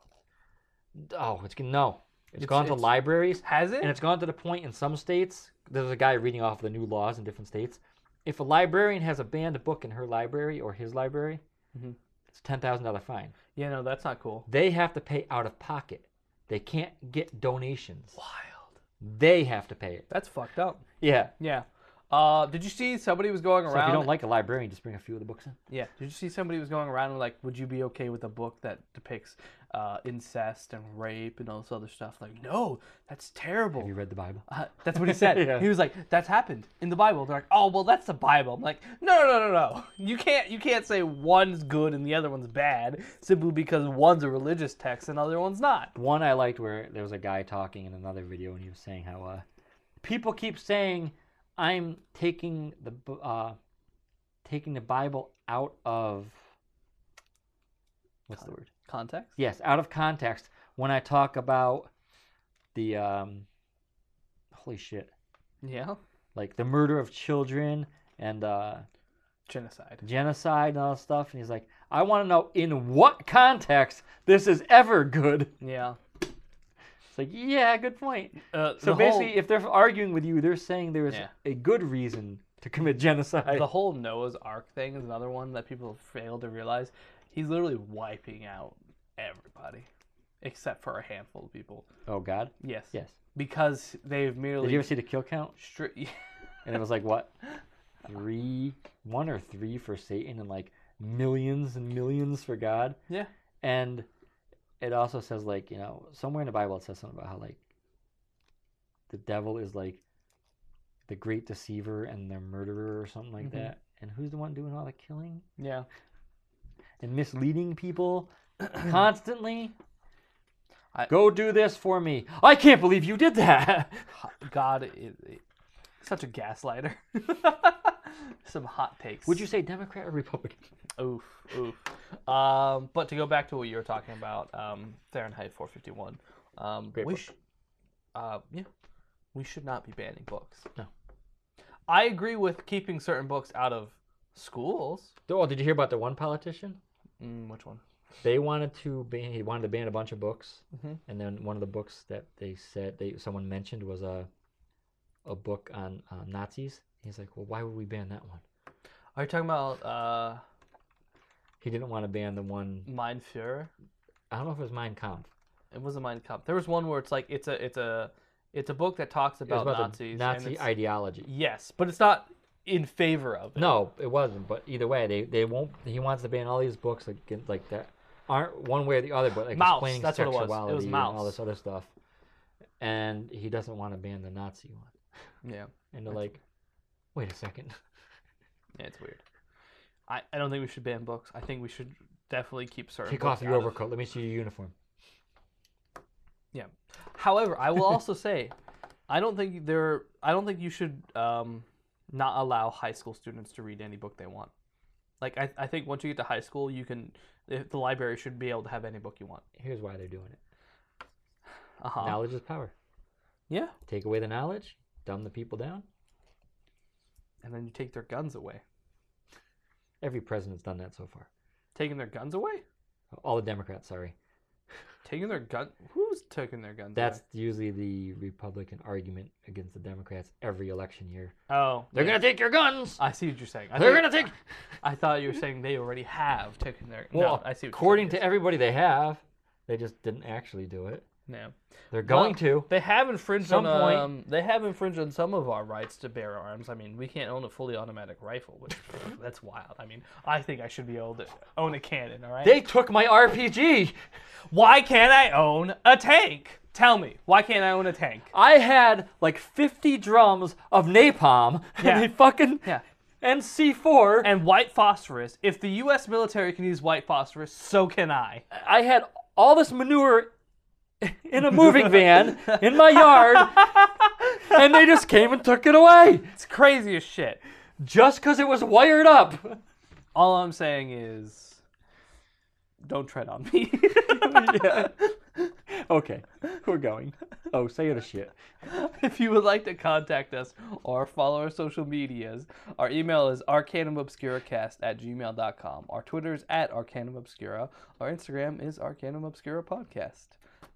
[SPEAKER 1] oh, it's gonna- no. it's
[SPEAKER 2] It's-
[SPEAKER 1] gone to
[SPEAKER 2] it's-
[SPEAKER 1] libraries.
[SPEAKER 2] has it
[SPEAKER 1] And it's gone to the point in some states, there's a guy reading off the new laws in different states. If a librarian has a banned book in her library or his library,
[SPEAKER 2] Mhm.
[SPEAKER 1] it's a $10,000 fine.
[SPEAKER 2] yeah no that's not cool
[SPEAKER 1] They have to pay out of pocket. They can't get donations.
[SPEAKER 2] wild
[SPEAKER 1] They have to pay it.
[SPEAKER 2] that's fucked up
[SPEAKER 1] Yeah.
[SPEAKER 2] Yeah. Uh, did you see somebody was going around?
[SPEAKER 1] So if you don't like a librarian, just bring a few of the books in.
[SPEAKER 2] yeah. Did you see somebody was going around and like, would you be okay with a book that depicts uh, incest and rape and all this other stuff? Like, no, that's
[SPEAKER 1] Have
[SPEAKER 2] terrible.
[SPEAKER 1] you read the Bible?
[SPEAKER 2] Uh, that's what he said.
[SPEAKER 1] Yeah.
[SPEAKER 2] He was like, that's happened in the Bible. They're like, oh well, that's the Bible. I'm like, no, no, no, no, no. You can't, you can't say one's good and the other one's bad simply because one's a religious text and the other one's not.
[SPEAKER 1] One I liked where there was a guy talking in another video and he was saying how uh, people keep saying I'm taking the B- uh, taking the Bible out of what's the word?
[SPEAKER 2] Context.
[SPEAKER 1] Yes, out of context when I talk about the um, holy shit,
[SPEAKER 2] Yeah.
[SPEAKER 1] like the murder of children and uh,
[SPEAKER 2] Genocide.
[SPEAKER 1] genocide and all that stuff. And he's like, I want to know in what context this is ever good.
[SPEAKER 2] Yeah.
[SPEAKER 1] It's like, yeah, good point.
[SPEAKER 2] Uh,
[SPEAKER 1] So
[SPEAKER 2] the whole-
[SPEAKER 1] basically, if they're arguing with you, they're saying there is
[SPEAKER 2] Yeah.
[SPEAKER 1] a good reason to commit genocide.
[SPEAKER 2] the whole Noah's Ark thing is another one that people fail to realize. He's literally wiping out everybody, except for a handful of people.
[SPEAKER 1] Oh God,
[SPEAKER 2] Yes.
[SPEAKER 1] yes.
[SPEAKER 2] Because they've
[SPEAKER 1] Did you
[SPEAKER 2] merely
[SPEAKER 1] ever see the kill count?
[SPEAKER 2] stri-
[SPEAKER 1] And it was like what, three, one or three for Satan, and like millions and millions for God.
[SPEAKER 2] yeah.
[SPEAKER 1] And it also says like you know somewhere in the Bible it says something about how like the devil is like the great deceiver and the murderer or something like
[SPEAKER 2] Mhm.
[SPEAKER 1] that. And who's the one doing all the killing?
[SPEAKER 2] Yeah.
[SPEAKER 1] and misleading people constantly.
[SPEAKER 2] I-
[SPEAKER 1] Go do this for me. I can't believe you did that.
[SPEAKER 2] God is such a gaslighter. Some hot takes.
[SPEAKER 1] Would you say Democrat or Republican?
[SPEAKER 2] Oof, oof. Um, but to go back to what you were talking about, um, Fahrenheit 451. Um,
[SPEAKER 1] Great
[SPEAKER 2] we
[SPEAKER 1] book.
[SPEAKER 2] sh- uh, yeah, we should not be banning books.
[SPEAKER 1] No.
[SPEAKER 2] I agree with keeping certain books out of schools.
[SPEAKER 1] Oh, did you hear about the one politician?
[SPEAKER 2] Mm, which one?
[SPEAKER 1] They wanted to ban. He wanted to ban a bunch of books,
[SPEAKER 2] Mhm.
[SPEAKER 1] and then one of the books that they said they someone mentioned was uh, a book on uh, Nazis. He's like, well, why would we ban that one?
[SPEAKER 2] Are you talking about uh,
[SPEAKER 1] He didn't want to ban the one.
[SPEAKER 2] Mein Führer?
[SPEAKER 1] I don't know if it was Mein Kampf.
[SPEAKER 2] It wasn't Mein Kampf. There was one where it's like it's a it's a it's a book that talks
[SPEAKER 1] It was
[SPEAKER 2] about,
[SPEAKER 1] about the
[SPEAKER 2] Nazis. and
[SPEAKER 1] Nazi
[SPEAKER 2] it's-
[SPEAKER 1] ideology.
[SPEAKER 2] yes, but it's not in favor of it.
[SPEAKER 1] No, it wasn't. But either way, they, they won't. He wants to ban all these books like like that aren't one way or the other, but like
[SPEAKER 2] Mouse,
[SPEAKER 1] explaining
[SPEAKER 2] that's what it was. It was
[SPEAKER 1] sexuality and all
[SPEAKER 2] Mouse.
[SPEAKER 1] this other stuff. And he doesn't want to ban the Nazi one.
[SPEAKER 2] Yeah.
[SPEAKER 1] And they're
[SPEAKER 2] That's-
[SPEAKER 1] like, wait a second.
[SPEAKER 2] Yeah, it's weird. I, I don't think we should ban books. I think we should definitely keep certain.
[SPEAKER 1] Take
[SPEAKER 2] books
[SPEAKER 1] off your
[SPEAKER 2] out of-
[SPEAKER 1] overcoat. Let me see your uniform.
[SPEAKER 2] However, I will also say, I don't think there. I don't think you should um, not allow high school students to read any book they want. Like I, I think once you get to high school, you can. The the library should be able to have any book you want.
[SPEAKER 1] Here's why they're doing it.
[SPEAKER 2] Uh huh.
[SPEAKER 1] Knowledge is power.
[SPEAKER 2] yeah.
[SPEAKER 1] Take away the knowledge, dumb the people down.
[SPEAKER 2] And then you take their guns away.
[SPEAKER 1] Every president's done that so far.
[SPEAKER 2] Taking their guns away.
[SPEAKER 1] All the Democrats, sorry.
[SPEAKER 2] Taking their gun. Who's taking their guns?
[SPEAKER 1] That's usually the Republican argument against the Democrats every election year.
[SPEAKER 2] away? oh.
[SPEAKER 1] They're gonna take your guns.
[SPEAKER 2] I see what you're saying. I,
[SPEAKER 1] They're
[SPEAKER 2] think-
[SPEAKER 1] gonna take.
[SPEAKER 2] I thought you were saying they already have taken their.
[SPEAKER 1] Well,
[SPEAKER 2] no, I see. What
[SPEAKER 1] according
[SPEAKER 2] you're
[SPEAKER 1] to everybody, they have. They just didn't actually do it.
[SPEAKER 2] saying. yeah.
[SPEAKER 1] They're going to.
[SPEAKER 2] They have infringed
[SPEAKER 1] Some
[SPEAKER 2] on
[SPEAKER 1] point-
[SPEAKER 2] um, they have infringed on some of our rights to bear arms. I mean, we can't own a fully automatic rifle, which that's wild. I mean, I think I should be able to own a cannon. All right.
[SPEAKER 1] They took my RPG.
[SPEAKER 2] why can't I own a tank? Tell me, why can't I own a tank?
[SPEAKER 1] I had like 50 drums of napalm.
[SPEAKER 2] Yeah.
[SPEAKER 1] And they fucking.
[SPEAKER 2] Yeah.
[SPEAKER 1] And C4.
[SPEAKER 2] And white phosphorus. If the U.S. military can use white phosphorus, so can I.
[SPEAKER 1] I had all this manure in a moving van in my yard, and they just came and took it away
[SPEAKER 2] It's crazy as shit.
[SPEAKER 1] just because it was wired up.
[SPEAKER 2] All I'm saying is, don't tread on me.
[SPEAKER 1] Okay, we're going. Oh, say it a shit.
[SPEAKER 2] If you would like to contact us or follow our social medias, our email is arcanumobscuracast at gmail.com. Our Twitter is at arcanumobscura. Our Instagram is arcanumobscurapodcast.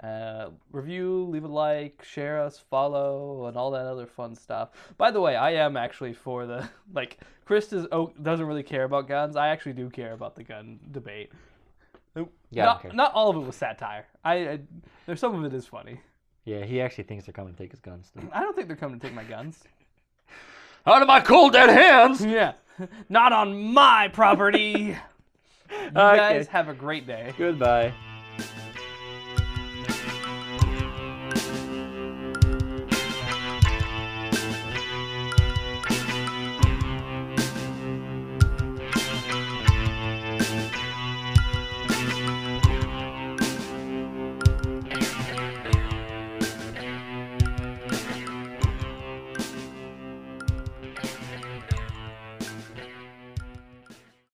[SPEAKER 2] Uh, review, leave a like, share us, follow, and all that other fun stuff. By the way, I am actually for the like. Chris is, oh, doesn't really care about guns. I actually do care about the gun debate.
[SPEAKER 1] Yeah, I don't
[SPEAKER 2] not,
[SPEAKER 1] care.
[SPEAKER 2] not all of it was satire. I, I there's some of it is funny.
[SPEAKER 1] Yeah, he actually thinks they're coming to take his guns.
[SPEAKER 2] I don't think they're coming to take my guns.
[SPEAKER 1] Out of my cold dead hands!
[SPEAKER 2] Yeah. Not on my property. you guys have a great day.
[SPEAKER 1] Goodbye.